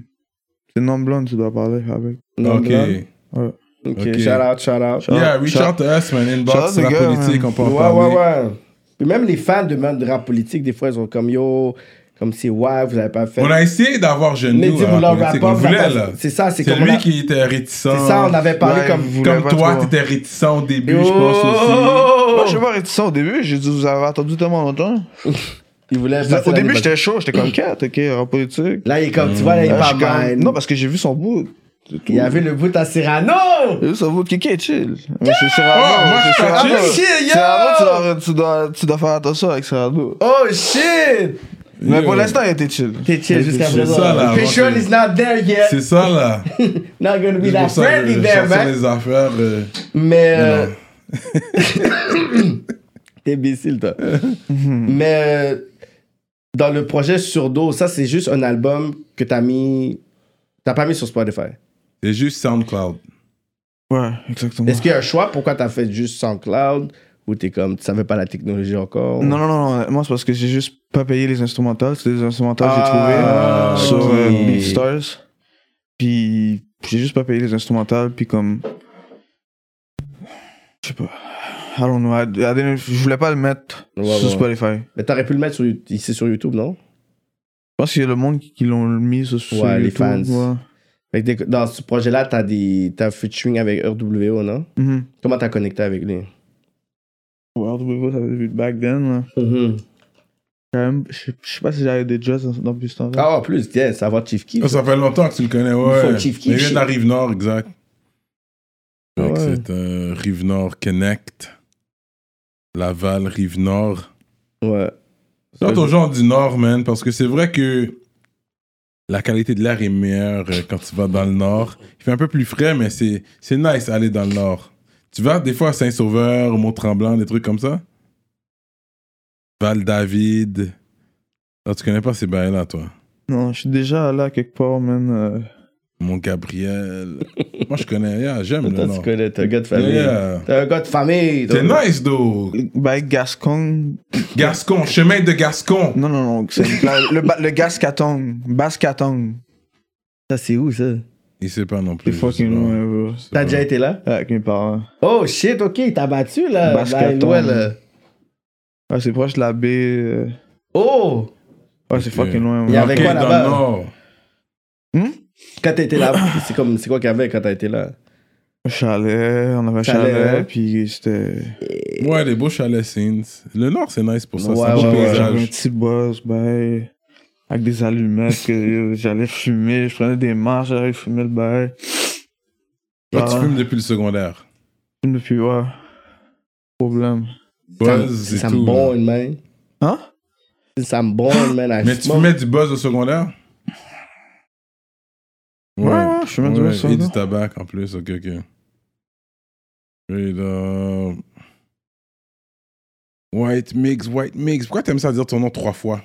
C'est non blonde, tu dois parler avec. Non, Ok. non. Ouais. Ok, Ok. shout out, shout out. Yeah, reach Shout- out to us, man. Shout out Inbox, les la gars, politique, man. on peut en ouais, parler. ouais, ouais. Puis même les fans de, de rap politique, des fois, ils sont comme yo, comme c'est ouais, vous avez pas fait. On a essayé d'avoir jeune mais nous dis à vous la leur politique. rap On up, voulait, ça- là. C'est ça, c'est C'est comme. lui on a- qui était réticent. C'est ça, on Oh, avait parlé Ouais, comme. vous- Comme voulait toi, pas trop. t'étais réticent au début, Yo! je pense aussi. oh, Moi, je sais pas réticent au début, j'ai dit, vous avez attendu tellement longtemps. Il voulait passer Au la début, liberté. j'étais chaud, j'étais comme 4, ok, en politique. Là, il est comme, tu vois, là, il est Là, je pas suis comme- mal. Non, parce que j'ai vu son bout. c'est tout. Euh, Il y avait le bout à Cyrano! J'ai vu son bout, Kiki est chill. Mais c'est Cyrano. Oh, moi, c'est je suis pas Cyrano. chill. Shit, yo! Cyrano, tu dois- tu dois, tu dois faire attention avec Cyrano. Oh shit! Mais Yo. pour l'instant, il était chill. T'es Il chill était jusqu'à chill. présent. ça, là, Patreon avant, is not there yet. C'est ça, là. Not gonna be C'est that pour ça que friendly there, je sors man. les affaires. euh, Mais. euh, non. T'es imbécile, toi. Mais euh, dans le projet Surdo, ça, c'est juste un album que t'as mis. T'as pas mis sur Spotify. C'est juste SoundCloud. Ouais, exactement. Est-ce qu'il y a un choix pourquoi t'as fait juste SoundCloud ou t'es comme. Tu savais pas la technologie encore Non, non, non, non, moi c'est parce que j'ai juste pas payé les instrumentales. C'est des instrumentales que Ah, j'ai trouvées ok. sur euh, BeatStars. Puis j'ai juste pas payé les instrumentales. Puis comme. Je sais pas. I don't know. I- I didn't- Je voulais pas le mettre Ouais, sur ouais. Spotify. Mais t'aurais pu le mettre sur, You- ici sur YouTube, non Je pense qu'il y a le monde qui, qui l'ont mis sur, sur Ouais, les YouTube, fans. ouais. Fait que dès que- Dans ce projet-là, t'as des. T'as un featuring avec RWO, non Mhm. Comment t'as connecté avec lui World Wave, ça avait vu back then. là. Quand même, je sais- je sais pas si j'avais des jazz dans, dans plus temps. Ah, en plus, tiens, ça va Chief Keef. Oh, ça fait longtemps que tu le connais, Ils font ouais. Chief Keef, Mais il vient de la shit. Rive-Nord, exact. Fait que C'est un Rive-Nord Connect. Laval, Rive-Nord. Ouais. Quant aux gens du Nord, man, parce que c'est vrai que la qualité de l'air est meilleure euh, quand tu vas dans le Nord. Il fait un peu plus frais, mais c'est c'est nice aller dans le Nord. Tu vas des fois à Saint-Sauveur, Mont-Tremblant, des trucs comme ça. Val-David. Non, Ah, tu connais pas ces bails-là, toi. Non, je suis déjà allé à quelque part, man. euh, Mont-Gabriel. Moi, je connais. Yeah, J'aime le Toi, Nord. tu connais, t'es un gars de famille. Yeah. T'es un gars de famille. toi. C'est nice, though. By Gascon. Gascon, chemin de Gascon. Mm. Non, non, non. c'est une blague. le, ba- le Gascatong. Bascatong. Ça, c'est où, ça? Il sait pas non C'est plus. je sais fucking pas. loin, bro. T'as déjà été là? Ouais, Avec mes parents. Oh, shit, OK, t'as battu, là. Basketon. Bah, ouais, là. Ouais, c'est proche de la baie. euh. Oh! Ouais, c'est Ok. fucking loin, Il y man. avait Ok, quoi dans là-bas? le Nord. Quand t'étais là, c'est comme, c'est quoi qu'il y avait quand t'as été là? Un chalet, on avait un Chalet, chalet, hein. puis c'était. Ouais, les beaux chalets Sins. Le Nord, c'est nice pour ça. c'est un Ouais, beau J'avais ouais, j'avais un paysage. petit boss, ben, avec des allumettes, que euh, j'allais fumer, je prenais des marches, j'allais fumer le bail. Toi, tu Ah. fumes depuis le secondaire. Fume Depuis, ouais. Problème. Buzz ça, et ça tout. me bonne, man. Hein? Ça me bonne, man. à Mais tu smoke. fumais du buzz au secondaire Ouais, ouais, je fumais du buzz au Et secondaire. du tabac en plus, ok, ok. Straight up. White Mix, White Mix. Pourquoi t'aimes ça dire ton nom trois fois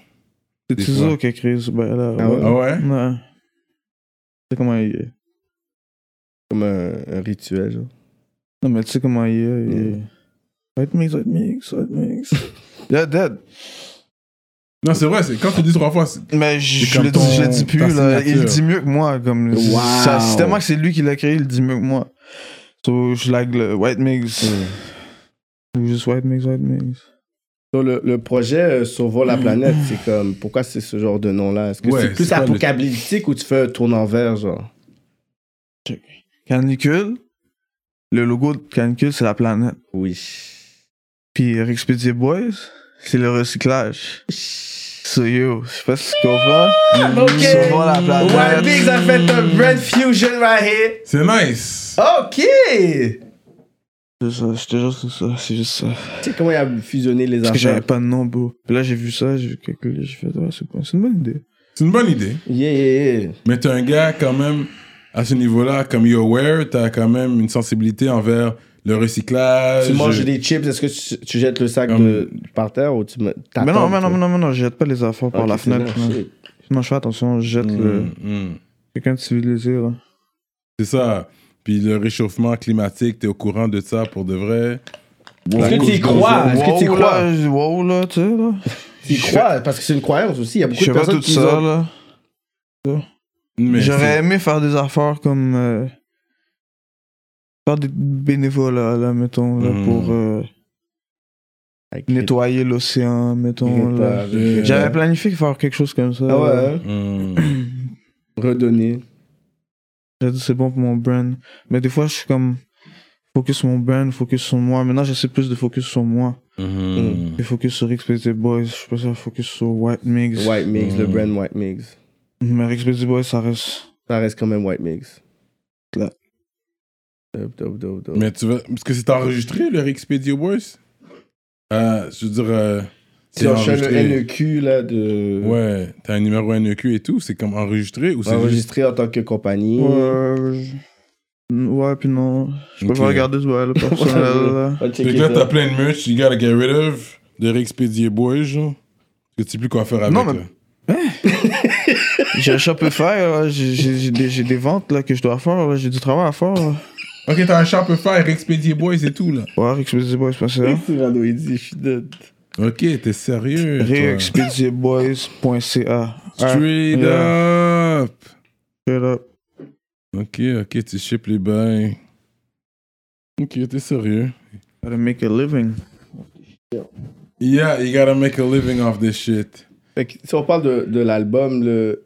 C'est Des Tizo fois. qui a créé ce bail-là. Ah ouais? Ah ouais Ouais. Tu sais comment il est. comme un, un rituel, genre. Non, mais tu sais comment il est. Il Mm. Mm. est... White mix, white mix, white mix. yeah, dead. Non, c'est vrai, c'est quand tu dis trois fois, c'est- Mais je, C'est je comme le dis, je le ton- dis ta plus, là. Il signature. le dit mieux que moi. Comme, Wow. ça, c'est tellement que c'est lui qui l'a créé, il le dit mieux que moi. So, je lag le white mix. Mm. Ou juste white mix, white mix. Donc, le, le projet euh, Sauvons la planète, c'est comme, pourquoi c'est ce genre de nom-là? Est-ce que Ouais, c'est plus c'est quoi le- apocalyptique ou tu fais un tour envers, genre? Canicule, le logo de Canicule, c'est la planète. Oui. Puis Rexpedier Boys, c'est le recyclage. So yo, je sais pas si tu comprends. ok. Sauvons la White planète. Mix a fait un brand fusion right here. c'est nice. OK! Tu C'est ça, C'était juste ça, c'est juste ça. sais comment il a fusionné les Parce que j'avais affaires? pas de nom, bro. Puis là, j'ai vu ça, j'ai calculé, j'ai fait, ouais, c'est quoi, c'est une bonne idée. C'est une bonne idée. Yeah, yeah, yeah. Mais t'es un gars quand même, à ce niveau-là, comme you're aware, t'as quand même une sensibilité envers le recyclage. Euh, Tu manges des chips, est-ce que tu, tu jettes le sac Comme- de, par terre ou tu me. Mais non, mais non, mais non, mais non, je jette pas les affaires par la fenêtre. là. Shit. Non, je fais attention, je jette le. Hum, hum. Quelqu'un de civilisé, là. C'est ça. Puis le réchauffement climatique, t'es au courant de ça pour de vrai. Est-ce que tu y crois? Est-ce que tu y Wow, crois? là, je- Wow, là, tu sais, là. Tu y crois? Parce que c'est une croyance aussi. Il y a Je beaucoup de sais pas personnes tout qui. ça, ont- là. Mais J'aurais aimé faire des affaires comme. euh, faire des bénévolats, là, mettons, là, Mm. pour euh, Avec- euh, nettoyer l'océan, mettons. avec- là. avec- J'avais planifié faire quelque chose comme ça. Ah ouais, là. hein? c'est- Hmm. redonner. J'ai dit c'est bon pour mon brand. Mais des fois, je suis comme. Focus sur mon brand, focus sur moi. Maintenant, j'essaie plus de focus sur moi. Hmm. Je focus sur XPT Boys, je peux faire focus sur White Mix. White Mix, Mm. le brand White Mix. Mais XPT Boys, ça reste. Ça reste quand même White Mix. Là. Dope, dope, dope, dope. Mais tu veux. Parce que c'est enregistré, le Expedio Boys Euh, Je veux dire. euh, Tu enchaînes le E NEQ là de. Ouais, t'as un numéro NEQ et tout, c'est comme enregistré Ah ou c'est juste. Enregistré en tant que Mm. compagnie. Ouais, je- ouais, puis non. Je peux Ok. pas regarder ce bail, là, personnel, là. Va Fait checker que là, t'as ça. plein de merch, you gotta get rid of, de Expedio Boys, genre. Parce que tu sais plus quoi faire avec. Non, mais- là. J'ai un Shopify, là, j'ai- j'ai j'ai des, j'ai des ventes là, que je dois faire, là, j'ai du travail à faire. Là. Ok, t'as un Shopify, Expedio Boys et tout, là. Ouais, Réexpédier Boys, parce Mm. que Cyrano, il dit, je suis dead. Ok, t'es sérieux. toi. Réexpédierboys.ca. Straight up. Straight up. Ok, ok, tu ships les bains. Ok, t'es sérieux. Gotta make a living. Yeah, you gotta make a living off this shit. Fait que si on parle de, de l'album, le...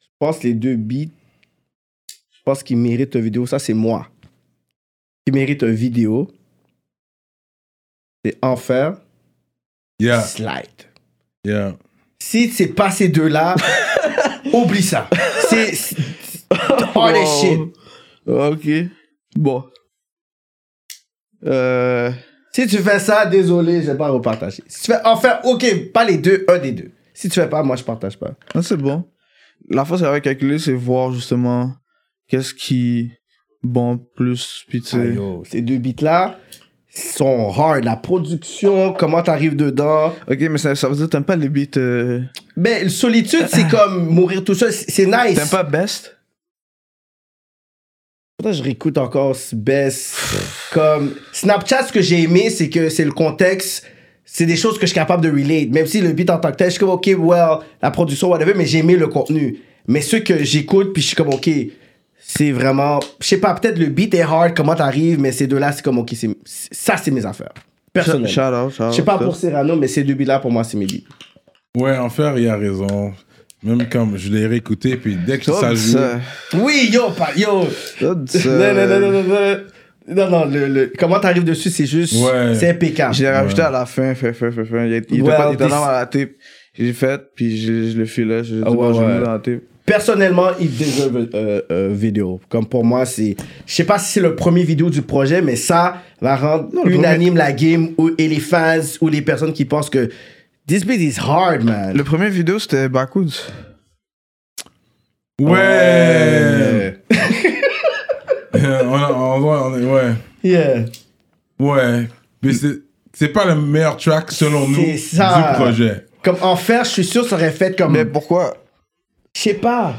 je pense les deux beats, je pense qu'ils méritent une vidéo. Ça, c'est moi. Qui mérite une vidéo, c'est Enfer, Yeah, Slide. yeah. Si c'est pas ces deux-là, oublie ça. C'est. c'est- Oh les shit. Ok. Bon. Euh, Si tu fais ça, désolé, je vais pas repartager. Si tu fais, enfin, ok, pas les deux, un des deux. Si tu fais pas, moi, je partage pas. non, c'est bon. La fois que j'avais calculé, c'est voir justement qu'est-ce qui bon plus, puis tu Ah, sais. yo, ces deux beats-là sont hard. La production, comment t'arrives dedans. Ok, mais ça, ça veut dire que t'aimes pas les beats. euh, Ben, solitude, c'est comme mourir tout seul. C'est c'est nice. Ah. T'aimes pas Best Pourtant, je réécoute encore ce Best. comme Snapchat, ce que j'ai aimé, c'est que c'est le contexte. C'est des choses que je suis capable de relate. Même si le beat en tant que tel, je suis comme, OK, well, la production, whatever, mais j'ai aimé le contenu. Mais ce que j'écoute, puis je suis comme, OK, c'est vraiment. Je sais pas, peut-être le beat est hard, comment t'arrives, mais ces deux-là, c'est comme, OK, c'est- c'est- ça, c'est mes affaires. Personnellement. Shout out, shout out. Je sais pas pour Serrano, mais ces deux beats-là, pour moi, c'est mes beats. Ouais, Enfer, il a raison. Même comme je l'ai réécouté, puis dès que ça Toi, joue. ça. Oui, yo, pa- yo. Toi, Non, ça. non, non, non, non, non. Non, non, le, le- comment t'arrives dessus, c'est juste. Ouais. C'est impeccable. Je l'ai rajouté à la fin, fait, fait, fait, fait. Il était Ouais, pas il était puis- dans la tape. J'ai fait, puis je, je le filais. Je, dis, Ah ouais, bon, je ouais. mets dans la tape. Personnellement, il deserve euh, euh, vidéo. Comme pour moi, c'est. Je sais pas si c'est le premier vidéo du projet, mais ça va rendre le unanime la game ou, et les fans ou les personnes qui pensent que. This beat is hard, man. Le premier vidéo, c'était Backwoods. Ouais! on, a- on voit- on est- ouais. Yeah. Ouais. Mais c'est, c'est pas le meilleur track, selon nous, C'est ça. du projet. Comme Enfer, je suis sûr, ça aurait fait comme. Mais pourquoi Je sais pas.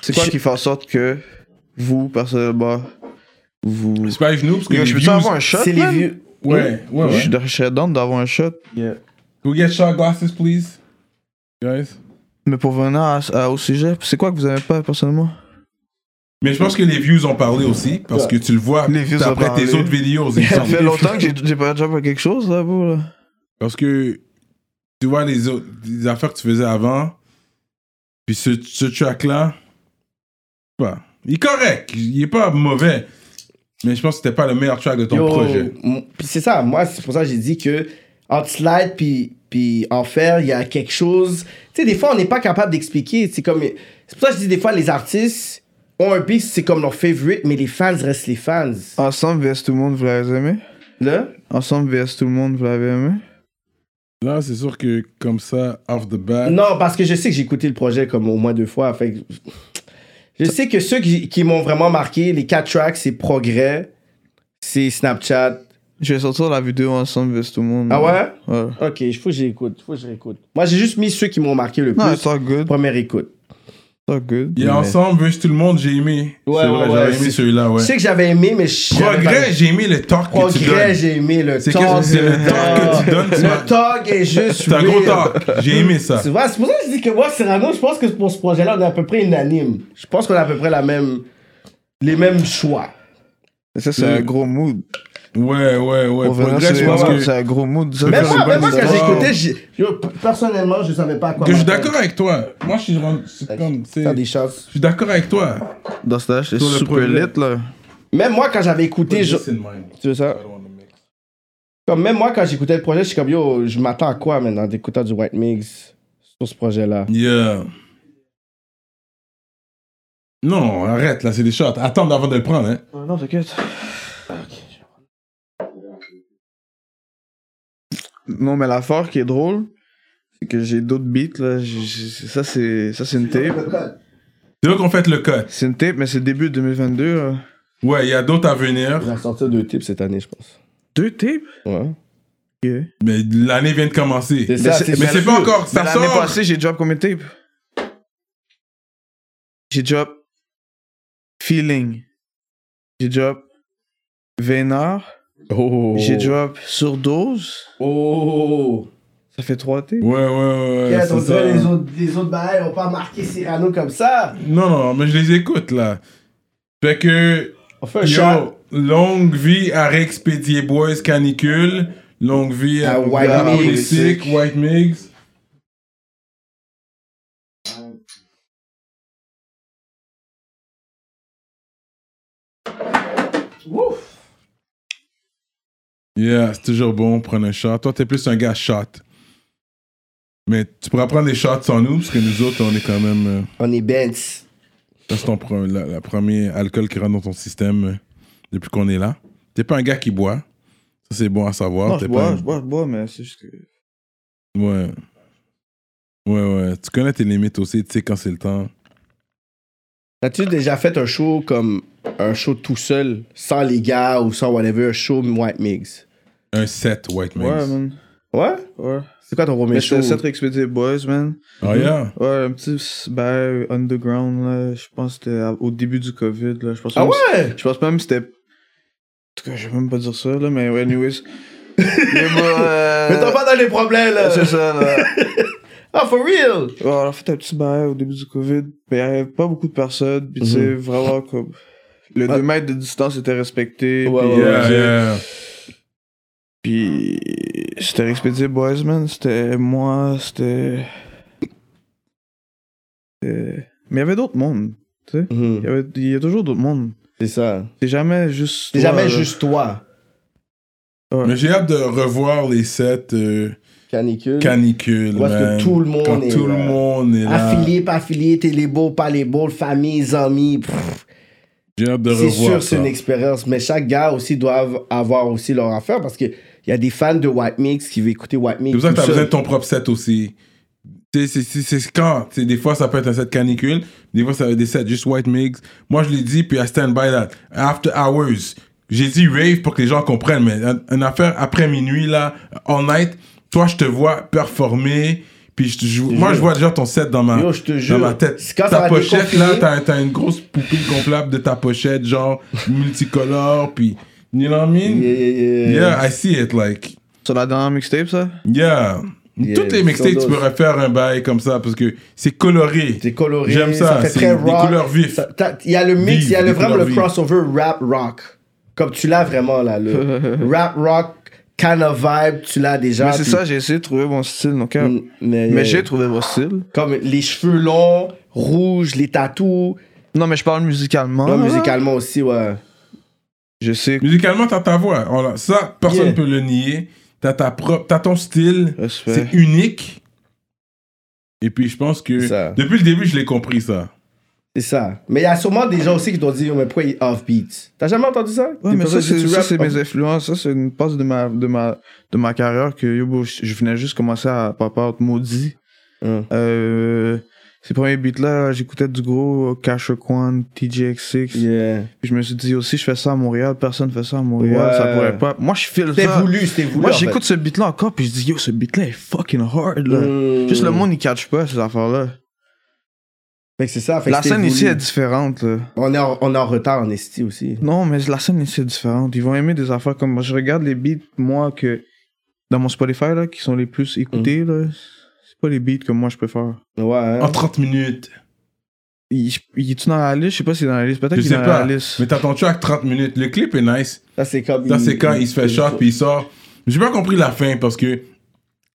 C'est quoi Je- qui fait en sorte que vous, personnellement, vous. C'est pas avec nous, parce que Yo, les je peux-tu views- avoir un shot C'est les man? vieux. Ouais, ouais, Je ouais. suis de- je serais down d'avoir un shot. Go get shot glasses, please. Guys. Mais pour venir à- à- au sujet, c'est quoi que vous aimez pas personnellement Mais je pense que les views ont parlé aussi, parce que tu le vois Les views ont après parlé. tes autres vidéos. ils Ça sortent. fait longtemps que j'ai j'ai pas déjà fait quelque chose là, bro. là. Parce que tu vois les autres les affaires que tu faisais avant, puis ce, ce track-là, je sais pas. Il est correct, il est pas mauvais. Mais je pense que c'était pas le meilleur track de ton Yo, projet. m- Puis c'est ça, moi, c'est pour ça que j'ai dit que entre slide puis, puis enfer, il y a quelque chose. Tu sais, des fois, on n'est pas capable d'expliquer. C'est comme. C'est pour ça que je dis des fois, les artistes ont un beat, c'est comme leur favorite, mais les fans restent les fans. Ah. Ensemble vs tout le monde, vous l'avez aimé Là? Ensemble vs tout le monde, vous l'avez aimé Là, c'est sûr que comme ça, off the bat. Non, parce que je sais que j'ai écouté le projet comme au moins deux fois. Fait que- Je sais que ceux qui, qui m'ont vraiment marqué, les quatre tracks, c'est Progrès, c'est Snapchat. Je vais sortir la vidéo Ensemble vs tout le monde. Ah Mm. ouais? Ouais. Ok, il faut que j'écoute, faut que je réécoute. Moi, j'ai juste mis ceux qui m'ont marqué le plus. Non, it's all good. Première écoute. It's all good. Il est ensemble, Veuve tout le monde, j'ai aimé. Ouais, c'est ouais, vrai, ouais, j'avais c'est- aimé celui-là, ouais. Je sais que j'avais aimé, mais je. Progrès, j'ai aimé le talk que tu Progrès, donnes. j'ai aimé le C'est que- talk. c'est le Ah. talk que tu donnes, tu m'as- Le talk est juste. C'est un gros weird. talk, j'ai aimé ça. Tu vois, c'est pour ça que je dis que moi, Cyrano, je pense que pour ce projet-là, on est à peu près unanime. Je pense qu'on a à peu près la même, les mêmes choix. Ça, c'est un gros mood. Ouais, ouais, ouais. Pour venir Progrès, je sur pense les que... bandes, c'est un gros mood. Ça, Même c'est moi, une même moi bonne quand idée. j'écoutais, j'ai- yo, p- personnellement, je savais pas à quoi. que je suis m'attendre. d'accord avec toi. Moi, je suis vraiment- c'est comme... c'est- Faire Je des choses. suis d'accord avec toi. Dans ce tâche, c'est Sur le super projet. lit, là. Même moi, quand j'avais écouté, je- Listen, man. tu veux ça? I don't wanna mix. Comme même moi, quand j'écoutais le projet, je suis comme yo, je m'attends à quoi maintenant d'écouter du White Mix sur ce projet-là? Yeah. Non, arrête, là, c'est des shots. Attends avant de le prendre, hein. Euh, Non, t'inquiète. Ah, Non, mais l'affaire qui est drôle, c'est que j'ai d'autres beats, là. J'ai- j'ai- Ça, c'est ça, c'est une tape. C'est là qu'on fait le cut. C'est une tape, mais c'est début 2022, là. Ouais, il y a d'autres à venir. Il a sorti deux types cette année, je pense. Deux tapes? Ouais. Yeah. Mais l'année vient de commencer. C'est ça, c'est- c'est Mais ça. c'est pas encore. Mais Ça L'année sort. passée, j'ai drop combien de tapes? J'ai drop Feeling. J'ai drop Vénard. Oh. J'ai drop Surdose. Oh. Ça fait trois tapes. Ouais, ouais, ouais. ouais, Regarde, c'est on ça. dirait les autres, les autres bails n'ont pas marqué Cyrano comme ça. Non, non, mais je les écoute, là. Fait que. On fait un shot. Yo, longue vie à Réexpédier Boys Canicule. Longue vie à, À White à Mix. Polisic, White Mix. Ouf. Yeah, c'est toujours bon, prendre un shot. Toi, t'es plus un gars shot. Mais tu pourras prendre des shots sans nous, parce que nous autres, on est quand même. euh, On est Benz. ça, c'est ton pre- la, la premier alcool qui rentre dans ton système euh, depuis qu'on est là. T'es pas un gars qui boit. Ça, c'est bon à savoir. Non, Oh, T'es je pas bois, un- je bois, je bois, mais c'est juste que. Ouais. Ouais, ouais. Tu connais tes limites aussi, tu sais quand c'est le temps. T'as-tu déjà fait un show comme un show tout seul, sans les gars ou sans whatever, un show White Mix? Un set, White Mix. Ouais, man. Ouais? Ouais. C'est quoi ton premier Mais show? c'était cette Expedited Boys, man. Oh, yeah. Ouais, un petit s- bail underground, là. Je pense que c'était à- au début du COVID, là. Je pense Ah même- ouais? Je pense même que c'était. En tout cas, je vais même pas dire ça, là, mais ouais, anyways. mais moi, euh, Mais t'es pas dans les problèmes, là! C'est ça, là. Ah, for real! Ouais, on a fait un petit bail au début du COVID, mais il y avait pas beaucoup de personnes, puis tu Mhm. sais, vraiment comme. Le 2 mètres de distance était respecté, Ouais, puis, ouais, euh, Yeah, yeah. puis c'était respecté Boys, man. C'était moi, c'était. c'était- Mais il y avait d'autres mondes, tu sais. Il y, avait- il y a toujours d'autres mondes. Mhm. C'est ça. C'est jamais juste. C'est toi, jamais là. juste toi. euh, Mais j'ai hâte de revoir les sets euh, Canicule. canicules. Où est-ce que man. tout le monde Quand est tout là. le monde est là. Affilié, pas affilié, t'es les beaux, pas les beaux, famille, amis. pff. J'ai hâte de C'est revoir sûr, c'est ça. une expérience. Mais chaque gars aussi doit avoir aussi leur affaire parce qu'il y a des fans de White Mix qui veulent écouter White Mix. C'est pour ça que tout t'as seul. besoin de ton propre set aussi. C'est- c'est- C'est c'est quand c'est- Des fois, ça peut être un set canicule. Des fois, ça va être des sets juste white mix. Moi, je l'ai dit, puis à stand by that. After hours. J'ai dit rave pour que les gens comprennent, mais un- une affaire après minuit, là, all night, toi, je te vois performer. Puis je te joue- moi, je vois déjà ton set dans ma, Yo, je te jure. dans ma tête. C'est quand ça ta va pochette, déconfiner. là, t'as t'as une grosse poupée gonflable de ta pochette, genre multicolore, puis. You know what I mean? Yeah, yeah, yeah. yeah I see it, like. Sur la dernière mixtape, ça Yeah. Yeah, Toutes les mixtapes, tu Sodos. pourrais faire un bail comme ça parce que c'est coloré. C'est coloré. J'aime ça, fait c'est très des rock. couleurs vives. Ça- t'as- Il y a le mix, Vives, il y a le, des vraiment couleurs le vives. crossover rap rock. Comme tu l'as vraiment là, le rap rock kind of vibe, tu l'as déjà. Mais c'est Ah, puis- ça, j'ai essayé de trouver mon style, donc. hein. Mm, Mais, Mais euh, j'ai trouvé mon style. comme les cheveux longs, rouges, les tatous. Non, mais je parle musicalement. Ouais, là. musicalement aussi, ouais. Je sais. Musicalement, t'as ta voix. Voilà. Ça, personne ne Yeah. peut le nier. T'as ta propre, t'as ton style. Respect. C'est unique. Et puis, je pense que Ça. depuis le début, je l'ai compris ça. C'est ça. Mais il y a sûrement des gens aussi qui t'ont dit, Oh, mais pourquoi il est off-beat? T'as jamais entendu ça? Ouais, Des mais ça, personnes qui c'est disent, ça, rap c'est mes off-beat. influences. Ça, c'est une passe de ma, de ma, de ma carrière que yo, bro, je je venais juste commencer à pop out maudit. Hum. Euh, ces premiers beats-là, j'écoutais du gros Cash Quan, TJX6. Yeah. Puis je me suis dit aussi, je fais ça à Montréal, personne fait ça à Montréal, Ouais. ça pourrait pas. Moi, je file C'était ça. voulu, c'était voulu. Moi, en fait. j'écoute ce beat-là encore, puis je dis, yo, ce beat-là est fucking hard, là. Mm. Juste le monde, il catch pas ces affaires-là. Fait que c'est ça. fait que La c'était scène ici voulu. est différente, là. On est, en, on est en retard en esti aussi. Non, mais la scène ici est différente. Ils vont aimer des affaires comme moi. Je regarde les beats, moi, que dans mon Spotify, là, qui sont les plus écoutés, Mm. là. C'est pas les beats que moi je peux faire. Ouais, hein. En 30 minutes. Il, il est-tu dans la liste Je sais pas s'il est dans la liste. Peut-être Je qu'il est sais dans pas. la liste. Mais t'as ton track 30 minutes. Le clip est nice. Ça, c'est comme. Ça, c'est quand il se fait shot puis il sort. J'ai pas compris la fin parce que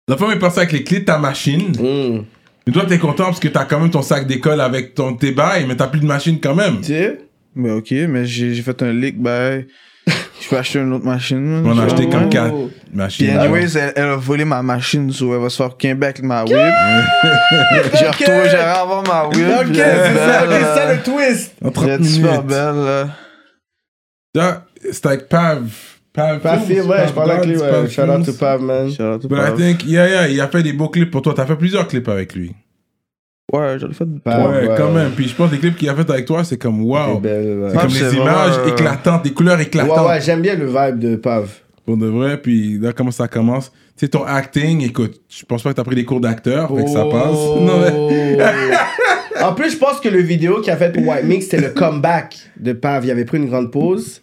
la femme est passée avec les clés de ta machine. Mm. Et toi, t'es content parce que t'as quand même ton sac d'école avec ton, tes bails, mais t'as plus de machine quand même. Tu sais? Mais ok, mais j'ai j'ai fait un leak, ben. je peux acheter une autre machine. On a Genre, acheté ouais. Oh. comme quatre Puis, machines. anyways, elle, elle a volé ma machine, so elle va se faire Québec ma whip. j'ai retrouvé, j'ai avoir ma whip. Ok, c'est puis elle est ça, ok, belle, c'est ça là. le twist. en Elle 30 est super Ah, minutes. belle, là. Ça, C'est avec Pav. Pav. Pav, Films, ouais, je parle avec lui, Films, ouais. Pav Shout out to Films. Pav, man. Shout out to But I Pav. think, yeah, yeah, il a fait des beaux clips pour toi. T'as fait plusieurs clips avec lui. Ouais, j'en ai fait Pav, trois. ouais, Ah, ouais, quand ouais. même. Puis je pense que les clips qu'il a fait avec toi, c'est comme C'est wow. belle, ouais. C'est comme Pav, c'est les vraiment, images euh, éclatantes, des couleurs Ouais, éclatantes. ouais, j'aime bien le vibe de Pav. Pour de vrai, puis là, comment ça commence? Tu sais, ton acting, écoute, je pense pas que t'as pris des cours d'acteur, fait que Oh. ça passe. Non, mais... en plus, je pense que le vidéo qu'il a fait pour White Mix, c'était le comeback de Pav. Il avait pris une grande pause.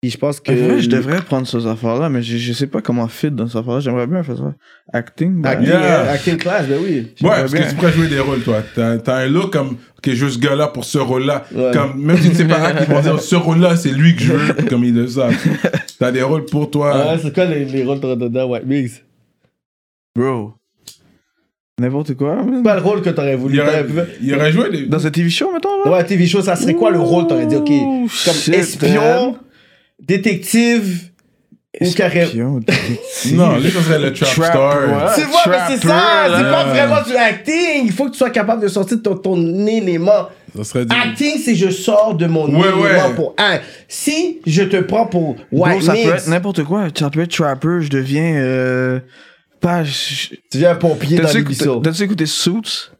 Puis je pense que. En vrai, Ah euh, je devrais prendre ces affaires-là, mais je, je sais pas comment fit dans ces affaires-là. J'aimerais bien faire ça. Acting, bah, Acting, Yeah. euh, acting class, ben oui. Ouais, J'aimerais parce que bien. tu pourrais jouer des rôles, toi. T'as t'as un look comme, ok, je veux ce gars-là pour ce rôle-là. Ouais. Comme, même si tu sais pas, ils vont dire, ce rôle-là, c'est lui que je veux, comme ils le savent. T'as des rôles pour toi. c'est quoi les, rôles que t'as dedans, White Mix bro. N'importe quoi, man. Pas le rôle que t'aurais voulu. il, aurait, T'aurais pu- il aurait joué des. Dans un TV show, mettons, là. Ouais, TV show, ça serait quoi le rôle T'aurais dit, ok, Ouh, comme shit, espion, man. détective, Ou carré. Espion, Non, lui, ça serait le trap, Trap, star. ouais. Tu vois, mais Trapper, c'est ça, c'est là. hein. pas vraiment du acting. Il faut que tu sois capable de sortir de ton, ton élément. Ça serait du- Ah, Acting, c'est je sors de mon Ouais, élément ouais. pour un. Si je te prends pour Bro, white ça peut être mix, n'importe quoi. Ça peut être trapper, je deviens. Euh, pas. je- tu viens un pompier dans T'as-tu écouté, l'émission. t'as-tu écouté Suits?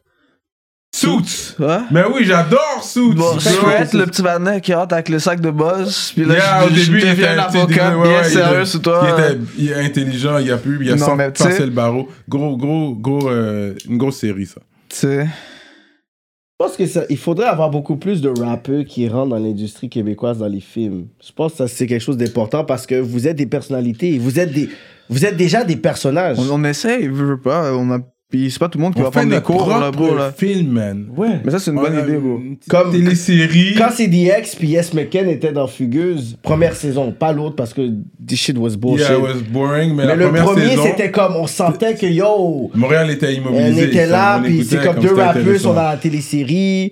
Suits. Hein? Mais oui, j'adore Suits. Bon, Suits. Sweat, le petit vanet qui rentre avec le sac de boss, puis là, Yeah, je, au début, je il était deviens un un petit avocat dégueu, ouais, bien ouais, il sérieux était- sur toi. Il était il est intelligent, il a pu, il a Non, sans mais tu sais- passer le barreau. Gros, gros, gros, euh, une grosse série, ça. Tu sais. Je pense que ça, il faudrait avoir beaucoup plus de rappeurs qui rentrent dans l'industrie québécoise dans les films. Je pense que ça c'est quelque chose d'important parce que vous êtes des personnalités, vous êtes des, vous êtes déjà des personnages. On, on essaye, veut, veut pas. On a, puis c'est pas tout le monde qui On va fait prendre des notre cours, là, bro. propre Là. film, man. Ouais. Mais ça, c'est une bonne idée, bro. Comme Comme- télésérie. Quand CDX puis Yes McKen étaient dans Fugueuse, première saison, pas l'autre parce que this shit was bullshit. Yeah, it was boring, mais, mais la le première premier, saison, c'était comme, on sentait que yo, Montréal était immobilisé. on était ça, là, on puis c'est écoutait comme, deux c'était rappeurs sont intéressant. dans la télésérie.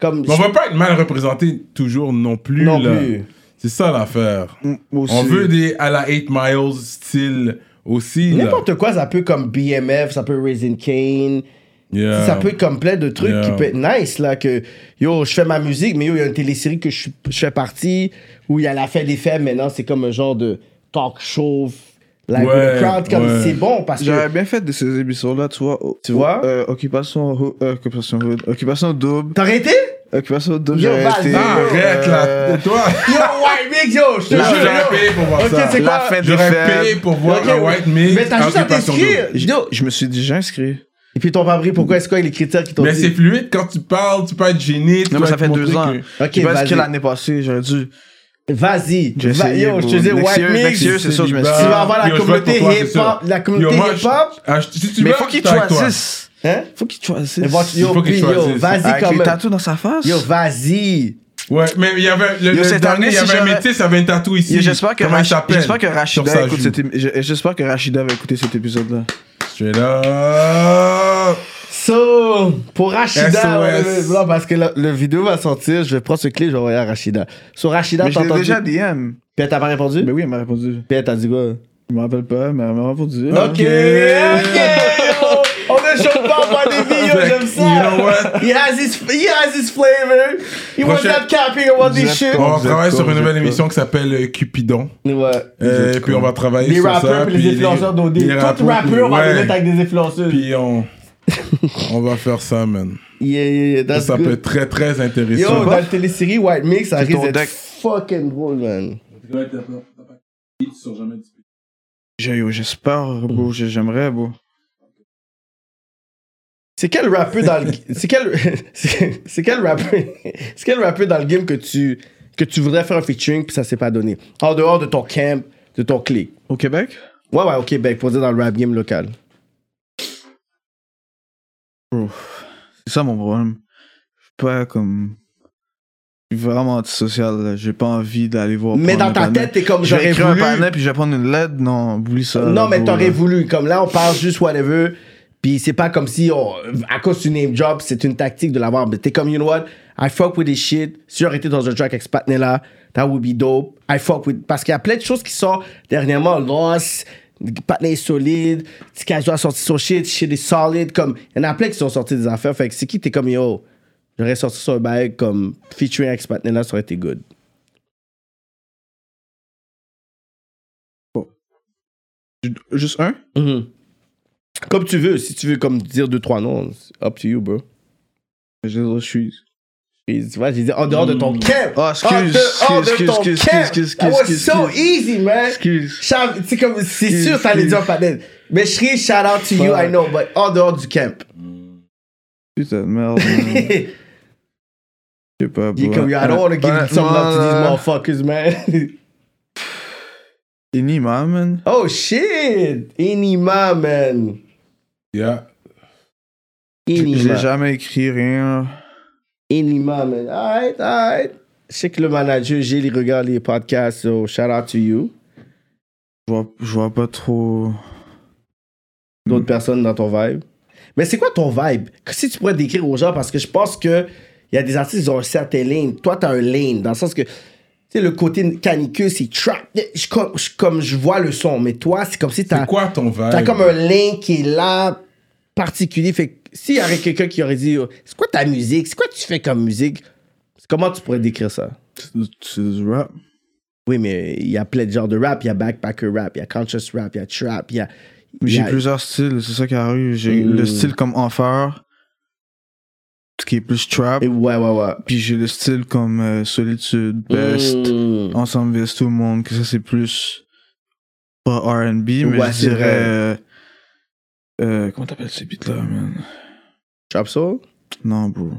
Comme, Mais on va pas être mal représenté toujours non plus, Non là. plus. C'est ça l'affaire. Mm, aussi. On veut des à la 8 Miles style aussi, là. N'importe quoi, ça peut comme BMF, ça peut Raisin Kane, Yeah. ça peut être comme plein de trucs Yeah. qui peuvent être nice, là, que yo, je fais ma musique, mais yo, il y a une télésérie que je, suis- je fais partie, où il y a la fin des faits, maintenant, c'est comme un genre de talk show, like with the Ouais, crowd, comme ouais. c'est bon, parce J'aurais que bien fait de ces émissions-là, tu vois. Tu vois? Euh, occupation, Ho- euh, occupation, Hood, occupation double. t'as arrêté? Occupation double, Yo, j'aurais Val, été, non, Arrête, euh, là. Toi. Yo, White Mix, yo, je te Là, jure, J'aurais yo. payé pour voir Ok, ça. c'est La quoi? fête des J'aurais payé fêtes. pour voir Ok, un White Mix. Mais t'as juste à occupation t'inscrire. double. J- Yo. Je me suis dit, j'ai inscrit. Et puis t'ont pas pris, pourquoi est-ce quoi les critères qui t'ont Mais c'est dit? fluide quand tu parles, tu peux être gêné. tu peux Non, mais ça être fait montré deux ans. que- Ok, Je pense vas-y. que l'année passée, j'aurais dû. Vas-y, J'ai va- essayé, yo, je bro. te dis Next White year, next Mix, year, c'est sûr, je me suis tu dit. vas avoir la Yo, je vote communauté pour toi, c'est hip-hop, sûr. la communauté Yo, moi, je- hip-hop, Ah, je- Si tu Mais veux, faut qu'il je suis avec toi. choisisse. hein? Faut qu'il choisisse. Elle va- Yo, Il faut que puis, tu yo, choisisses. vas-y Avec quand les même. tatous dans sa face. Yo, vas-y. Ouais, mais il y avait. Le, Yo, le cette dernier, année, il y si avait un j'aurais- métis, il avait un tatou ici. Yo, J'espère que, Comment il Rach- s'appelle j'espère que Sur Rachida sa écoute joue. cet émi- je- J'espère que Rachida va écouter cet épisode-là. Straight up. So, pour SOS. Rachida, ouais, ouais, ouais, non, parce que la, la vidéo va sortir, je vais prendre ce clip, je vais envoyer à Rachida. So, Rachida, Mais je t'as l'ai entendu? déjà DM. Puis elle t'a pas répondu? Mais Ben oui, elle m'a répondu. Puis elle t'a dit quoi? Eh, Je me rappelle pas, mais elle m'a répondu. Ok, ok, Eh, yo, on ne chauffe pas par des vidéos, j'aime ça. You know what? He has his, he has his flavor. He was Prochaine- not capping about Vous this êtes shit. con. On Vous êtes travaille con, sur une vous nouvelle êtes émission qui s'appelle euh, Cupidon. Ouais. Euh, êtes puis con. on va travailler Les sur ça. rappeurs puis les influenceurs d'OD. les Tout rappeurs, rappeur, on va ouais. les mettre avec des influenceurs. Puis on. On va faire ça, man. Yeah, yeah, yeah, that's ça peut good. être très, très Yo, intéressant. dans la télésérie White Mix, ça C'est risque ton d'être deck. fucking drôle, man. J'ai- yo, J'espère, bro. j'ai- J'aimerais, bro. C'est quel rappeur dans le... C'est quel... c'est c'est quel rappeur... C'est quel rappeur dans le game que tu... que tu voudrais faire un featuring puis ça s'est pas donné? En dehors de ton camp, de ton clic. Au Québec? Ouais, ouais, au Québec, pour dire dans le rap game local. C'est ça mon problème. Je suis pas comme. Je suis vraiment antisocial. là. J'ai pas envie d'aller voir. Mais prendre dans un ta panel. tête, t'es comme, Je vais j'aurais écrire un voulu... panel puis je vais prendre une lettre. Non, oublie ça. Non, là, mais bro, t'aurais Euh, là. voulu. Comme là, on parle juste whatever. Puis c'est pas comme si, on, à cause du name job, c'est une tactique de l'avoir. Mais t'es comme, you know what? I fuck with this shit. Si j'aurais été dans un track avec ce là that would be dope. I fuck with. Parce qu'il y a plein de choses qui sortent dernièrement. Loss, Patney est solide. Tikazo a sorti son shit. Shit est solide. Comme, il y en a plein qui sont sortis des affaires. Fait que c'est qui? T'es comme, yo, j'aurais sorti sur un bail comme featuring avec ce là ça aurait été good. Juste un? Comme tu veux. Si tu veux, comme dire deux, trois noms, c'est up to you, bro. Je je suis. Puis, tu vois, j'ai dit en dehors de ton camp. Ah, excuse, en dehors de excuse, ton excuse, camp. excuse, excuse, That was excuse, so excuse. easy, man. Excuse. Shout- C'est comme, c'est Excuse, sûr, t'allais excuse. dire Fadel. Mais je crie, shout out to you, I know, but en dehors du camp. Putain de merde. man. Je Il sais pas, est bro. comme, yo, I don't want to Ben, give some love to these Honnêtement, motherfuckers, man. Inima, man. oh shit! Inima, man. Yeah. J'ai Inima. jamais écrit rien. Inima, man. Alright, alright. Je sais que le manager, j'ai les regards, les podcasts, so shout out to you. Je vois, je vois pas trop. d'autres Mm. personnes dans ton vibe. Mais c'est quoi ton vibe? Si tu pourrais décrire aux gens, parce que je pense que il y a des artistes qui ont un certain lane. Toi, t'as un lane, dans le sens que. tu sais, sais, le côté canicule, c'est trap. Je, com- je- comme je vois le son, mais toi, c'est comme si t'as. C'est quoi ton vibe? T'as comme un lien qui est là, particulier. Fait que s'il y avait quelqu'un qui aurait dit, oh, c'est quoi ta musique? C'est quoi tu fais comme musique? Comment tu pourrais décrire ça? C'est du rap. Oui, mais il y a plein de genres de rap. Il y a backpacker rap, il y a conscious rap, il y a trap, il y a. Mais J'ai il y a- plusieurs styles, c'est ça qui arrive. J'ai Mm. le style comme Enfer, ce qui est plus trap. Et ouais, ouais, ouais. Puis j'ai le style comme euh, Solitude, Best, Mm. Ensemble Vest, tout le monde, que ça c'est plus pas RB, mais Ouais, je c'est vrai. dirais. euh, euh, comment t'appelles ces beats-là, man? Trap soul? Non, bro.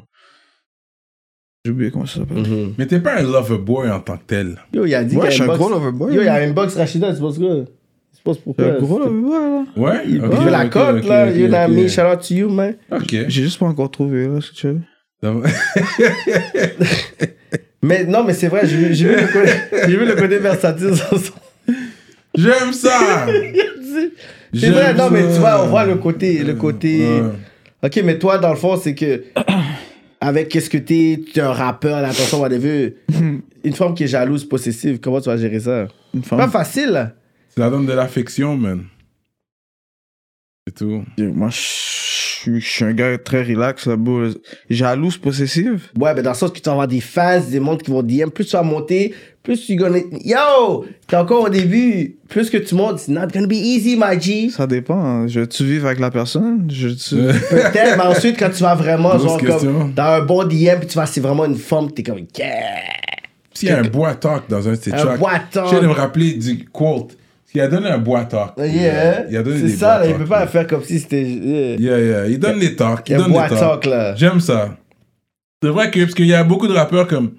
J'ai oublié comment ça s'appelle. Mais t'es pas un lover boy en tant que tel. Yo, il a dit Ouais, je qu'il y suis a un une gros hein. box. loverboy. Yo, il y man. a une box Rachida, tu penses quoi? Tu penses Je pourquoi? suis un gros loverboy, là. Ouais? Il Ok, veut la ok, cote, ok, là. ok, you know what I ok. mean? Shout out to you, man. Ok. J'ai juste pas encore trouvé, là, c'est chill. Ça va. Mais non, mais c'est vrai, j'ai vu, j'ai vu le côté- j'ai vu le côté versatile dans son- J'aime ça! C'est J'aime vrai, non, mais tu ça. vois, on voit le côté. Le côté... Ouais. Ok, mais toi, dans le fond, c'est que. Avec qu'est-ce que t'es, t'es un rappeur, là, attention, whatever. Une femme qui est jalouse, possessive, comment tu vas gérer ça? Une Pas femme. facile, là. Ça donne de l'affection, man. C'est tout. Moi, je suis je suis un gars très relax, là, bro. Jalouse, possessive. Ouais, mais dans le sens que tu vas avoir des fans, des mondes qui vont DM, plus tu vas monter, plus tu gonna. Yo! T'es encore au début, plus que tu montes, it's not gonna be easy, my G. Ça dépend. hein. Je tu vivre avec la personne. Je tu. Peut-être, mais ensuite, quand tu vas vraiment, Grosse genre, question. comme. Dans un bon DM, puis tu vas, c'est vraiment une femme, que t'es comme, yeah! S'il y a un bois talk dans un de ses Un tracks. bois talk. Je viens de me rappeler du quote. Il a donné un bois talk. Yeah! Il a donné C'est des bois ça, là, il talk, peut pas faire comme si c'était. yeah. Yeah, yeah. Il donne les talks. Il Un donne bois les talks. talk, là. J'aime ça. C'est vrai que, parce qu'il y a beaucoup de rappeurs comme.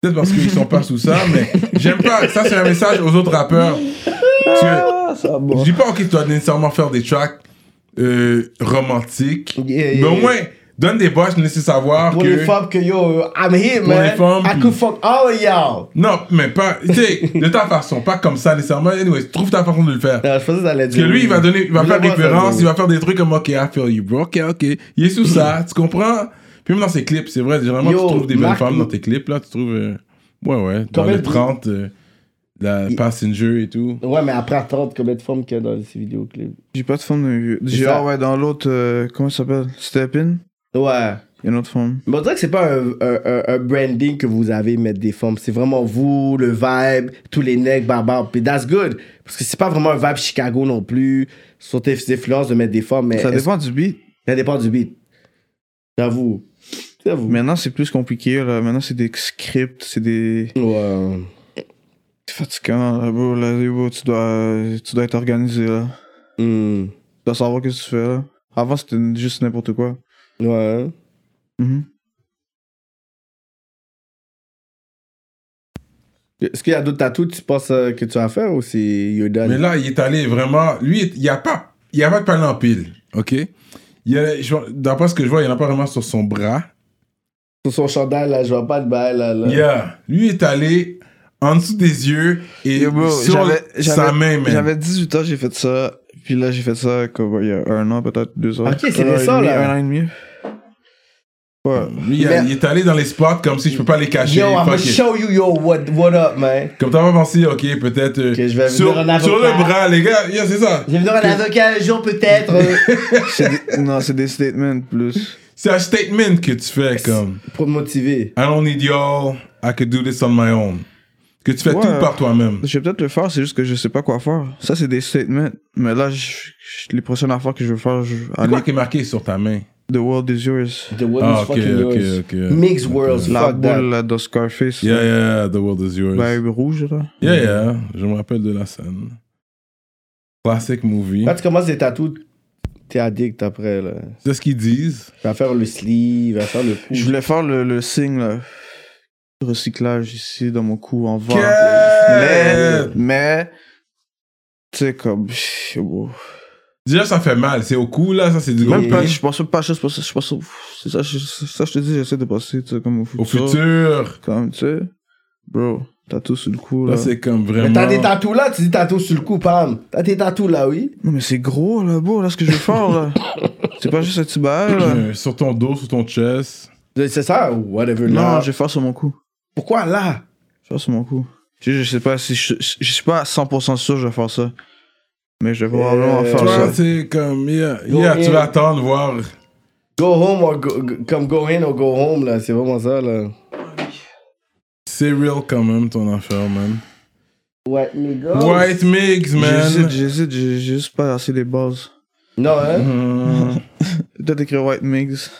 Peut-être parce qu'ils sont pas sous ça, mais j'aime pas. Ça, c'est un message aux autres rappeurs. Parce que Ah, ça va. je dis pas, ok, tu dois nécessairement faire des tracks euh, romantiques. Yeah, yeah, mais au yeah. moins, donne des boss, laissez savoir Pour que. les femmes que yo, I'm here, Pour man. les femmes, I puis- could fuck all of y'all. Non, mais pas. Tu sais, de ta façon, pas comme ça nécessairement. Anyway, trouve ta façon de le faire. Non, je pensais que ça allait Parce dire. que lui, il va donner, il va Je faire vois ça, référence, oui. il va faire des trucs comme OK, I feel you, bro. OK, OK. Il est sous ça, tu comprends? Puis même dans ses clips, c'est vrai, généralement, Yo, tu trouves des Marc- belles femmes dans tes clips, là, tu trouves. euh, ouais, ouais, dans Combien les de- 30, euh, la passenger et tout. Ouais, mais après attendre combien de femmes qu'il y a dans ces vidéoclips. J'ai pas de forme de vieux. C'est J'ai, ça. ah ouais, dans l'autre, euh, comment ça s'appelle Step In Ouais. Il y a une autre forme. Mais on dirait que c'est pas un, un- un- un branding que vous avez, mettre des femmes. C'est vraiment vous, le vibe, tous les necks, barbares. Puis that's good. Parce que c'est pas vraiment un vibe Chicago non plus. Sur tes influences de mettre des femmes. Mais Ça est-ce- dépend du beat. Ça dépend du beat. J'avoue. J'avoue. Maintenant, c'est plus compliqué, là. Maintenant, c'est des scripts, c'est des. Ouais. C'est fatigant, là, bro. Là, bro, tu dois, tu dois être organisé, là. Hmm. Tu dois savoir ce que tu fais, là. Avant, c'était juste n'importe quoi. Ouais. Mhm. Est-ce qu'il y a d'autres tatous que tu penses euh, que tu vas faire ou c'est Yoda? Mais là, il est allé vraiment. Lui, il n'y a pas, il y a pas de palais en pile, OK? Il y a- je vois- D'après ce que je vois, il n'y en a pas vraiment sur son bras. Sur son chandail, là, je vois pas de bail, là. là. Yeah. Lui est allé en dessous des yeux et Yo, bro, sur j'avais- sa j'avais- main, man. J'avais 18 ans, j'ai fait ça. Puis là, j'ai fait ça comme il y a un an, peut-être deux ans. Ok, c'est Un an et récent, demi, là. Un an et demi. Ouais. Lui, il a- Mais- il est allé dans les spots comme si je peux pas les cacher. Yo, I'm Fuck gonna it. show you, yo, what, what up, man. Comme t'as pas pensé, ok, peut-être. euh, Que je vais sur, venir en avocat. sur le bras, les gars, yeah, c'est ça. Je vais venir un avocat un jour, peut-être. euh, C'est des- non, c'est des statements plus. C'est un statement que tu fais comme pour me motiver. I don't need y'all, I could do this on my own. Que tu fais Ouais. tout par toi-même. Je vais peut-être le faire, c'est juste que je sais pas quoi faire. Ça, c'est des statements. Mais là, je- je- les prochaines affaires que je veux faire, je, C'est quoi aller- qui est marqué sur ta main The World is Yours. The world Ah, is ok, Oh, fucking ok, yours. ok. Mix worlds, La fuck that. boule là, de Scarface. Yeah, yeah, the world is yours. Bah Ben, rouge, là. Yeah, yeah, je me rappelle de la scène. Classic movie. Quand tu commences les tatous, t'es addict après, là. C'est ce qu'ils disent. Tu vas faire le sleeve, tu vas faire le cou. Je voulais faire le, le signe, là. Recyclage ici, dans mon cou, en vert. Mais, Que- mais, tu sais, comme, wow. Déjà, ça fait mal. C'est au cou, là, ça, c'est du gros Même pas, pain. je pense pas, je pense, je pense, c'est ça, je- c'est ça, je te dis, j'essaie de passer, tu sais, comme au futur. Au futur. Comme, tu sais, bro, t'as tout sur le cou, là. Là, c'est comme vraiment. Mais t'as des tatous là, tu dis tatous sur le cou, pam. T'as des tatous là, oui. non, mais c'est gros, là, bro, là, ce que je veux faire, là. c'est pas juste un petit bail, là. Euh, sur ton dos, sur ton chest. C'est ça, whatever. Non, là. je vais faire sur mon cou. Pourquoi là Je vois sur mon coup. Tu sais, je sais pas si je, je- je suis pas à 100% sûr que je vais faire ça. Mais je vais probablement Euh, faire Toi, ça. c'est comme, yeah, yeah, tu yeah. vas attendre, voir. Go home, or go- go- comme go in ou go home, là. C'est vraiment ça, là. C'est real quand même ton affaire, man. Ouais, mais go. Oh. White Mix, J'hésite, man. j'hésite, j'ai j'ai juste pas assez les bases. Non, hein? Hmm. Peut-être écrire White Mix.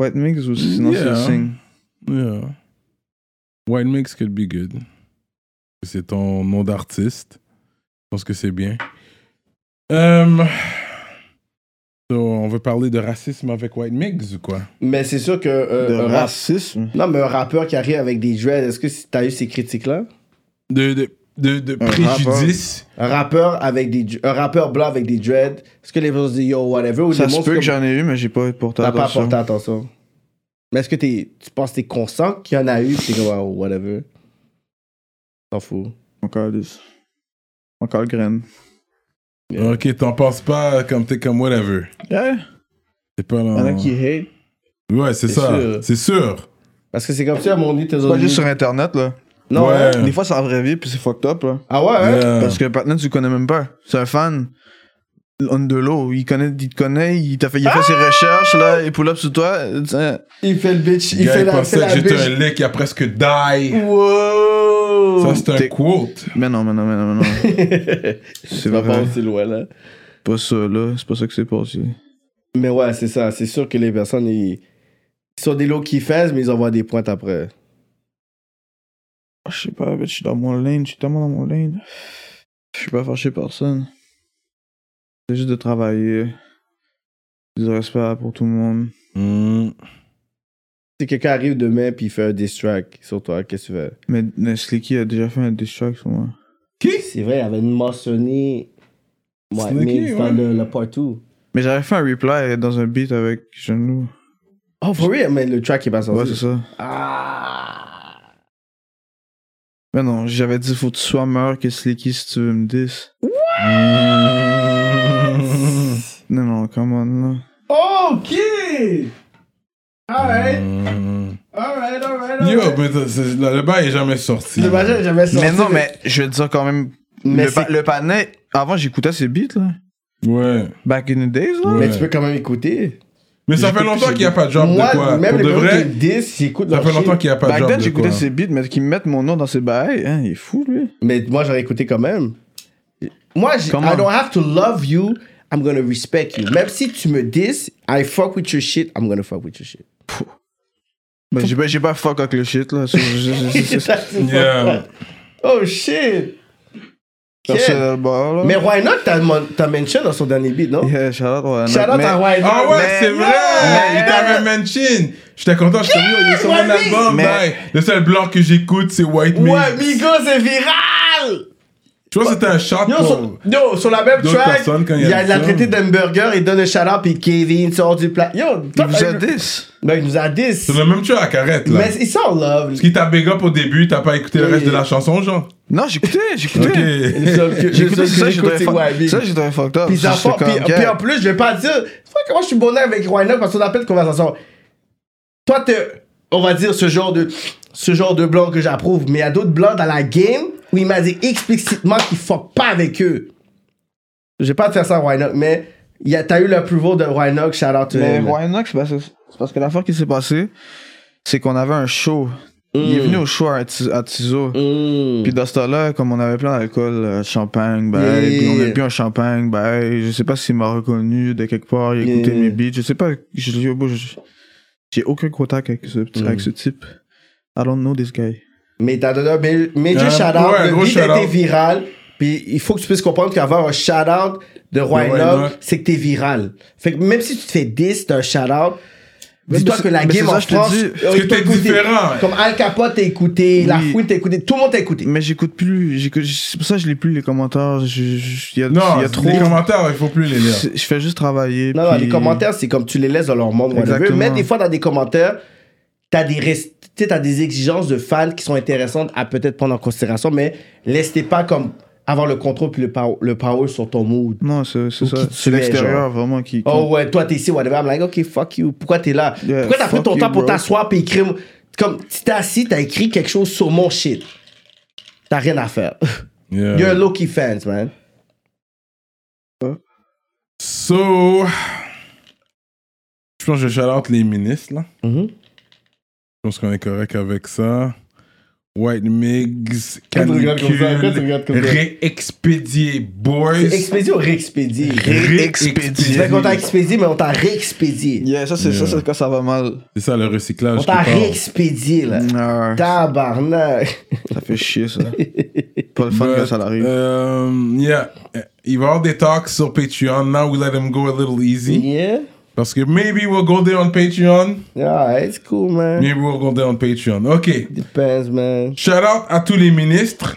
White Mix ou sinon c'est le Yeah. signe. Yeah. White Mix could be good. C'est ton nom d'artiste. Je pense que c'est bien. Euh, so, on veut parler de racisme avec White Mix ou quoi? Mais c'est sûr que. euh, De un rap- racisme. Non, mais un rappeur qui arrive avec des dreads, est-ce que si t'as eu ces critiques-là? De, de, de, de Un préjudice. Un rappeur avec des. dr- Un rappeur blanc avec des dreads, est-ce que les gens se disent yo, whatever? Ou Ça les se monstres peut que comme- j'en ai eu, mais j'ai pas porté T'as pas attention. porté attention. Mais est-ce que t'es- tu penses que t'es conscient qu'il y en a eu? pis T'es comme, wow, whatever. T'en fous. Encore des... Encore graine. Ok, t'en penses pas comme t'es comme whatever. Yeah. C'est pas Y'en a dans... qui hate. Ouais, c'est C'est ça. sûr. C'est sûr. Parce que c'est comme ça, mon lit, t'es Pas juste sur internet là. Non, Ouais. hein? Des fois c'est en vraie vie puis c'est fucked up là. Ah ouais, hein? Yeah. Parce que maintenant tu le connais même pas. C'est un fan. On de l'eau, il connaît, il te connaît, il t'a fait, il a fait ses recherches là, il pull up sur toi. euh, tiens. Il fait le bitch, il Gars, fait il la, fait pensait que la j'étais un bitch. lick, il a presque die. Wow! Ça, c'est un T'es- quote. Mais non, mais non, mais non, mais non. c'est C'est pas vrai. aussi loin, là. pas ça là, c'est pas ça que c'est passé. Mais ouais, c'est ça. C'est sûr que les personnes, ils, ils sont des low qui mais ils envoient des pointes après. Ah, Je sais pas, mais je suis dans mon lane, je suis tellement dans mon lane. Je suis pas fâché par personne. C'est juste de travailler. Du respect pour tout le monde. Hmm. Si quelqu'un arrive demain puis il fait un diss track sur toi, qu'est-ce que tu fais? Mais, mais Slicky a déjà fait un distract sur moi. C'est vrai, il avait mentionné. Ouais, Sneaky, mais dans ouais. le, partout. Mais j'avais fait un reply dans un beat avec Genou. Oh, for real? Mais le track est pas Ouais, sorti. c'est ça. Ah! Mais non, j'avais dit faut que tu sois meilleur que Slicky si tu veux me dis. Non, non, come on, là. Ok! Alright, Hmm. alright, alright. Yo, alright. mais ça, c'est- le bail est jamais sorti. J'imagine que j'avais sorti. Mais non, mais je veux dire quand même. Mais le, pa- c'est- le panais, avant j'écoutais ses beats, là. Ouais. Back in the days, là. Mais Ouais. tu peux quand même écouter. Mais ça fait J'écoute longtemps plus qu'il n'y a pas de job Moi, de quoi. même Pour les de gens vrai, qui me disent, j'écoute ça leur fait shit. longtemps qu'il n'y a pas de Back job then, de quoi. j'écoutais ses beats, mais qu'ils mettent mon nom dans ses bails, hein, il est fou, lui. Mais moi, j'aurais écouté quand même. Moi, j'ai- Comment? I don't have to love you, I'm gonna respect you. Même si tu me dis, I fuck with your shit, I'm gonna fuck with your shit. Mais Ben, j'ai pas, j'ai pas fuck avec le shit, là. C'est- c'est- c'est- c'est- c'est- Ça, c'est Yeah. pas- Oh shit! Personnel bar, là. Mais Why Not, t'as mon- t'as mention dans son dernier beat, non? Yeah, shout out, ouais, Shout out mais- à Why Not. Ah ouais, Mais- c'est vrai! Yeah! Il t'avait mention! J'étais content, j'étais venu, il est sur mon White Mix! album, Mais- bye! Le seul blanc que j'écoute, c'est White Mix. Ouais, Migo, c'est viral! Tu vois, c'était un shot Yo, pour... sur, yo, sur la même D'autres track, personnes, quand il il y a y a du la son. traité d'hamburger, il donne un shout-out, puis Kevin sort du plat. Yo, Il vous a dis. Ben, il nous a 10. C'est le même track, arrête, là. Mais ils sont en love. Parce qu'il t'a big up au début, t'as pas écouté le Oui. reste de la chanson, genre. Non, j'écoutais, j'écoutais. Ok. Le seul que- le J'écoutais seul que ça, j'écoute, j'étais c'est fuck- YB. ça, j'étais fucked up. Puis, ça J'étais fort, comme, puis, yeah. puis en plus, je vais pas dire. Tu vois comment je suis bonheur avec Rwanda parce qu'on a plein de conversations. Toi, t'es, on va dire, ce genre de, ce genre de blanc que j'approuve. Mais il y a d'autres blancs dans la game où il m'a dit explicitement qu'il fuck pas avec eux. Je vais pas te faire ça, Rwanda, mais il y a, t'as eu l'approval de Rwanda, shout out to Mais him. Why Not, c'est parce que, c'est parce que l'affaire qui s'est passée, c'est qu'on avait un show. Il est venu au show à, Tiz- à Tizo. Mm. Puis dans ce temps-là, comme on avait plein d'alcool, euh, champagne, bah, Yeah, yeah, puis on yeah. avait bu un champagne, bah, je sais pas s'il m'a reconnu de quelque part, il a Yeah, écouté yeah. mes beats, je sais pas, je lui ai dit, oh, bon, je- j'ai aucun contact avec ce, Mm. petit- avec ce type. I don't know this guy. Mais t'as donné un bel- major Euh, shout-out. ouais, le gros beat a été shout-out. viral. Puis il faut que tu puisses comprendre qu'avoir un shout-out de Roy Roy Knock, Knock. c'est que t'es viral. Fait que même si tu te fais 10, t'as un shout-out. Mais Dis-toi c'est- que la mais game c'est ça, en je te France. dis, euh, que ils t'ont t'es écouté. différent. Comme Al Capote t'a écouté, La Oui. Fouine t'a écouté, tout le monde t'a écouté. Mais j'écoute plus, j'écoute, c'est pour ça que je lis plus les commentaires, je- je- il y a, Non, il y a trop. les commentaires, il faut plus les lire. Je fais juste travailler. Non, non, puis- les commentaires, c'est comme tu les laisses dans leur monde. whatever. Exactement. Mais des fois, dans des commentaires, t'as des, rest- tu sais, t'as des exigences de fans qui sont intéressantes à peut-être prendre en considération, mais laisse tes pas comme avoir le contrôle puis le pow- le power sur ton mood. Non, c'est c'est Ou ça. qui tu C'est es, l'extérieur vraiment qui. Oh ouais, toi t'es ici, whatever. I'm like, ok, fuck you. Pourquoi t'es là? Yeah, Pourquoi t'as pris fuck ton you, temps pour bro. t'asseoir puis écrire Comme, si t'es assis, t'as écrit quelque chose sur mon shit. T'as rien à faire. Yeah. You're a low-key fans, man. So, je pense que je shout out les ministres, là. Mhm. Mm-hmm. Je pense qu'on est correct avec ça. White Migs, Pourquoi tu regardes comme ça? Pourquoi tu canicule, regardes comme ça? réexpédié, boys. Expédié ou réexpédié? Tu Réexpédié. sais qu'on t'a expédié, mais on t'a réexpédié. Yeah, ça, c'est ça, c'est quand ça va mal. C'est ça le recyclage. On qui t'a parle. réexpédié, là. Ah, Tabarnak. ça fait chier, ça. Pas le fun But, que ça arrive. euh, yeah. Il va y avoir des talks sur Patreon. Now we let them go a little easy. Yeah? Parce que maybe we'll go there on Patreon. Alright, it's cool, man. Maybe we'll go there on Patreon. OK. Depends, man. Shout out à tous les ministres.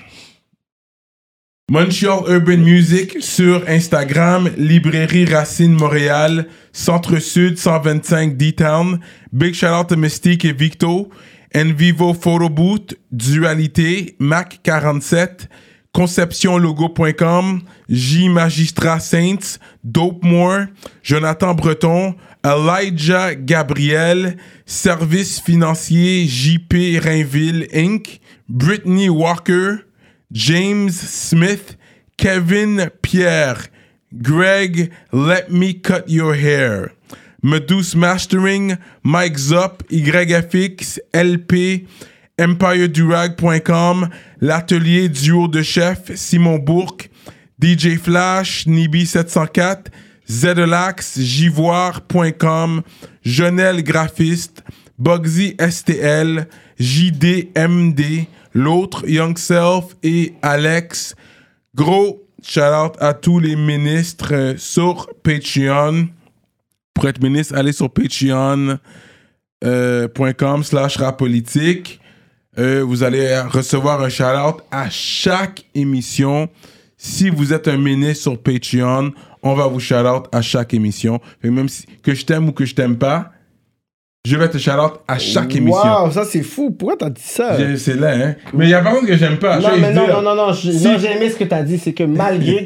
Montreal Urban Music sur Instagram, Librairie Racine Montréal, Centre-Sud 125 D-Town. Big shout out à Mystique et Victo, Envivo Photo Boot, Dualité, Mac 47, ConceptionLogo.com, J Magistrat Saints, Dope Moore, Jonathan Breton, Elijah Gabriel, Service Financier JP Rainville Inc., Brittany Walker, James Smith, Kevin Pierre, Greg Let Me Cut Your Hair, Meduse Mastering, Mike Zop, YFX, LP, EmpireDurag.com, L'Atelier Duo de Chef, Simon Bourque, DJ Flash, Nibi704, Zedelax, Jivoire.com, Jonel Graphiste, Bugsy STL, JDMD, l'autre Young Self et Alex. Gros shout out à tous les ministres euh, sur Patreon. Pour être ministre, allez sur patreon.com slash rapolitique. Euh, vous allez recevoir un shout out à chaque émission. Si vous êtes un ministre sur Patreon, on va vous shout out à chaque émission. Fait que même si, que je t'aime ou que je t'aime pas, je vais te shout out à chaque émission. Wow, ça c'est fou. Pourquoi t'as dit ça? J'ai- C'est là, hein. Mais il y a par contre que j'aime pas. Non, Je vais mais non, dire. non, non, non, je- euh, Si- non, j'ai aimé ce que t'as dit, c'est que malgré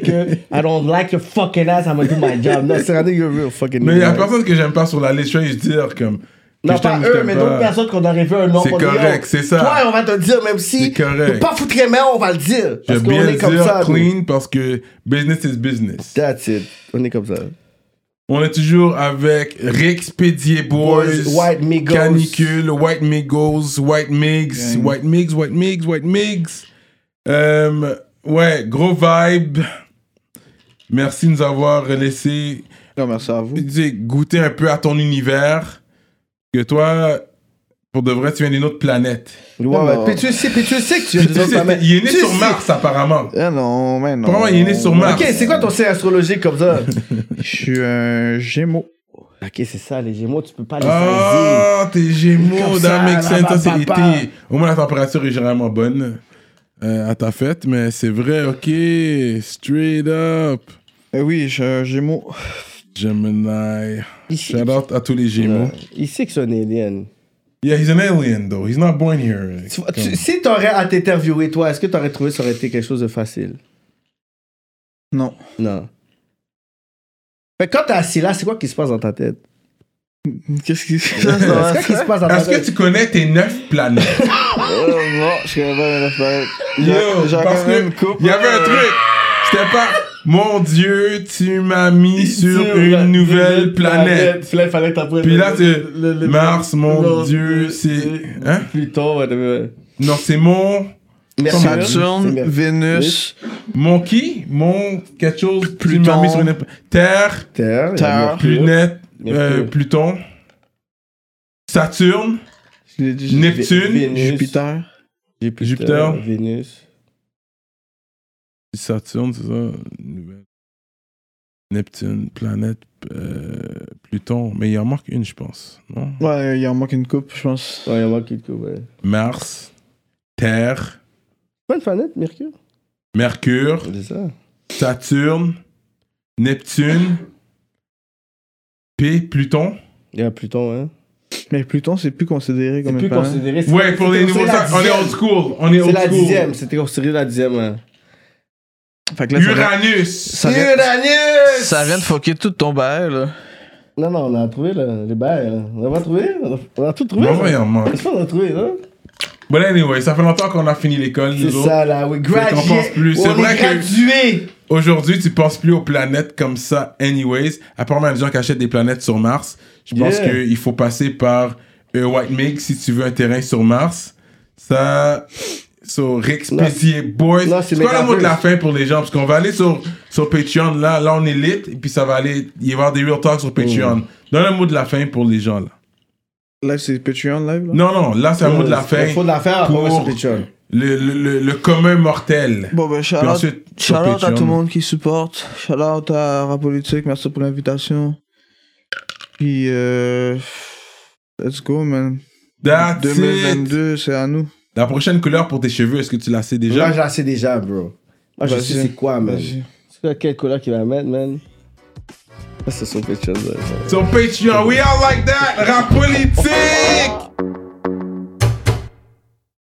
que I don't like your fucking ass, I'm gonna do my job. Non, c'est rendu you're a real fucking Mais il y a nigga. personne que j'aime pas sur la liste. Je vais dire comme. que Non, je t'aime pas ou je eux, t'aime mais pas. d'autres personnes qu'on aurait vu un nom. C'est qu'on dit, correct, oh, c'est ça. Toi, on va te le dire, même si. C'est correct. t'es Pas foutre les mains, on va le dire. Je vais Parce qu'on bien est comme dire ça. nous. clean parce que business is business. That's it. On est comme ça. On est toujours avec Réexpédié Boys, Boys, White Migos. Canicule, White Migos, White Migs, Gang. White Migs, White Migs, White Migs. Euh, ouais, gros vibe. Merci de nous avoir laissé Non, merci à vous. tu sais, goûter un peu à ton univers. Que toi, pour de vrai, tu viens d'une autre planète. Ouais, Non, ouais. non. Puis tu sais, puis tu sais que tu es Tu sais, il est né Tu sur sais- Mars, apparemment. Eh non, mais non. Vraiment, il est né sur Mars. Ok, c'est quoi ton signe astrologique comme ça? Je suis un Gémeaux. ok, c'est ça, les Gémeaux, tu peux pas les saisir. Ah, tes gémeaux, Comme that ça, makes sense. Ça, là-bas, c'est papa. été. Au moins, la température est généralement bonne euh, à ta fête, mais c'est vrai, ok. Straight up. Eh oui, je suis un Gémeaux. Gemini. Ici. Shout out à tous les gémeaux. Il sait que c'est un alien. Yeah, he's an alien, though. He's not born here. Tu vois, tu- si t'aurais à t'interviewer, toi, est-ce que t'aurais trouvé que ça aurait été quelque chose de facile? Non. Non. Fait que quand t'es assis là, c'est quoi qui se passe dans ta tête? Qu'est-ce qui se C'est quoi qui se passe dans ta Ah, Est-ce que tête? tu connais tes neuf planètes? Oh, Non, je connais pas la planète. Yo, parce que il y avait un truc. C'était pas mon Dieu, tu m'as mis sur une nouvelle planète. Puis là, il fallait que t'apprennes. Puis là, tu- le- le- Mars, mon le- Dieu, le- c'est- le- hein? Pluton, ouais, ouais. Non, c'est mon. Mercure. Saturne, C'est Mer- Vénus, Mon qui Mon quelque chose tu Pluton. m'as mis sur une ép- Terre, Terre. il y a Terre. Mercure. Lunette, euh, Mercure. Pluton, Saturne, je l'ai dit, Neptune, Vénus. Jupiter. Jupiter. Jupiter. Vénus. Saturne, c'est ça Nouvelle. Neptune, planète, euh, Pluton. Mais il en manque une, je pense. Non Ouais, il en manque une coupe, je pense. Ouais, il y en a quelques, ouais. Mars, Terre, Pas une planète, Mercure? Mercure, C'est ça. Saturne, Neptune, P, Pluton. Il y a Pluton, hein. Mais Pluton, c'est plus considéré C'est comme plus une planète. considéré. c'est- Ouais, pour les c'est nouveaux la sacs, on est dixième. old school. On est C'est old la dixième, school. c'était considéré la dixième. hein. Fait que là, ça vient- Uranus. ça vient- Uranus! ça vient de fucker tout ton bail, là. Non, non, on a trouvé là, les bails. là. On a pas trouvé On a- On a tout trouvé Non, là. voyons, man. Je pense qu'on a trouvé, là. But anyway, ça fait longtemps qu'on a fini l'école, C'est nous autres. ça, là, oui. Fait qu'on pense Gradué. plus. C'est On vrai est que- gradué. Aujourd'hui, tu penses plus aux planètes comme ça, anyways. Apparemment, il y a des gens qui achètent des planètes sur Mars. Je pense Yeah. qu'il faut passer par euh, White Mix si tu veux un terrain sur Mars. Ça. So, Rex Non. Pessier, boys. Non, c'est c'est quoi le méga mot de la plus. fin pour les gens? Parce qu'on va aller sur, sur Patreon, là. Là, on est lit. Et puis, ça va aller. Il va y avoir des real talks Oh. sur Patreon. Donne le mot de la fin pour les gens, là. Live, c'est Patreon live là? Non, non, là, c'est un mot de la fin. Il faut de la faire pour pour sur Patreon. le, le, le, le commun mortel. Bon, ben, shout Puis out, ensuite, sur à Patreon. tout le monde qui supporte. Shout out à Rapolitique, merci pour l'invitation. Puis, euh, let's go, man. That's it. 2022, c'est à nous. La prochaine couleur pour tes cheveux, est-ce que tu la sais déjà? Moi, je la sais déjà, bro. Moi, je Vas-y. sais c'est quoi, man. Vas-y. C'est quoi, quelle couleur qu'il va mettre, man Ça, c'est sur Patreon, là. sur Patreon. We are like that, rap politique.